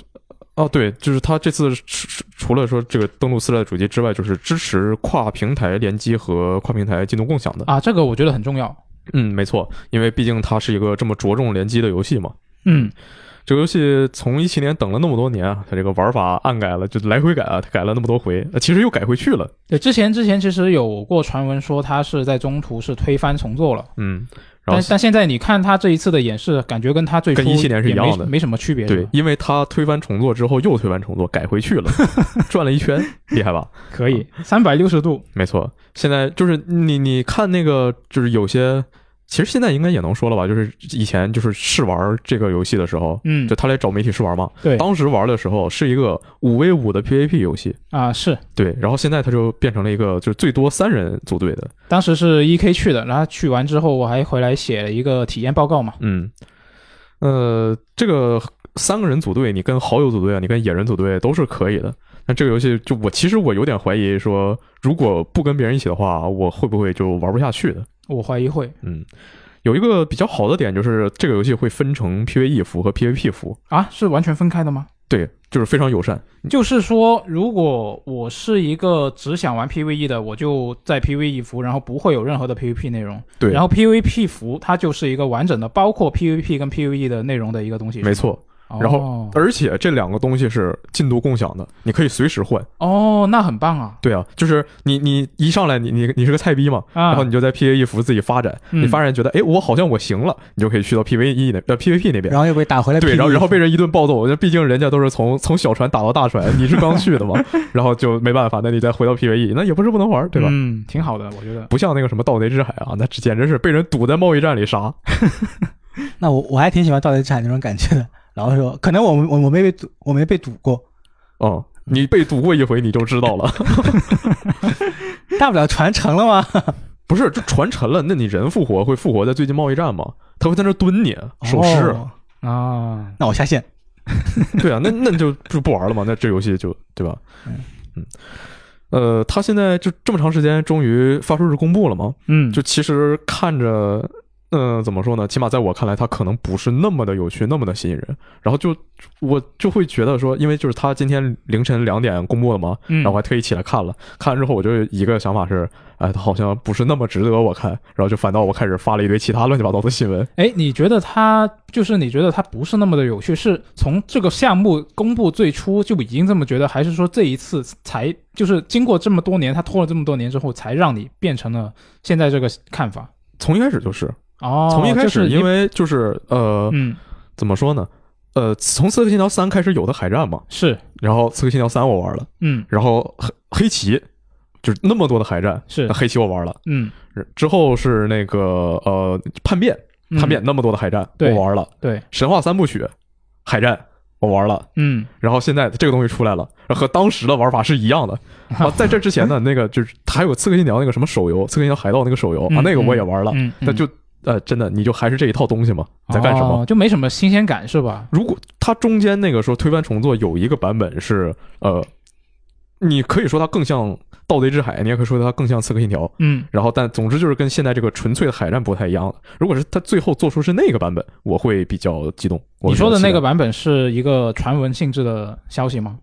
[SPEAKER 2] 哦，对，就是它这次除除了说这个登录四代的主机之外，就是支持跨平台联机和跨平台进度共享的。
[SPEAKER 1] 啊，这个我觉得很重要。
[SPEAKER 2] 嗯，没错，因为毕竟它是一个这么着重联机的游戏嘛。
[SPEAKER 1] 嗯，
[SPEAKER 2] 这个游戏从一七年等了那么多年啊，它这个玩法暗改了，就来回改啊，它改了那么多回，呃其实又改回去了。
[SPEAKER 1] 对，之前之前其实有过传闻说它是在中途是推翻重做了，
[SPEAKER 2] 嗯，然
[SPEAKER 1] 但
[SPEAKER 2] 后
[SPEAKER 1] 但现在你看它这一次的演示，感觉跟它最初
[SPEAKER 2] 跟17年是一样的
[SPEAKER 1] 也没没什么区别。
[SPEAKER 2] 对，，因为它推翻重做之后又推翻重做，改 回去了，转了一圈，厉害吧？
[SPEAKER 1] 可以
[SPEAKER 2] 嗯
[SPEAKER 1] 三百六十度。
[SPEAKER 2] 没错，现在就是你你看那个，就是有些，其实现在应该也能说了吧，就是以前就是试玩这个游戏的时候。
[SPEAKER 1] 嗯
[SPEAKER 2] 就，他来找媒体试玩嘛，
[SPEAKER 1] 对
[SPEAKER 2] 当时玩的时候是一个五 v 五的 PVP 游戏，
[SPEAKER 1] 啊是，
[SPEAKER 2] 对，然后现在它就变成了一个就是最多三人组队的，
[SPEAKER 1] 当时是 E K 去的，然后去完之后我还回来写了一个体验报告嘛。
[SPEAKER 2] 嗯，呃，这个三个人组队，你跟好友组队啊，你跟野人组队都是可以的。但这个游戏就我其实我有点怀疑说，如果不跟别人一起的话，我会不会就玩不下去的？
[SPEAKER 1] 我怀疑会
[SPEAKER 2] 嗯，有一个比较好的点就是这个游戏会分成 PVE 服和 PVP 服，
[SPEAKER 1] 啊，是完全分开的吗？
[SPEAKER 2] 对，就是非常友善。
[SPEAKER 1] 就是说，如果我是一个只想玩 PVE 的，我就在 PVE 服，然后不会有任何的 PVP 内容。
[SPEAKER 2] 对
[SPEAKER 1] 然后 PVP 服它就是一个完整的，包括 PVP 跟 PVE 的内容的一个东西。
[SPEAKER 2] 没，错，
[SPEAKER 1] 哦、
[SPEAKER 2] 然后而且这两个东西是进度共享的，你可以随时换。
[SPEAKER 1] 哦，那很棒啊
[SPEAKER 2] 对啊，就是你你一上来你你你是个菜逼嘛，然后
[SPEAKER 1] 啊！
[SPEAKER 2] 你就在 PVE 服自己发展，
[SPEAKER 1] 嗯
[SPEAKER 2] 你发展觉得哎，诶我好像我行了，你就可以去到 PVE 那呃 PVP 那边。
[SPEAKER 3] 然后 E 又被打回来，
[SPEAKER 2] 对，然后然后被人一顿暴揍，那毕竟人家都是从从小船打到大船，你是刚去的嘛，然后就没办法，那你再回到 PVE，那也不是不能玩，对吧？
[SPEAKER 1] 嗯，挺好的，我觉得。
[SPEAKER 2] 不像那个什么盗贼之海啊，那简直是被人堵在贸易站里杀。
[SPEAKER 3] 那我我还挺喜欢《盗贼之海》那种感觉的。然后说，可能我我我没被堵，我没被堵 过，
[SPEAKER 2] 嗯，你被堵过一回你就知道了，
[SPEAKER 3] 大不了传承了吗？
[SPEAKER 2] 不是就传沉了，那你人复活会复活在最近贸易站吗？他会在那儿蹲你 手势，
[SPEAKER 3] 哦
[SPEAKER 1] 啊，
[SPEAKER 3] 那我下线。
[SPEAKER 2] 对啊，那那你就就不玩了嘛，那这游戏就对吧？
[SPEAKER 3] 嗯
[SPEAKER 2] 嗯，呃，他现在就这么长时间，终于发售日公布了嘛？
[SPEAKER 1] 嗯，
[SPEAKER 2] 就其实看着，嗯、怎么说呢？起码在我看来，它可能不是那么的有趣，那么的吸引人。然后就我就会觉得说，因为就是他今天凌晨两点公布了嘛，
[SPEAKER 1] 嗯
[SPEAKER 2] 然后我还特意起来看了，看完之后我就一个想法是，哎，它好像不是那么值得我看，然后就反倒我开始发了一堆其他乱七八糟的新闻。
[SPEAKER 1] 哎，你觉得它就是你觉得它不是那么的有趣，是从这个项目公布最初就已经这么觉得，还是说这一次才就是经过这么多年，它拖了这么多年之后，才让你变成了现在这个看法？
[SPEAKER 2] 从一开始就是，
[SPEAKER 1] 哦，
[SPEAKER 2] 啊从一开
[SPEAKER 1] 就是
[SPEAKER 2] 始，
[SPEAKER 1] 你
[SPEAKER 2] 因为就是呃，
[SPEAKER 1] 嗯
[SPEAKER 2] 怎么说呢？呃，从《刺客信条三》开始有的海战嘛，
[SPEAKER 1] 是
[SPEAKER 2] 然后《刺客信条三》我玩了，
[SPEAKER 1] 嗯
[SPEAKER 2] 然后黑黑旗就是那么多的海战，
[SPEAKER 1] 是
[SPEAKER 2] 那黑旗我玩了，
[SPEAKER 1] 嗯
[SPEAKER 2] 之后是那个呃叛变，
[SPEAKER 1] 嗯
[SPEAKER 2] 叛变那么多的海战、
[SPEAKER 1] 对
[SPEAKER 2] 我玩了，
[SPEAKER 1] 对
[SPEAKER 2] 神话三部曲海战我玩了，
[SPEAKER 1] 嗯
[SPEAKER 2] 然后现在这个东西出来了，然后和当时的玩法是 一样的。啊，在这之前呢，那个就是还有《刺客信条》那个什么手游，《刺客信条海盗》那个手游啊
[SPEAKER 1] 嗯，
[SPEAKER 2] 那个我也玩了，
[SPEAKER 1] 嗯，
[SPEAKER 2] 那就呃真的你就还是这一套东西嘛，你在干什么？
[SPEAKER 1] 哦就没什么新鲜感是吧？
[SPEAKER 2] 如果它中间那个说推翻重做有一个版本是呃，你可以说它更像《盗贼之海》，你也可以说它更像《刺客信条》。
[SPEAKER 1] 嗯
[SPEAKER 2] 然后，但总之就是跟现在这个纯粹的海战不太一样了。如果是它最后做出是那个版本，我会比较激动。
[SPEAKER 1] 你
[SPEAKER 2] 我会比较
[SPEAKER 1] 说的那
[SPEAKER 2] 期
[SPEAKER 1] 个
[SPEAKER 2] 待
[SPEAKER 1] 版本是一个传闻性质的消息吗？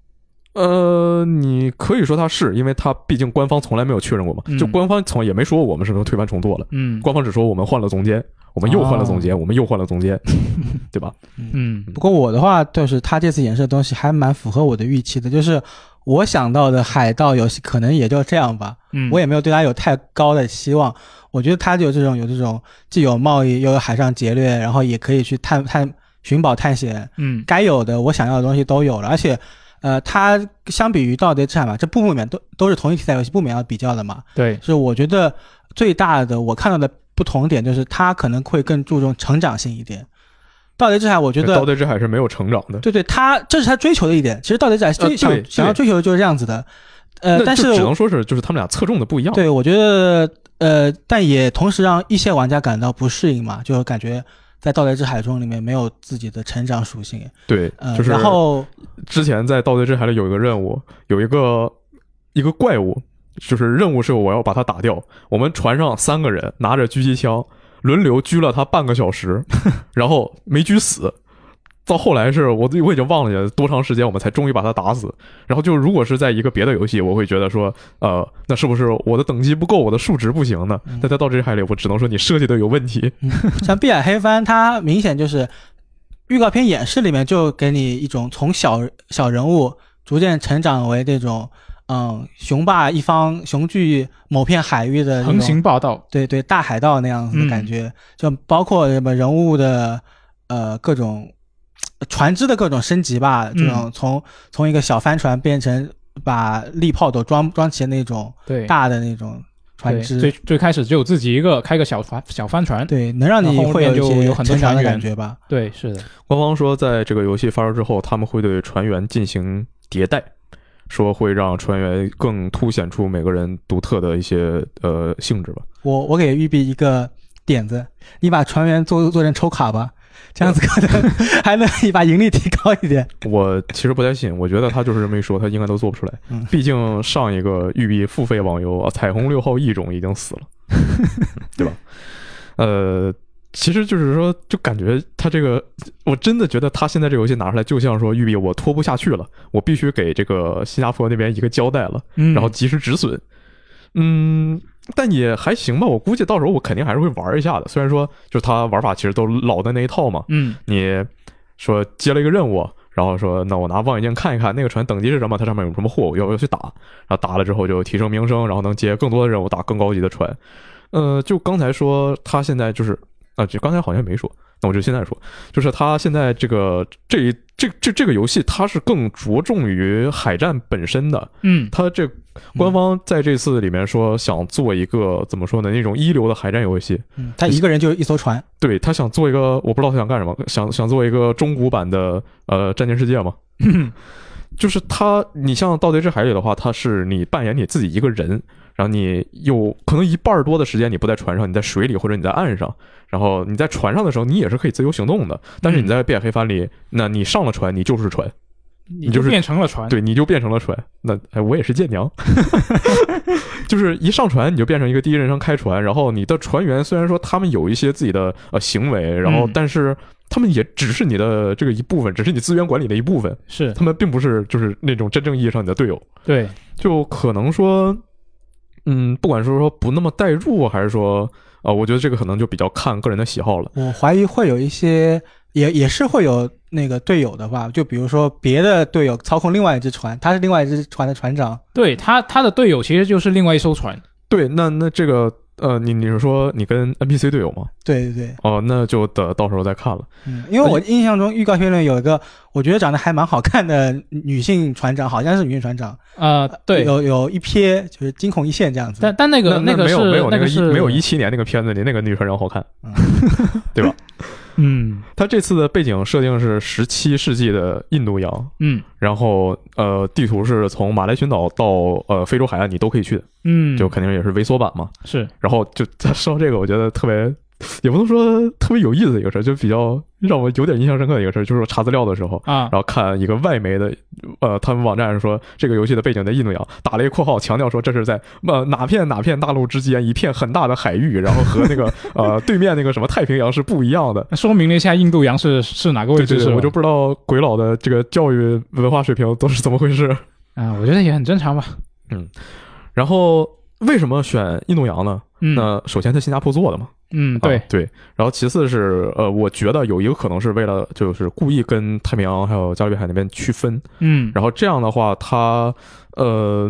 [SPEAKER 2] 呃，你可以说它是因为它毕竟官方从来没有确认过嘛，
[SPEAKER 1] 嗯
[SPEAKER 2] 就官方从也没说我们是不是推翻重做了，
[SPEAKER 1] 嗯哦
[SPEAKER 2] 官方只说我们换了总监，我们又换了总监，我们又换了总监， 对吧？
[SPEAKER 1] 嗯
[SPEAKER 3] 不过我的话，就是他这次演示的东西还蛮符合我的预期的，就是我想到的海盗游戏可能也就这样吧，
[SPEAKER 1] 嗯，
[SPEAKER 3] 我也没有对它有太高的希望。我觉得它就有这种有这种既有贸易又有海上劫掠，然后也可以去探探寻宝探险，
[SPEAKER 1] 嗯
[SPEAKER 3] 该有的我想要的东西都有了，而且呃，它相比于《盗贼之海》嘛，这部分里面都都是同一题材游戏，不免要比较的嘛。
[SPEAKER 1] 对，
[SPEAKER 3] 是我觉得最大的我看到的不同点就是，它可能会更注重成长性一点。《盗贼之海》我觉
[SPEAKER 2] 《
[SPEAKER 3] 得
[SPEAKER 2] 盗贼之海》是没有成长的，
[SPEAKER 3] 对对，他这是他追求的一点。其实《盗贼之海》
[SPEAKER 2] 呃
[SPEAKER 3] 最
[SPEAKER 2] 对
[SPEAKER 3] 想、
[SPEAKER 2] 对
[SPEAKER 3] 想要追求的就是这样子的，呃，
[SPEAKER 2] 那
[SPEAKER 3] 但
[SPEAKER 2] 就是只能说是就是他们俩侧重的不一样。
[SPEAKER 3] 对我觉得呃，但也同时让一些玩家感到不适应嘛，就感觉在《盗贼之海》中里面没有自己的成长属性，
[SPEAKER 2] 对
[SPEAKER 3] 呃，
[SPEAKER 2] 就是
[SPEAKER 3] 然后
[SPEAKER 2] 之前在《盗贼之海》里有一个任务，有一个一个怪物，就是任务是我要把它打掉。我们船上三个人拿着狙击枪，轮流狙了他半个小 时，然后没狙死。到后来是我我已经忘了多长时间，我们才终于把他打死。然后就如果是在一个别的游戏，我会觉得说，呃，那是不是我的等级不够，我的数值不行呢
[SPEAKER 3] 嗯？
[SPEAKER 2] 但在《盗贼之海》里，我只能说你设计的有问题。
[SPEAKER 1] 嗯
[SPEAKER 3] 像《碧海黑帆》，它明显就是预告片演示里面就给你一种从小小人物逐渐成长为这种嗯雄霸一方、雄踞某片海域的这种
[SPEAKER 1] 横行嗯霸道，
[SPEAKER 3] 对对大海盗那样子的感觉，就包括什么人物的呃各种呃船只的各种升级吧，这种
[SPEAKER 1] 嗯
[SPEAKER 3] 从、从一个小帆船变成把利炮都装装齐的那种
[SPEAKER 1] 对，
[SPEAKER 3] 大的那种船
[SPEAKER 1] 对
[SPEAKER 3] 只，
[SPEAKER 1] 最最开始只有自己一个，开个小帆小帆船，
[SPEAKER 3] 对能让你
[SPEAKER 1] 然后后
[SPEAKER 3] 会
[SPEAKER 1] 面
[SPEAKER 3] 一
[SPEAKER 1] 就
[SPEAKER 3] 些
[SPEAKER 1] 有很多
[SPEAKER 3] 成长的
[SPEAKER 1] 船员
[SPEAKER 3] 感觉吧。
[SPEAKER 1] 对，是的，
[SPEAKER 2] 官方说，在这个游戏发售之后，他们会对船员进行迭代，说会让船员更凸显出每个人独特的一些呃性质吧。
[SPEAKER 3] 我我给玉碧一个点子，你把船员做做成抽卡吧，这样子可能 还能把盈利提高一点。
[SPEAKER 2] 我其实不太信，我觉得他就是这么一说，他应该都做不出来
[SPEAKER 3] 嗯。
[SPEAKER 2] 毕竟上一个育碧付费网游啊，彩虹六号异种已经死了，对吧？呃，其实就是说，就感觉他这个，我真的觉得他现在这个游戏拿出来，就像说育碧我拖不下去了，我必须给这个新加坡那边一个交代了。
[SPEAKER 1] 嗯，
[SPEAKER 2] 然后及时止损。嗯，但也还行吧，我估计到时候我肯定还是会玩一下的。虽然说就是它玩法其实都老的那一套嘛，
[SPEAKER 1] 嗯，
[SPEAKER 2] 你说接了一个任务。然后说，那我拿望远镜看一看那个船等级是什么，它上面有什么货，我要不要去打？然后打了之后就提升名声，然后能接更多的任务，打更高级的船。呃，就刚才说他现在就是啊，就刚才好像没说，那我就现在说，就是他现在这个这一这这这个游戏，它是更着重于海战本身的，
[SPEAKER 1] 嗯，
[SPEAKER 2] 他这官方在这次里面说想做一个怎么说呢？那种一流的海战游戏，
[SPEAKER 3] 嗯，他一个人就是一艘船，
[SPEAKER 2] 对他想做一个，我不知道他想干什么，想想做一个中古版的呃《战舰世界》嘛。就是他，你像《盗贼之海》里的话，他是你扮演你自己一个人，然后你有可能一半儿多的时间你不在船上，你在水里或者你在岸上。然后你在船上的时候，你也是可以自由行动的，但是你在《碧海黑帆》里，那你上了船，你就是船。
[SPEAKER 1] 你
[SPEAKER 2] 你就是
[SPEAKER 1] 变成了船，
[SPEAKER 2] 对，你就变成了船。那哎，我也是舰娘， 就是一上船你就变成一个第一人称开船，然后你的船员虽然说他们有一些自己的呃行为，然后
[SPEAKER 1] 嗯
[SPEAKER 2] 但是他们也只是你的这个一部分，只是你资源管理的一部分，
[SPEAKER 1] 是
[SPEAKER 2] 他们并不是就是那种真正意义上你的队友。
[SPEAKER 1] 对，
[SPEAKER 2] 就可能说，嗯，不管是说不那么代入，还是说啊、呃我觉得这个可能就比较看个人的喜好了。
[SPEAKER 3] 我怀疑会有一些，也也是会有那个队友的吧，就比如说别的队友操控另外一只船，他是另外一只船的船长，
[SPEAKER 1] 对他他的队友其实就是另外一艘船，
[SPEAKER 2] 对，那那这个呃，你你是说你跟 NPC 队友吗？
[SPEAKER 3] 对对对，
[SPEAKER 2] 哦，那就得到时候再看了。
[SPEAKER 3] 嗯，因为我印象中预告片里有一个我觉得长得还蛮好看的女性船长，好像是女性船长，
[SPEAKER 1] 呃，对，
[SPEAKER 3] 有有一瞥就是惊恐一现这样子，
[SPEAKER 1] 但但那个
[SPEAKER 2] 那
[SPEAKER 1] 个
[SPEAKER 2] 没
[SPEAKER 1] 是
[SPEAKER 2] 有没有
[SPEAKER 1] 那
[SPEAKER 2] 个
[SPEAKER 1] 个
[SPEAKER 2] 一
[SPEAKER 1] 是
[SPEAKER 2] 没有一七年那个片子里那个女船长好看。
[SPEAKER 1] 嗯
[SPEAKER 2] 它这次的背景设定是十七世纪的印度洋，
[SPEAKER 1] 嗯
[SPEAKER 2] 然后呃，地图是从马来群岛到呃非洲海岸你都可以去的，
[SPEAKER 1] 嗯，
[SPEAKER 2] 就肯定也是微缩版嘛。
[SPEAKER 1] 是
[SPEAKER 2] 然后就他说到这个，我觉得特别，也不能说特别有意思的一个事儿，就比较让我有点印象深刻的一个事儿，就是我查资料的时候。
[SPEAKER 1] 啊
[SPEAKER 2] 然，后看一个外媒的，呃，他们网站上说这个游戏的背景在印度洋，打了一个括号，强调说这是在呃哪片哪片大陆之间一片很大的海域，然后和那个呃 对面那个什么太平洋是不一样的。
[SPEAKER 1] 那说明了一下印度洋是是哪个位
[SPEAKER 2] 对
[SPEAKER 1] 置
[SPEAKER 2] 对
[SPEAKER 1] 是
[SPEAKER 2] 对，
[SPEAKER 1] 吧
[SPEAKER 2] 我就不知道鬼佬的这个教育文化水平都是怎么回事。
[SPEAKER 1] 啊，我觉得也很正常吧，
[SPEAKER 2] 然后为什么选印度洋呢？
[SPEAKER 1] 嗯
[SPEAKER 2] 那首先它新加坡做的嘛，
[SPEAKER 1] 嗯对
[SPEAKER 2] 啊，对，然后其次是呃，我觉得有一个可能是为了就是故意跟太平洋还有加勒比海那边区分，
[SPEAKER 1] 嗯
[SPEAKER 2] 然后这样的话，它呃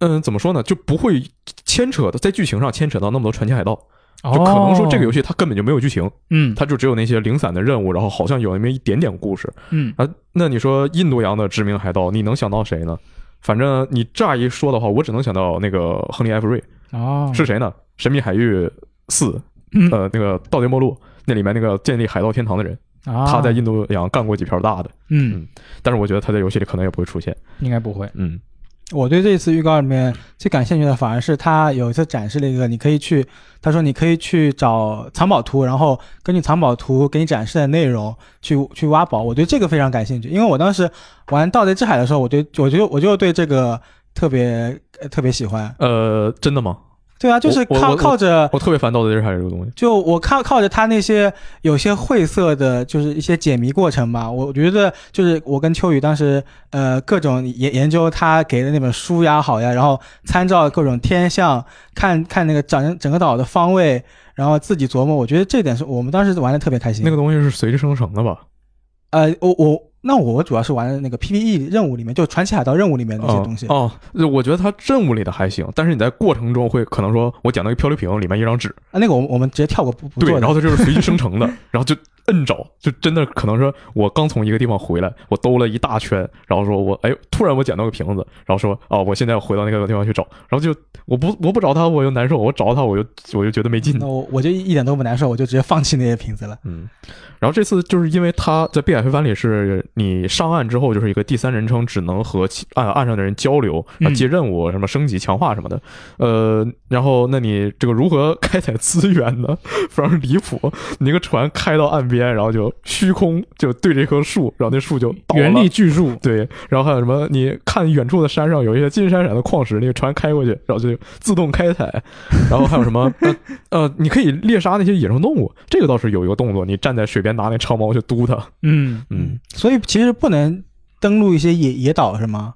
[SPEAKER 2] 嗯、怎么说呢，就不会牵扯的在剧情上牵扯到那么多传奇海盗。就可能说这个游
[SPEAKER 1] 戏，
[SPEAKER 2] 戏它根本就没有剧情，
[SPEAKER 1] 哦嗯
[SPEAKER 2] 它就只有那些零散的任务，然后好像有那么一点点故事
[SPEAKER 1] 嗯，
[SPEAKER 2] 啊。那你说印度洋的殖民海盗，你能想到谁呢？反正你乍一说的话，我只能想到那个亨利·艾弗瑞
[SPEAKER 1] 哦，
[SPEAKER 2] 是谁呢？《神秘海域四》
[SPEAKER 1] 嗯
[SPEAKER 2] 呃，那个《盗贼末路》那里面那个建立海盗天堂的人，
[SPEAKER 1] 啊，
[SPEAKER 2] 呃他在印度洋干过几票大的，
[SPEAKER 1] 嗯，
[SPEAKER 2] 但是我觉得他在游戏里可能也不会出现。
[SPEAKER 1] 应该不会，
[SPEAKER 2] 嗯，
[SPEAKER 3] 我对这一次预告里面最感兴趣的反而是他有一次展示了一个，你可以去，他说你可以去找藏宝图，然后根据藏宝图给你展示的内容去 去挖宝。我对这个非常感兴趣，因为我当时玩《盗贼之海》的时候，我对我就我就对这个特别、呃特别喜欢。
[SPEAKER 2] 呃，真的吗？
[SPEAKER 3] 对啊，就是
[SPEAKER 2] 我我
[SPEAKER 3] 靠
[SPEAKER 2] 我
[SPEAKER 3] 靠着
[SPEAKER 2] 我特别烦《盗贼之海》这个东西。
[SPEAKER 3] 就我靠靠着他那些有些晦涩的，就是一些解谜过程吧，我觉得就是我跟秋雨当时呃各种研研究他给的那本书呀好呀，然后参照各种天象看看那个整整个岛的方位，然后自己琢磨，我觉得这点是我们当时玩的特别开心。
[SPEAKER 2] 那个东西是随机生成的吧？
[SPEAKER 3] 呃，我我那我主要是玩的那个 PVE 任务里面，就传奇海盗任务里面那些东西。
[SPEAKER 2] 哦，哦我觉得它任务里的还行，但是你在过程中会可能说，我捡到一个漂流瓶，里面一张纸，
[SPEAKER 3] 啊，那个我们我们直接跳过不不
[SPEAKER 2] 对，
[SPEAKER 3] 做
[SPEAKER 2] 然
[SPEAKER 3] 的
[SPEAKER 2] 后。它就是随机生成 的，然后就摁着，就真的可能说，我刚从一个地方回来，我兜了一大圈，然后说我哎，突然我捡到个瓶子，然后说哦，我现在要回到那个地方去找，然后就我不我不找它我又难受，我找它我又我就觉得没劲
[SPEAKER 3] 那。我我就一点都不难受，我就直接放弃那些瓶子了。
[SPEAKER 2] 嗯，然后这次就是因为它在《碧海飞帆》里是你上岸之后就是一个第三人称，只能和其岸岸上的人交流啊，
[SPEAKER 1] 嗯
[SPEAKER 2] 接任务、什么升级、强化什么的。呃，然后那你这个如何开采资源呢？非常离谱！你一个船开到岸边，然后就虚空就对着一棵树，然后那树就倒了。
[SPEAKER 1] 原力巨著，
[SPEAKER 2] 对，然后还有什么？你看远处的山上有一些金闪闪的矿石，那个船开过去，然后就自动开采。然后还有什么？呃，呃你可以猎杀那些野生动物，这个倒是有一个动作，你站在水边拿那长矛去嘟它。
[SPEAKER 1] 嗯，
[SPEAKER 2] 嗯，，
[SPEAKER 3] 所以其实不能登录一些野野岛是吗？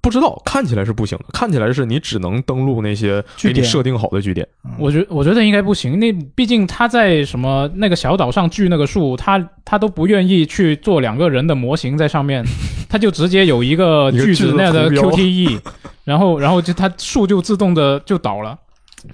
[SPEAKER 2] 不知道，看起来是不行的，看起来是你只能登录那些
[SPEAKER 3] 据
[SPEAKER 2] 给你
[SPEAKER 3] 点
[SPEAKER 2] 设定好的据点。
[SPEAKER 3] 嗯
[SPEAKER 1] 我觉我觉得应该不行，那毕竟他在什么那个小岛上锯那个树，他他都不愿意去做两个人的模型在上 面，他就直接有一个
[SPEAKER 2] 一个
[SPEAKER 1] 锯
[SPEAKER 2] 锯
[SPEAKER 1] 子
[SPEAKER 2] 子
[SPEAKER 1] 那样的
[SPEAKER 2] 图标
[SPEAKER 1] QTE，然 后然后就它树就自动的就倒了，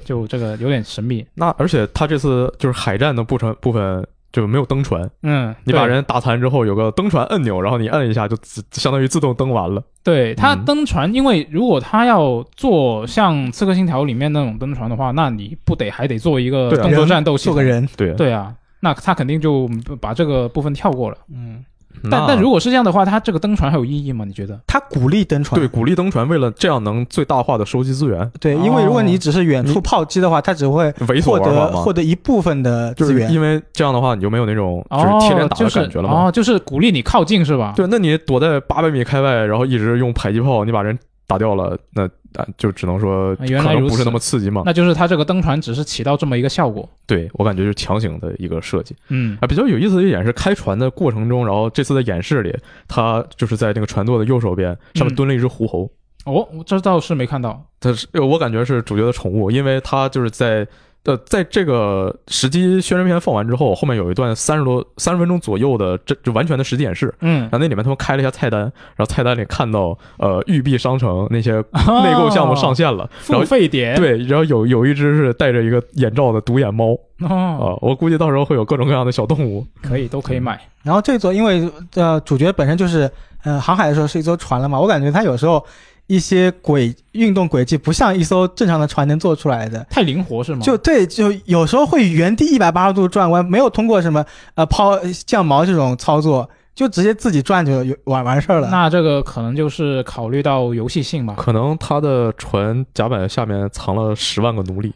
[SPEAKER 1] 就这个有点神秘。
[SPEAKER 2] 那而且他这次就是海战的部分部分就没有登船，
[SPEAKER 1] 嗯，
[SPEAKER 2] 你把
[SPEAKER 1] 对
[SPEAKER 2] 人打残之后有个登船按钮，然后你摁一下就自相当于自动登完了。
[SPEAKER 1] 对他
[SPEAKER 2] 嗯
[SPEAKER 1] 登船，因为如果他要做像《刺客信条》里面那种登船的话，那你不得还得做一个
[SPEAKER 2] 对啊
[SPEAKER 1] 动作战斗系
[SPEAKER 3] 做
[SPEAKER 1] 统
[SPEAKER 3] 个，人，
[SPEAKER 2] 对，
[SPEAKER 1] 对啊，那他肯定就把这个部分跳过了。
[SPEAKER 3] 嗯，
[SPEAKER 1] 但
[SPEAKER 2] 那
[SPEAKER 1] 但如果是这样的话，他这个登船还有意义吗？你觉得？
[SPEAKER 3] 他鼓励登船，
[SPEAKER 2] 对鼓励登船，为了这样能最大化的收集资源。
[SPEAKER 3] 对因为如果你只是远处炮击的话，他只会
[SPEAKER 2] 猥琐
[SPEAKER 3] 获
[SPEAKER 2] 玩法
[SPEAKER 3] 得
[SPEAKER 2] 吗？
[SPEAKER 3] 获得一部分的
[SPEAKER 2] 就
[SPEAKER 3] 资
[SPEAKER 2] 是
[SPEAKER 3] 源。
[SPEAKER 2] 因为这样的话，你就没有那种就是
[SPEAKER 1] 哦，
[SPEAKER 2] 贴脸打
[SPEAKER 1] 就
[SPEAKER 2] 的
[SPEAKER 1] 是
[SPEAKER 2] 感觉了吗？
[SPEAKER 1] 哦，就是鼓励你靠近是吧？
[SPEAKER 2] 对，那你躲在八百米开外，然后一直用迫击炮，你把人打掉了，那啊就只能说
[SPEAKER 1] 啊原
[SPEAKER 2] 可
[SPEAKER 1] 来
[SPEAKER 2] 能
[SPEAKER 1] 如
[SPEAKER 2] 不是
[SPEAKER 1] 此
[SPEAKER 2] 那么刺激嘛。
[SPEAKER 1] 那就是他这个登船只是起到这么一个效果。
[SPEAKER 2] 对我感觉就是强行的一个设计
[SPEAKER 1] 嗯
[SPEAKER 2] 啊。比较有意思的一点是，开船的过程中，然后这次的演示里，他就是在那个船舵的右手边上
[SPEAKER 1] 嗯
[SPEAKER 2] 面蹲了一只狐猴。
[SPEAKER 1] 哦，这倒是没看到。
[SPEAKER 2] 它是呃我感觉是主角的宠物，因为它就是在呃在这个时机宣传片放完之后，后面有一段三十多三十分钟左右的这就完全的实体演示。
[SPEAKER 1] 嗯
[SPEAKER 2] 然，后那里面他们开了一下菜单，然后菜单里看到呃育碧商城那些
[SPEAKER 1] 哦 哎
[SPEAKER 2] 内购项目上线了，然
[SPEAKER 1] 付
[SPEAKER 2] 后
[SPEAKER 1] 费点
[SPEAKER 2] 对，然后有有一只是戴着一个眼罩的独眼猫啊、
[SPEAKER 1] 哦，
[SPEAKER 2] 我估计到时候会有各种各样的小动物。
[SPEAKER 1] 可以都可以买。
[SPEAKER 3] 然后这座因为呃主角本身就是呃航海的时候是一艘船了嘛，我感觉他有时候一些轨运动轨迹不像一艘正常的船能做出来的。
[SPEAKER 1] 太灵活是吗？
[SPEAKER 3] 就对，就有时候会原地一百八十度转弯，没有通过什么呃抛降锚这种操作，就直接自己转就有完完事儿了。
[SPEAKER 1] 那这个可能就是考虑到游戏性吧。
[SPEAKER 2] 可能它的船甲板下面藏了十万个奴隶。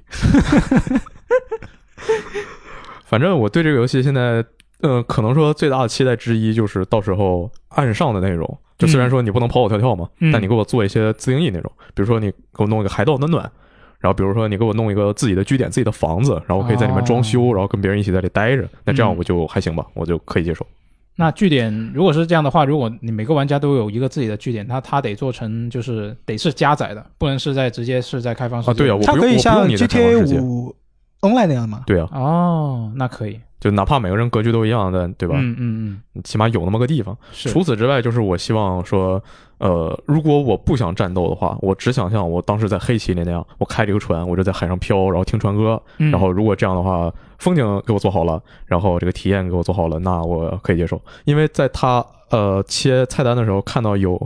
[SPEAKER 2] 反正我对这个游戏现在，嗯，可能说最大的期待之一就是到时候岸上的内容。就虽然说你不能跑跑跳跳嘛，
[SPEAKER 1] 嗯
[SPEAKER 2] 但你给我做一些自定义内容，比如说你给我弄一个海盗暖暖，然后比如说你给我弄一个自己的据点、自己的房子，然后我可以在里面装修，然后跟别人一起在里待着，那这样
[SPEAKER 1] 哦嗯
[SPEAKER 2] 我就还行吧，我就可以接受。
[SPEAKER 1] 那据点如果是这样的话，如果你每个玩家都有一个自己的据点，那他得做成就是得是加载的，不能是在直接是在开放世界。
[SPEAKER 2] 啊对啊我
[SPEAKER 3] 它
[SPEAKER 2] 不
[SPEAKER 3] 可
[SPEAKER 2] 用我
[SPEAKER 3] 以
[SPEAKER 2] 不
[SPEAKER 3] 像
[SPEAKER 2] 用你的开放
[SPEAKER 3] GTA
[SPEAKER 2] 世界
[SPEAKER 3] 五 Online 那样吗？
[SPEAKER 2] 对啊，
[SPEAKER 1] 哦，那可以。
[SPEAKER 2] 就哪怕每个人格局都一样，但对吧？
[SPEAKER 1] 嗯嗯
[SPEAKER 2] 起码有那么个地方。
[SPEAKER 1] 嗯，是，
[SPEAKER 2] 除此之外，就是我希望说，呃，如果我不想战斗的话，我只想像我当时在黑麒麟那样，我开着一个船，我就在海上飘，然后听船歌。
[SPEAKER 1] 嗯
[SPEAKER 2] 然后如果这样的话，风景给我做好了，然后这个体验给我做好了，那我可以接受。因为在他呃切菜单的时候，看到有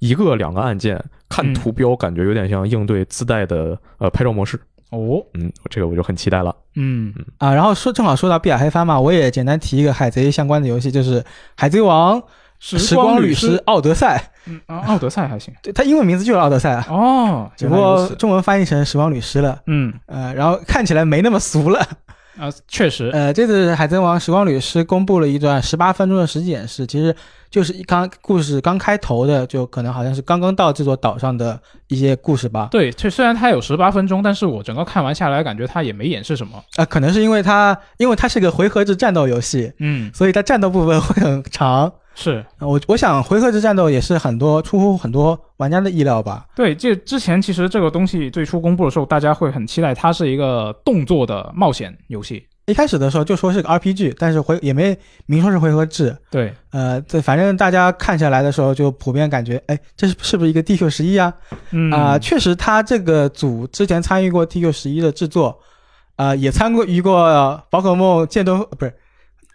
[SPEAKER 2] 一个两个按键，看
[SPEAKER 1] 嗯
[SPEAKER 2] 图标感觉有点像应对自带的呃拍照模式。
[SPEAKER 1] 哦，
[SPEAKER 2] 嗯，这个我就很期待了。
[SPEAKER 1] 嗯
[SPEAKER 3] 啊，然后说正好说到碧海黑帆嘛，我也简单提一个海贼相关的游戏，就是《海贼王：时光
[SPEAKER 1] 旅
[SPEAKER 3] 旅师奥德赛
[SPEAKER 1] 嗯啊，奥德赛还 行》，
[SPEAKER 3] 对，它英文名字就是奥德赛啊，
[SPEAKER 1] 哦，
[SPEAKER 3] 只
[SPEAKER 1] 原
[SPEAKER 3] 不
[SPEAKER 1] 来如
[SPEAKER 3] 过
[SPEAKER 1] 此
[SPEAKER 3] 中文翻译成《时光旅师》了。
[SPEAKER 1] 嗯
[SPEAKER 3] 呃，然后看起来没那么俗了。
[SPEAKER 1] 啊，确实，
[SPEAKER 3] 呃，这次《海贼王：时光旅师》公布了一段十八分钟的实际演示，其实就是一刚故事刚开头的，就可能好像是刚刚到这座岛上的一些故事吧。
[SPEAKER 1] 对，这虽然它有十八分钟，但是我整个看完下来，感觉它也没演示什么。
[SPEAKER 3] 啊、可能是因为它，因为它是个回合制战斗游戏，
[SPEAKER 1] 嗯，
[SPEAKER 3] 所以它战斗部分会很长。
[SPEAKER 1] 是
[SPEAKER 3] 呃我我想回合制战斗也是很多出乎很多玩家的意料吧。
[SPEAKER 1] 对。这之前其实这个东西最初公布的时候，大家会很期待它是一个动作的冒险游戏。
[SPEAKER 3] 一开始的时候就说是个 RPG，但是回也没明说是回合制。
[SPEAKER 1] 对，
[SPEAKER 3] 呃，这反正大家看下来的时候就普遍感觉，哎，这是是不是一个 DQ 十一啊？
[SPEAKER 1] 嗯
[SPEAKER 3] 啊、确实，他这个组之前参与过 TQ 十一的制作，啊、也参与过呃宝可梦剑盾，呃不是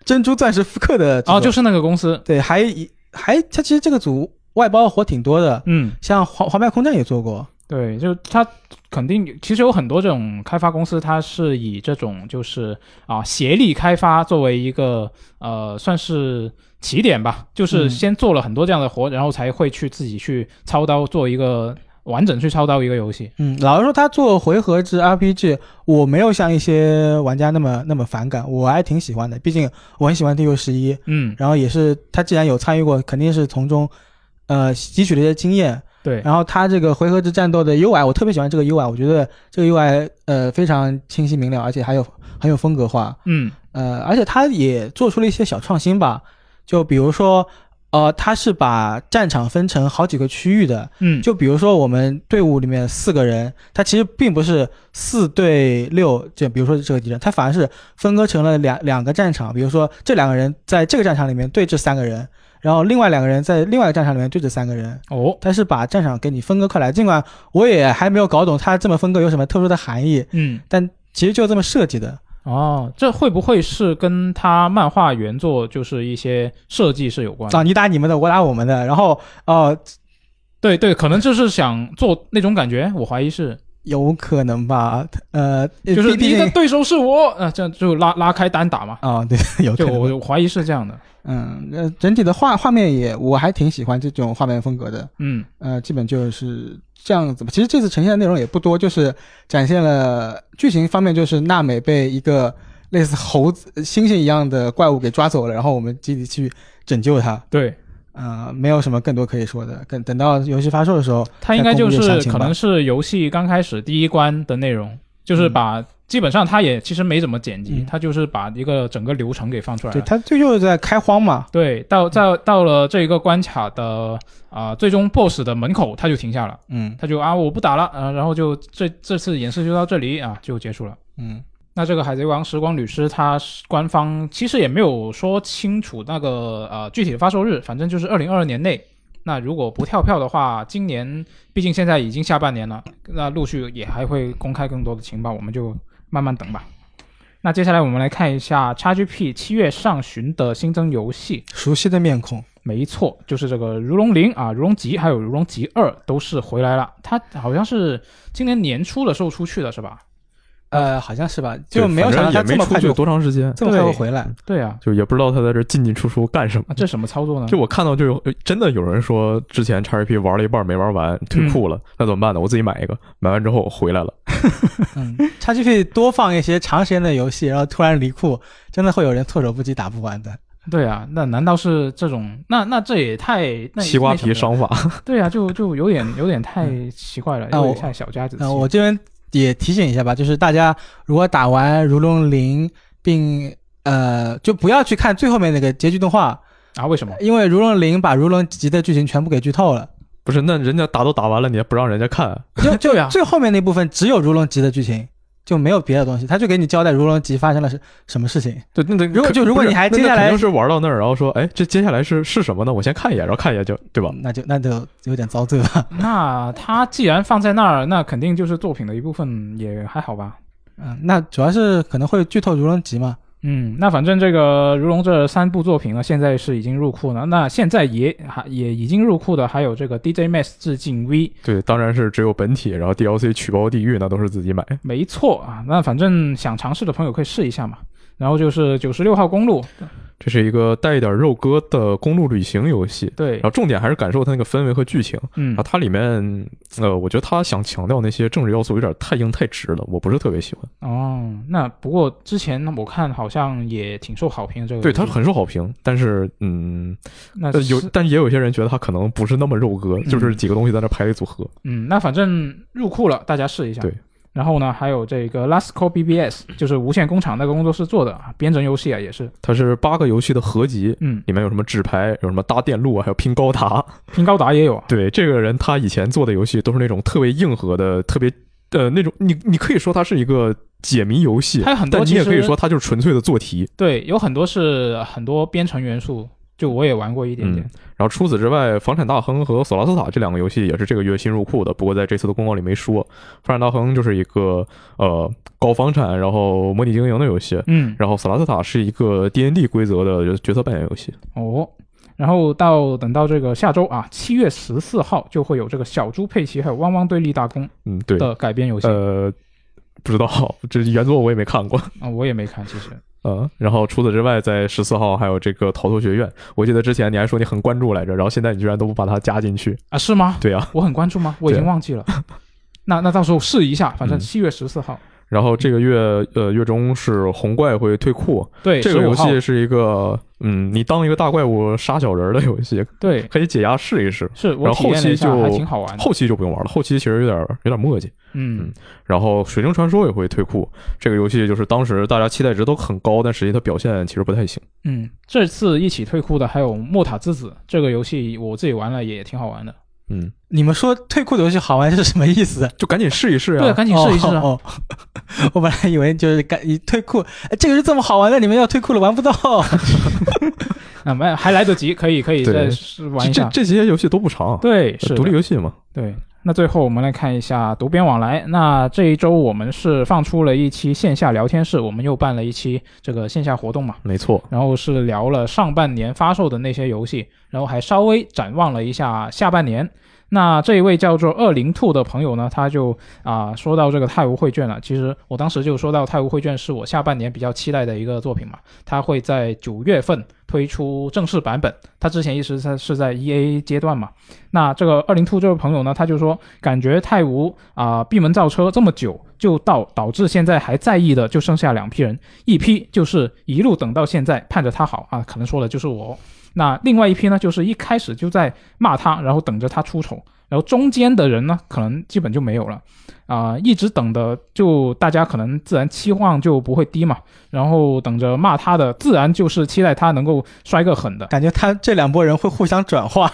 [SPEAKER 3] 珍珠钻石复刻的制作
[SPEAKER 1] 哦，就是那个公司，
[SPEAKER 3] 对，还一还他其实这个组外包活挺多的，
[SPEAKER 1] 嗯，
[SPEAKER 3] 像黄黄牌空战也做过，
[SPEAKER 1] 对，就它肯定其实有很多这种开发公司，它是以这种就是啊协力开发作为一个呃算是起点吧，就是
[SPEAKER 3] 嗯
[SPEAKER 1] 先做了很多这样的活，然后才会去自己去操刀做一个完整去操刀一个游戏。
[SPEAKER 3] 嗯，老实说，他做回合制 RPG，我没有像一些玩家那么那么反感，我还挺喜欢的，毕竟我很喜欢 TQ 十一，
[SPEAKER 1] 嗯，
[SPEAKER 3] 然后也是他既然有参与过，肯定是从中呃汲取了一些经验，
[SPEAKER 1] 对，
[SPEAKER 3] 然后它这个回合制战斗的 UI，我特别喜欢这个 UI，我觉得这个 UI 呃非常清晰明了，而且还有很有风格化。
[SPEAKER 1] 嗯
[SPEAKER 3] 呃，而且它也做出了一些小创新吧，就比如说，呃，它是把战场分成好几个区域的。
[SPEAKER 1] 嗯，
[SPEAKER 3] 就比如说我们队伍里面四个人，它其实并不是四对六，就比如说这个敌人，它反而是分割成了两两个战场。比如说这两个人在这个战场里面对峙三个人，然后另外两个人在另外一个战场里面对峙三个人。
[SPEAKER 1] 哦，
[SPEAKER 3] 它是把战场给你分割开来。尽管我也还没有搞懂它这么分割有什么特殊的含义，
[SPEAKER 1] 嗯
[SPEAKER 3] 但其实就这么设计的。
[SPEAKER 1] 哦，这会不会是跟他漫画原作就是一些设计是有关的？
[SPEAKER 3] 啊，你打你们的，我打我们的，然后呃，
[SPEAKER 1] 对对，可能就是想做那种感觉，我怀疑是。
[SPEAKER 3] 有可能吧，呃，
[SPEAKER 1] 就是
[SPEAKER 3] 毕
[SPEAKER 1] 你
[SPEAKER 3] 毕竟
[SPEAKER 1] 的对手是我，啊，这样就拉拉开单打嘛。
[SPEAKER 3] 啊、对，有可
[SPEAKER 1] 就
[SPEAKER 3] 能。
[SPEAKER 1] 我怀疑是这样的，
[SPEAKER 3] 嗯，呃，整体的画画面也，我还挺喜欢这种画面风格的。
[SPEAKER 1] 嗯
[SPEAKER 3] 呃，基本就是这样子吧。其实这次呈现的内容也不多，就是展现了剧情方面，就是娜美被一个类似猴子、猩猩一样的怪物给抓走了，然后我们集体去拯救它。
[SPEAKER 1] 对，
[SPEAKER 3] 呃，没有什么更多可以说的。等等到游戏发售的时候，
[SPEAKER 1] 它应该就
[SPEAKER 3] 再公布详
[SPEAKER 1] 是
[SPEAKER 3] 情吧
[SPEAKER 1] 可能是游戏刚开始第一关的内容，就是把、基本上它也其实没怎么剪辑，
[SPEAKER 3] 嗯
[SPEAKER 1] 它就是把一个整个流程给放出来
[SPEAKER 3] 对
[SPEAKER 1] 了。
[SPEAKER 3] 它这就是在开荒嘛。
[SPEAKER 1] 对，到到到了这一个关卡的啊、最终 BOSS 的门口，它就停下了，
[SPEAKER 3] 嗯
[SPEAKER 1] 它就啊我不打了，啊，然后就这这次演示就到这里啊就结束了。
[SPEAKER 3] 嗯，
[SPEAKER 1] 那这个《海贼王：时光旅师》，它是官方其实也没有说清楚那个呃具体的发售日，反正就是二零二二年内。那如果不跳票的话，今年毕竟现在已经下半年了，那陆续也还会公开更多的情报，我们就慢慢等吧。那接下来我们来看一下 XGP 七月上旬的新增游戏，
[SPEAKER 3] 熟悉的面孔，
[SPEAKER 1] 没错，就是这个《如龙零》啊，《如龙集》还有《如龙集二》都是回来了。它好像是今年年初的时候出去的，是吧？
[SPEAKER 3] 呃，好像是吧，就没有想到
[SPEAKER 2] 反
[SPEAKER 3] 它
[SPEAKER 2] 正
[SPEAKER 3] 这
[SPEAKER 2] 也没
[SPEAKER 3] 么
[SPEAKER 2] 出
[SPEAKER 3] 快
[SPEAKER 2] 去
[SPEAKER 3] 就
[SPEAKER 2] 多长时间，
[SPEAKER 3] 这么快就
[SPEAKER 1] 对
[SPEAKER 3] 回来。
[SPEAKER 1] 对啊，
[SPEAKER 2] 就也不知道他在这进进出出干什么
[SPEAKER 1] 啊，。这什么操作呢？
[SPEAKER 2] 就我看到就有呃真的有人说，之前 XRP 玩了一半没玩完，退库了，那怎么办呢？我自己买一个，买完之后我回来了，
[SPEAKER 3] 嗯，XGP 多放一些长时间的游戏，然后突然离库，真的会有人措手不及打不完的。
[SPEAKER 1] 对啊，那难道是这种？那那这也太那
[SPEAKER 2] 西瓜皮。
[SPEAKER 1] 那什么了
[SPEAKER 2] 商 法。
[SPEAKER 1] 对啊，就就有点有点太奇怪了，
[SPEAKER 3] 那
[SPEAKER 1] 有
[SPEAKER 3] 我
[SPEAKER 1] 点像小家子气。
[SPEAKER 3] 呃，我这边也提醒一下吧，就是大家如果打完《如龙零》并呃，就不要去看最后面那个结局动画，
[SPEAKER 1] 啊，为什么？
[SPEAKER 3] 因为《如龙零》把《如龙集》的剧情全部给剧透了。
[SPEAKER 2] 不是，那人家打都打完了，你还不让人家看？
[SPEAKER 3] 就就
[SPEAKER 1] 对啊
[SPEAKER 3] 最后面那部分只有《如龙集》的剧情，就没有别的东西，他就给你交代如龙集发生了什什么事情。
[SPEAKER 2] 对，那那
[SPEAKER 3] 如果就如果你还接下来
[SPEAKER 2] 肯定是玩到那儿，然后说，哎，这接下来是是什么呢？我先看一眼，然后看一眼就对吧？
[SPEAKER 3] 那就那就有点遭罪了。
[SPEAKER 1] 那它既然放在那儿，那肯定就是作品的一部分，也还好吧。
[SPEAKER 3] 嗯，那主要是可能会剧透如龙集嘛。
[SPEAKER 1] 嗯，那反正这个《如龙》这三部作品呢，现在是已经入库了。那现在也还也已经入库的，还有这个 DJ Max 致敬 V，
[SPEAKER 2] 对，当然是只有本体，然后 DLC 取包地狱那都是自己买。
[SPEAKER 1] 没错啊。那反正想尝试的朋友可以试一下嘛。然后就是九十六号公路，
[SPEAKER 2] 这是一个带一点肉鸽的公路旅行游戏，
[SPEAKER 1] 对
[SPEAKER 2] 然，后重点还是感受它那个氛围和剧情。
[SPEAKER 1] 嗯
[SPEAKER 2] 啊，，它里面，呃，我觉得它想强调那些政治要素有点太硬太直了，我不是特别喜欢。
[SPEAKER 1] 哦，那不过之前我看好像也挺受好评的这个游
[SPEAKER 2] 对
[SPEAKER 1] 戏，
[SPEAKER 2] 它很受好评，但是，嗯，
[SPEAKER 1] 那
[SPEAKER 2] 呃
[SPEAKER 1] 是
[SPEAKER 2] 有，但也有些人觉得它可能不是那么肉鸽，就是几个东西在那排列组合。
[SPEAKER 1] 嗯，那反正入库了，大家试一下。
[SPEAKER 2] 对。
[SPEAKER 1] 然后呢，还有这个 Last Call BBS，就是无限工厂那个工作室做的啊，编程游戏啊，也是，
[SPEAKER 2] 它是八个游戏的合集，
[SPEAKER 1] 嗯，
[SPEAKER 2] 里面有什么纸牌，有什么搭电路，还有拼高达。
[SPEAKER 1] 拼高达也有啊，
[SPEAKER 2] 对，这个人他以前做的游戏都是那种特别硬核的，特别呃那种，你你可以说它是一个解谜游戏，
[SPEAKER 1] 它有很多
[SPEAKER 2] 但你也
[SPEAKER 1] 其
[SPEAKER 2] 可以
[SPEAKER 1] 实
[SPEAKER 2] 说它就是纯粹的做题。
[SPEAKER 1] 对，有很多是很多编程元素，就我也玩过一点点。
[SPEAKER 2] 然后除此之外，《房产大亨》和《索拉斯塔》这两个游戏也是这个月新入库的，不过在这次的公告里没说。《房产大亨》就是一个呃搞房产，然后模拟经营的游戏。
[SPEAKER 1] 嗯，
[SPEAKER 2] 然后《索拉斯塔》是一个 D N D 规则的角色扮演游戏，
[SPEAKER 1] 哦，然后到等到这个下周啊，七月十四号就会有这个小猪佩奇还有汪汪队立大功
[SPEAKER 2] 嗯，对，
[SPEAKER 1] 的改编游戏，
[SPEAKER 2] 呃，不知道这原作我也没看过，
[SPEAKER 1] 啊我也没看，其实
[SPEAKER 2] 嗯，然后除此之外，在十四号还有这个《逃脱学院》，我记得之前你还说你很关注来着，然后现在你居然都不把它加进去，
[SPEAKER 1] 啊是吗？
[SPEAKER 2] 对啊，
[SPEAKER 1] 我很关注吗？我已经
[SPEAKER 2] 对
[SPEAKER 1] 忘 记了。那那到时候试一下，反正
[SPEAKER 2] 嗯
[SPEAKER 1] 七月十四号，
[SPEAKER 2] 然后这个月呃月中是红怪会退库，
[SPEAKER 1] 对
[SPEAKER 2] 这个游
[SPEAKER 1] 15号
[SPEAKER 2] 戏是一个，嗯，你当一个大怪物杀小人儿的游戏，
[SPEAKER 1] 对，
[SPEAKER 2] 可以解压试一试。
[SPEAKER 1] 是我
[SPEAKER 2] 然后
[SPEAKER 1] 体验了一下，
[SPEAKER 2] 后期就
[SPEAKER 1] 还挺好玩的。
[SPEAKER 2] 后期就不用玩了，后期其实有点儿有点磨叽。
[SPEAKER 1] 嗯，
[SPEAKER 2] 然后《水晶传说》也会退库，这个游戏就是当时大家期待值都很高，但实际它表现其实不太行。
[SPEAKER 1] 嗯，这次一起退库的还有《莫塔之子》这个游戏，我自己玩了也挺好玩的。
[SPEAKER 2] 嗯，
[SPEAKER 3] 你们说退库的游戏好玩是什么意思？
[SPEAKER 2] 就赶紧试一试
[SPEAKER 1] 对，
[SPEAKER 2] 啊！
[SPEAKER 1] 赶紧试一试啊！
[SPEAKER 3] 哦哦哦 我本来以为就是干一退库，哎这个是这么好玩的，你们要退库了玩不到。
[SPEAKER 1] 啊，没有还来得及，可以可以
[SPEAKER 2] 对
[SPEAKER 1] 再试玩
[SPEAKER 2] 这
[SPEAKER 1] 一
[SPEAKER 2] 这
[SPEAKER 1] 下。
[SPEAKER 2] 这些游戏都不长，啊呃
[SPEAKER 1] 对，是
[SPEAKER 2] 独立
[SPEAKER 1] 的
[SPEAKER 2] 游戏嘛。
[SPEAKER 1] 对。那最后我们来看一下读编往来。那这一周我们是放出了一期线下聊天室，我们又办了一期这个线下活动嘛。
[SPEAKER 2] 没错，
[SPEAKER 1] 然后是聊了上半年发售的那些游戏，然后还稍微展望了一下下半年。那这一位叫做二零兔的朋友呢，他就啊、说到这个泰晤绘卷了。其实我当时就说到泰晤绘卷是我下半年比较期待的一个作品嘛，它会在九月份推出正式版本。它之前一直在是在 E A 阶段嘛。那这个二零兔这位朋友呢，他就说感觉泰晤啊、闭门造车这么久，就到导致现在还在意的就剩下两批人，一批就是一路等到现在盼着他好啊，可能说的就是我。那另外一批呢，就是一开始就在骂他，然后等着他出丑，然后中间的人呢，可能基本就没有了啊、一直等的就大家可能自然期望就不会低嘛，然后等着骂他的，自然就是期待他能够摔个狠的
[SPEAKER 3] 感觉他这两拨人会互相转化。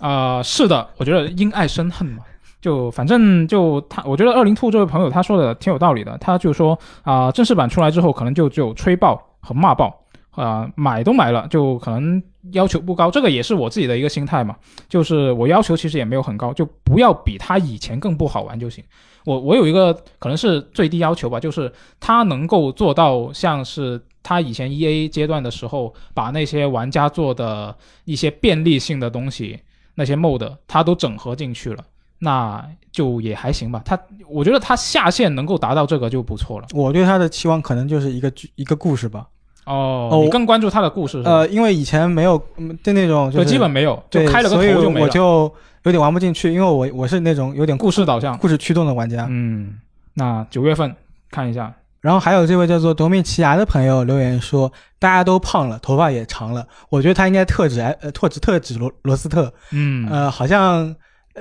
[SPEAKER 1] 啊、是的，我觉得因爱生恨嘛。就反正就他，我觉得二零兔这位朋友他说的挺有道理的。他就说啊、正式版出来之后，可能就只有吹爆和骂爆啊、买都买了，就可能要求不高。这个也是我自己的一个心态嘛，就是我要求其实也没有很高，就不要比他以前更不好玩就行。我我有一个可能是最低要求吧，就是他能够做到像是他以前 E A 阶段的时候，把那些玩家做的一些便利性的东西，那些 mod 它都整合进去了。那就也还行吧，他我觉得他下限能够达到这个就不错了。
[SPEAKER 3] 我对他的期望可能就是一个剧一个故事吧。
[SPEAKER 1] 哦，
[SPEAKER 3] 哦
[SPEAKER 1] 你更关注他的故事是吧？
[SPEAKER 3] 呃，因为以前没有嗯对那种就
[SPEAKER 1] 对，
[SPEAKER 3] 是
[SPEAKER 1] 基本没有，就
[SPEAKER 3] 对
[SPEAKER 1] 开了个
[SPEAKER 3] 所以
[SPEAKER 1] 头就没
[SPEAKER 3] 我
[SPEAKER 1] 了。
[SPEAKER 3] 就有点玩不进去，因为我我是那种有点故
[SPEAKER 1] 故事导向，
[SPEAKER 3] 故事驱动的玩家。
[SPEAKER 1] 嗯，那九月份看一下，
[SPEAKER 3] 然后还有这位叫做夺命奇牙的朋友留言说，大家都胖了，头发也长了，我觉得他应该特指呃特指特指罗罗斯特，
[SPEAKER 1] 嗯，
[SPEAKER 3] 呃，好像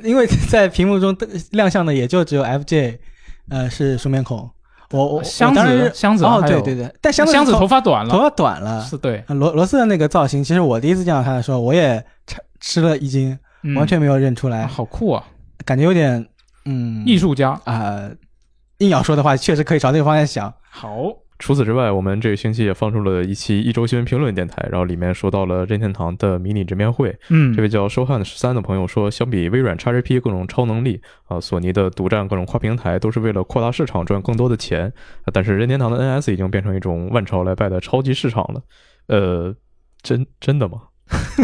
[SPEAKER 3] 因为 在屏幕中亮相的也就只有 FJ，呃是双面孔，我我
[SPEAKER 1] 箱
[SPEAKER 3] 我当时
[SPEAKER 1] 子箱子
[SPEAKER 3] 哦
[SPEAKER 1] 还
[SPEAKER 3] 对
[SPEAKER 1] 有
[SPEAKER 3] 对对，但箱
[SPEAKER 1] 箱
[SPEAKER 3] 子
[SPEAKER 1] 子
[SPEAKER 3] 头
[SPEAKER 1] 头发短
[SPEAKER 3] 头
[SPEAKER 1] 了，
[SPEAKER 3] 发短了，
[SPEAKER 1] 是对，
[SPEAKER 3] 呃罗罗斯的那个造型，其实我第一次见到他的时候，我也吃吃了一惊，
[SPEAKER 1] 嗯
[SPEAKER 3] 完全没有认出来，
[SPEAKER 1] 啊好酷啊，
[SPEAKER 3] 感觉有点嗯
[SPEAKER 1] 艺术家，
[SPEAKER 3] 啊、硬要说的话，确实可以朝那个方 向想。
[SPEAKER 1] 好，
[SPEAKER 2] 除此之外，我们这个星期也放出了一期一周新闻评论电台，然后里面说到了任天堂的迷你直面会。
[SPEAKER 1] 嗯
[SPEAKER 2] 这，位叫收汉十三的朋友说，相比微软 XGP 各种超能力啊，索尼的独占各种跨平台都是为了扩大市场赚更多的钱，啊但是任天堂的 NS 已经变成一种万朝来拜的超级市场了。呃，真真的吗？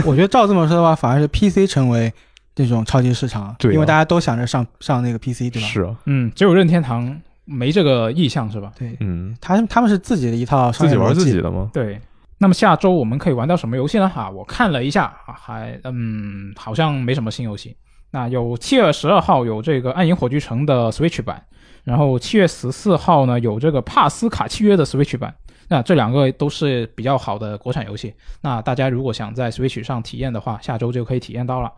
[SPEAKER 3] 我觉得照这么说的话，反而是 PC 成为这种超级市场，
[SPEAKER 2] 对啊
[SPEAKER 3] 因为大家都想着上上那个 PC，对吧？
[SPEAKER 2] 是啊，
[SPEAKER 1] 嗯，只有任天堂没这个意向是吧？
[SPEAKER 3] 对，
[SPEAKER 2] 嗯，
[SPEAKER 3] 他们他们是自己的一套
[SPEAKER 2] 自
[SPEAKER 3] 商业
[SPEAKER 2] 己玩
[SPEAKER 3] 逻
[SPEAKER 2] 自
[SPEAKER 3] 辑
[SPEAKER 2] 己的吗？
[SPEAKER 1] 对。那么下周我们可以玩到什么游戏呢？啊，我看了一下，啊、还嗯，好像没什么新游戏。那有七月十二号有这个《暗影火炬城》的 Switch 版，然后七月十四号呢有这个《帕斯卡契约》的 Switch 版。那这两个都是比较好的国产游戏。那大家如果想在 Switch 上体验的话，下周就可以体验到了。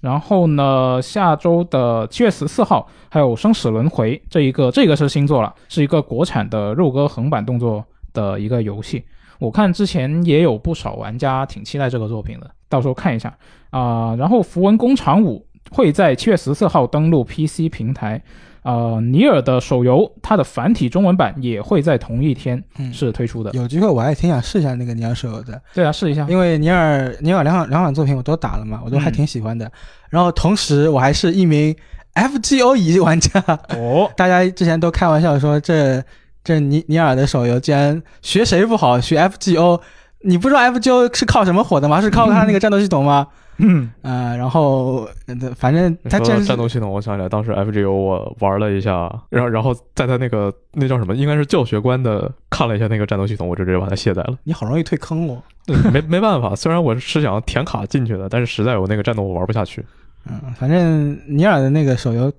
[SPEAKER 1] 然后呢，下周的七月十四号还有《生死轮回》这一个，这个是新作了，是一个国产的肉鸽横版动作的一个游戏。我看之前也有不少玩家挺期待这个作品的，到时候看一下啊、然后《符文工厂五》会在七月十四号登陆 PC 平台，呃，尼尔的手游它的繁体中文版也会在同一天
[SPEAKER 3] 嗯
[SPEAKER 1] 是推出的。
[SPEAKER 3] 有机会我还挺想试一下那个尼尔手游的，
[SPEAKER 1] 对啊，试一下。
[SPEAKER 3] 因为尼尔尼尔两款两款作品我都打了嘛，我都还
[SPEAKER 1] 嗯
[SPEAKER 3] 挺喜欢的。然后同时我还是一名 FGO 乙玩家，
[SPEAKER 1] 哦，
[SPEAKER 3] 大家之前都开玩笑说这这尼尼尔的手游竟然学谁不好学 FGO，你不知道 FGO 是靠什么火的吗？是靠它那个战斗系 统吗？
[SPEAKER 1] 嗯，
[SPEAKER 3] 呃，然后呃反正它
[SPEAKER 2] 说到
[SPEAKER 3] 真是
[SPEAKER 2] 战斗系统，我想起来当时 FGO 我玩了一下，然后然后在他那个那叫什么，应该是教学关的看了一下那个战斗系统，我就直接把它卸载了。嗯
[SPEAKER 3] 你好容易退坑哦我。
[SPEAKER 2] 没没办法，虽然我是想填卡进去的，但是实在我那个战斗我玩不下去。
[SPEAKER 3] 嗯，反正尼尔的那个手游，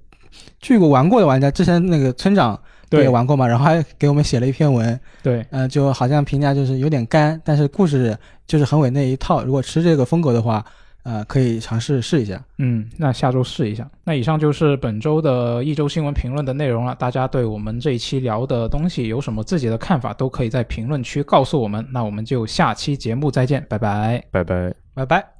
[SPEAKER 3] 去过玩过的玩家，之前那个村长不也
[SPEAKER 1] 对
[SPEAKER 3] 玩过嘛，然后还给我们写了一篇文，
[SPEAKER 1] 对，
[SPEAKER 3] 呃，就好像评价就是有点干，但是故事就是很稳那一套。如果吃这个风格的话，呃，可以尝试试一下。
[SPEAKER 1] 嗯，那下周试一下。那以上就是本周的一周新闻评论的内容了。大家对我们这一期聊的东西有什么自己的看法，都可以在评论区告诉我们。那我们就下期节目再见，拜拜。
[SPEAKER 2] 拜拜。
[SPEAKER 3] 拜拜。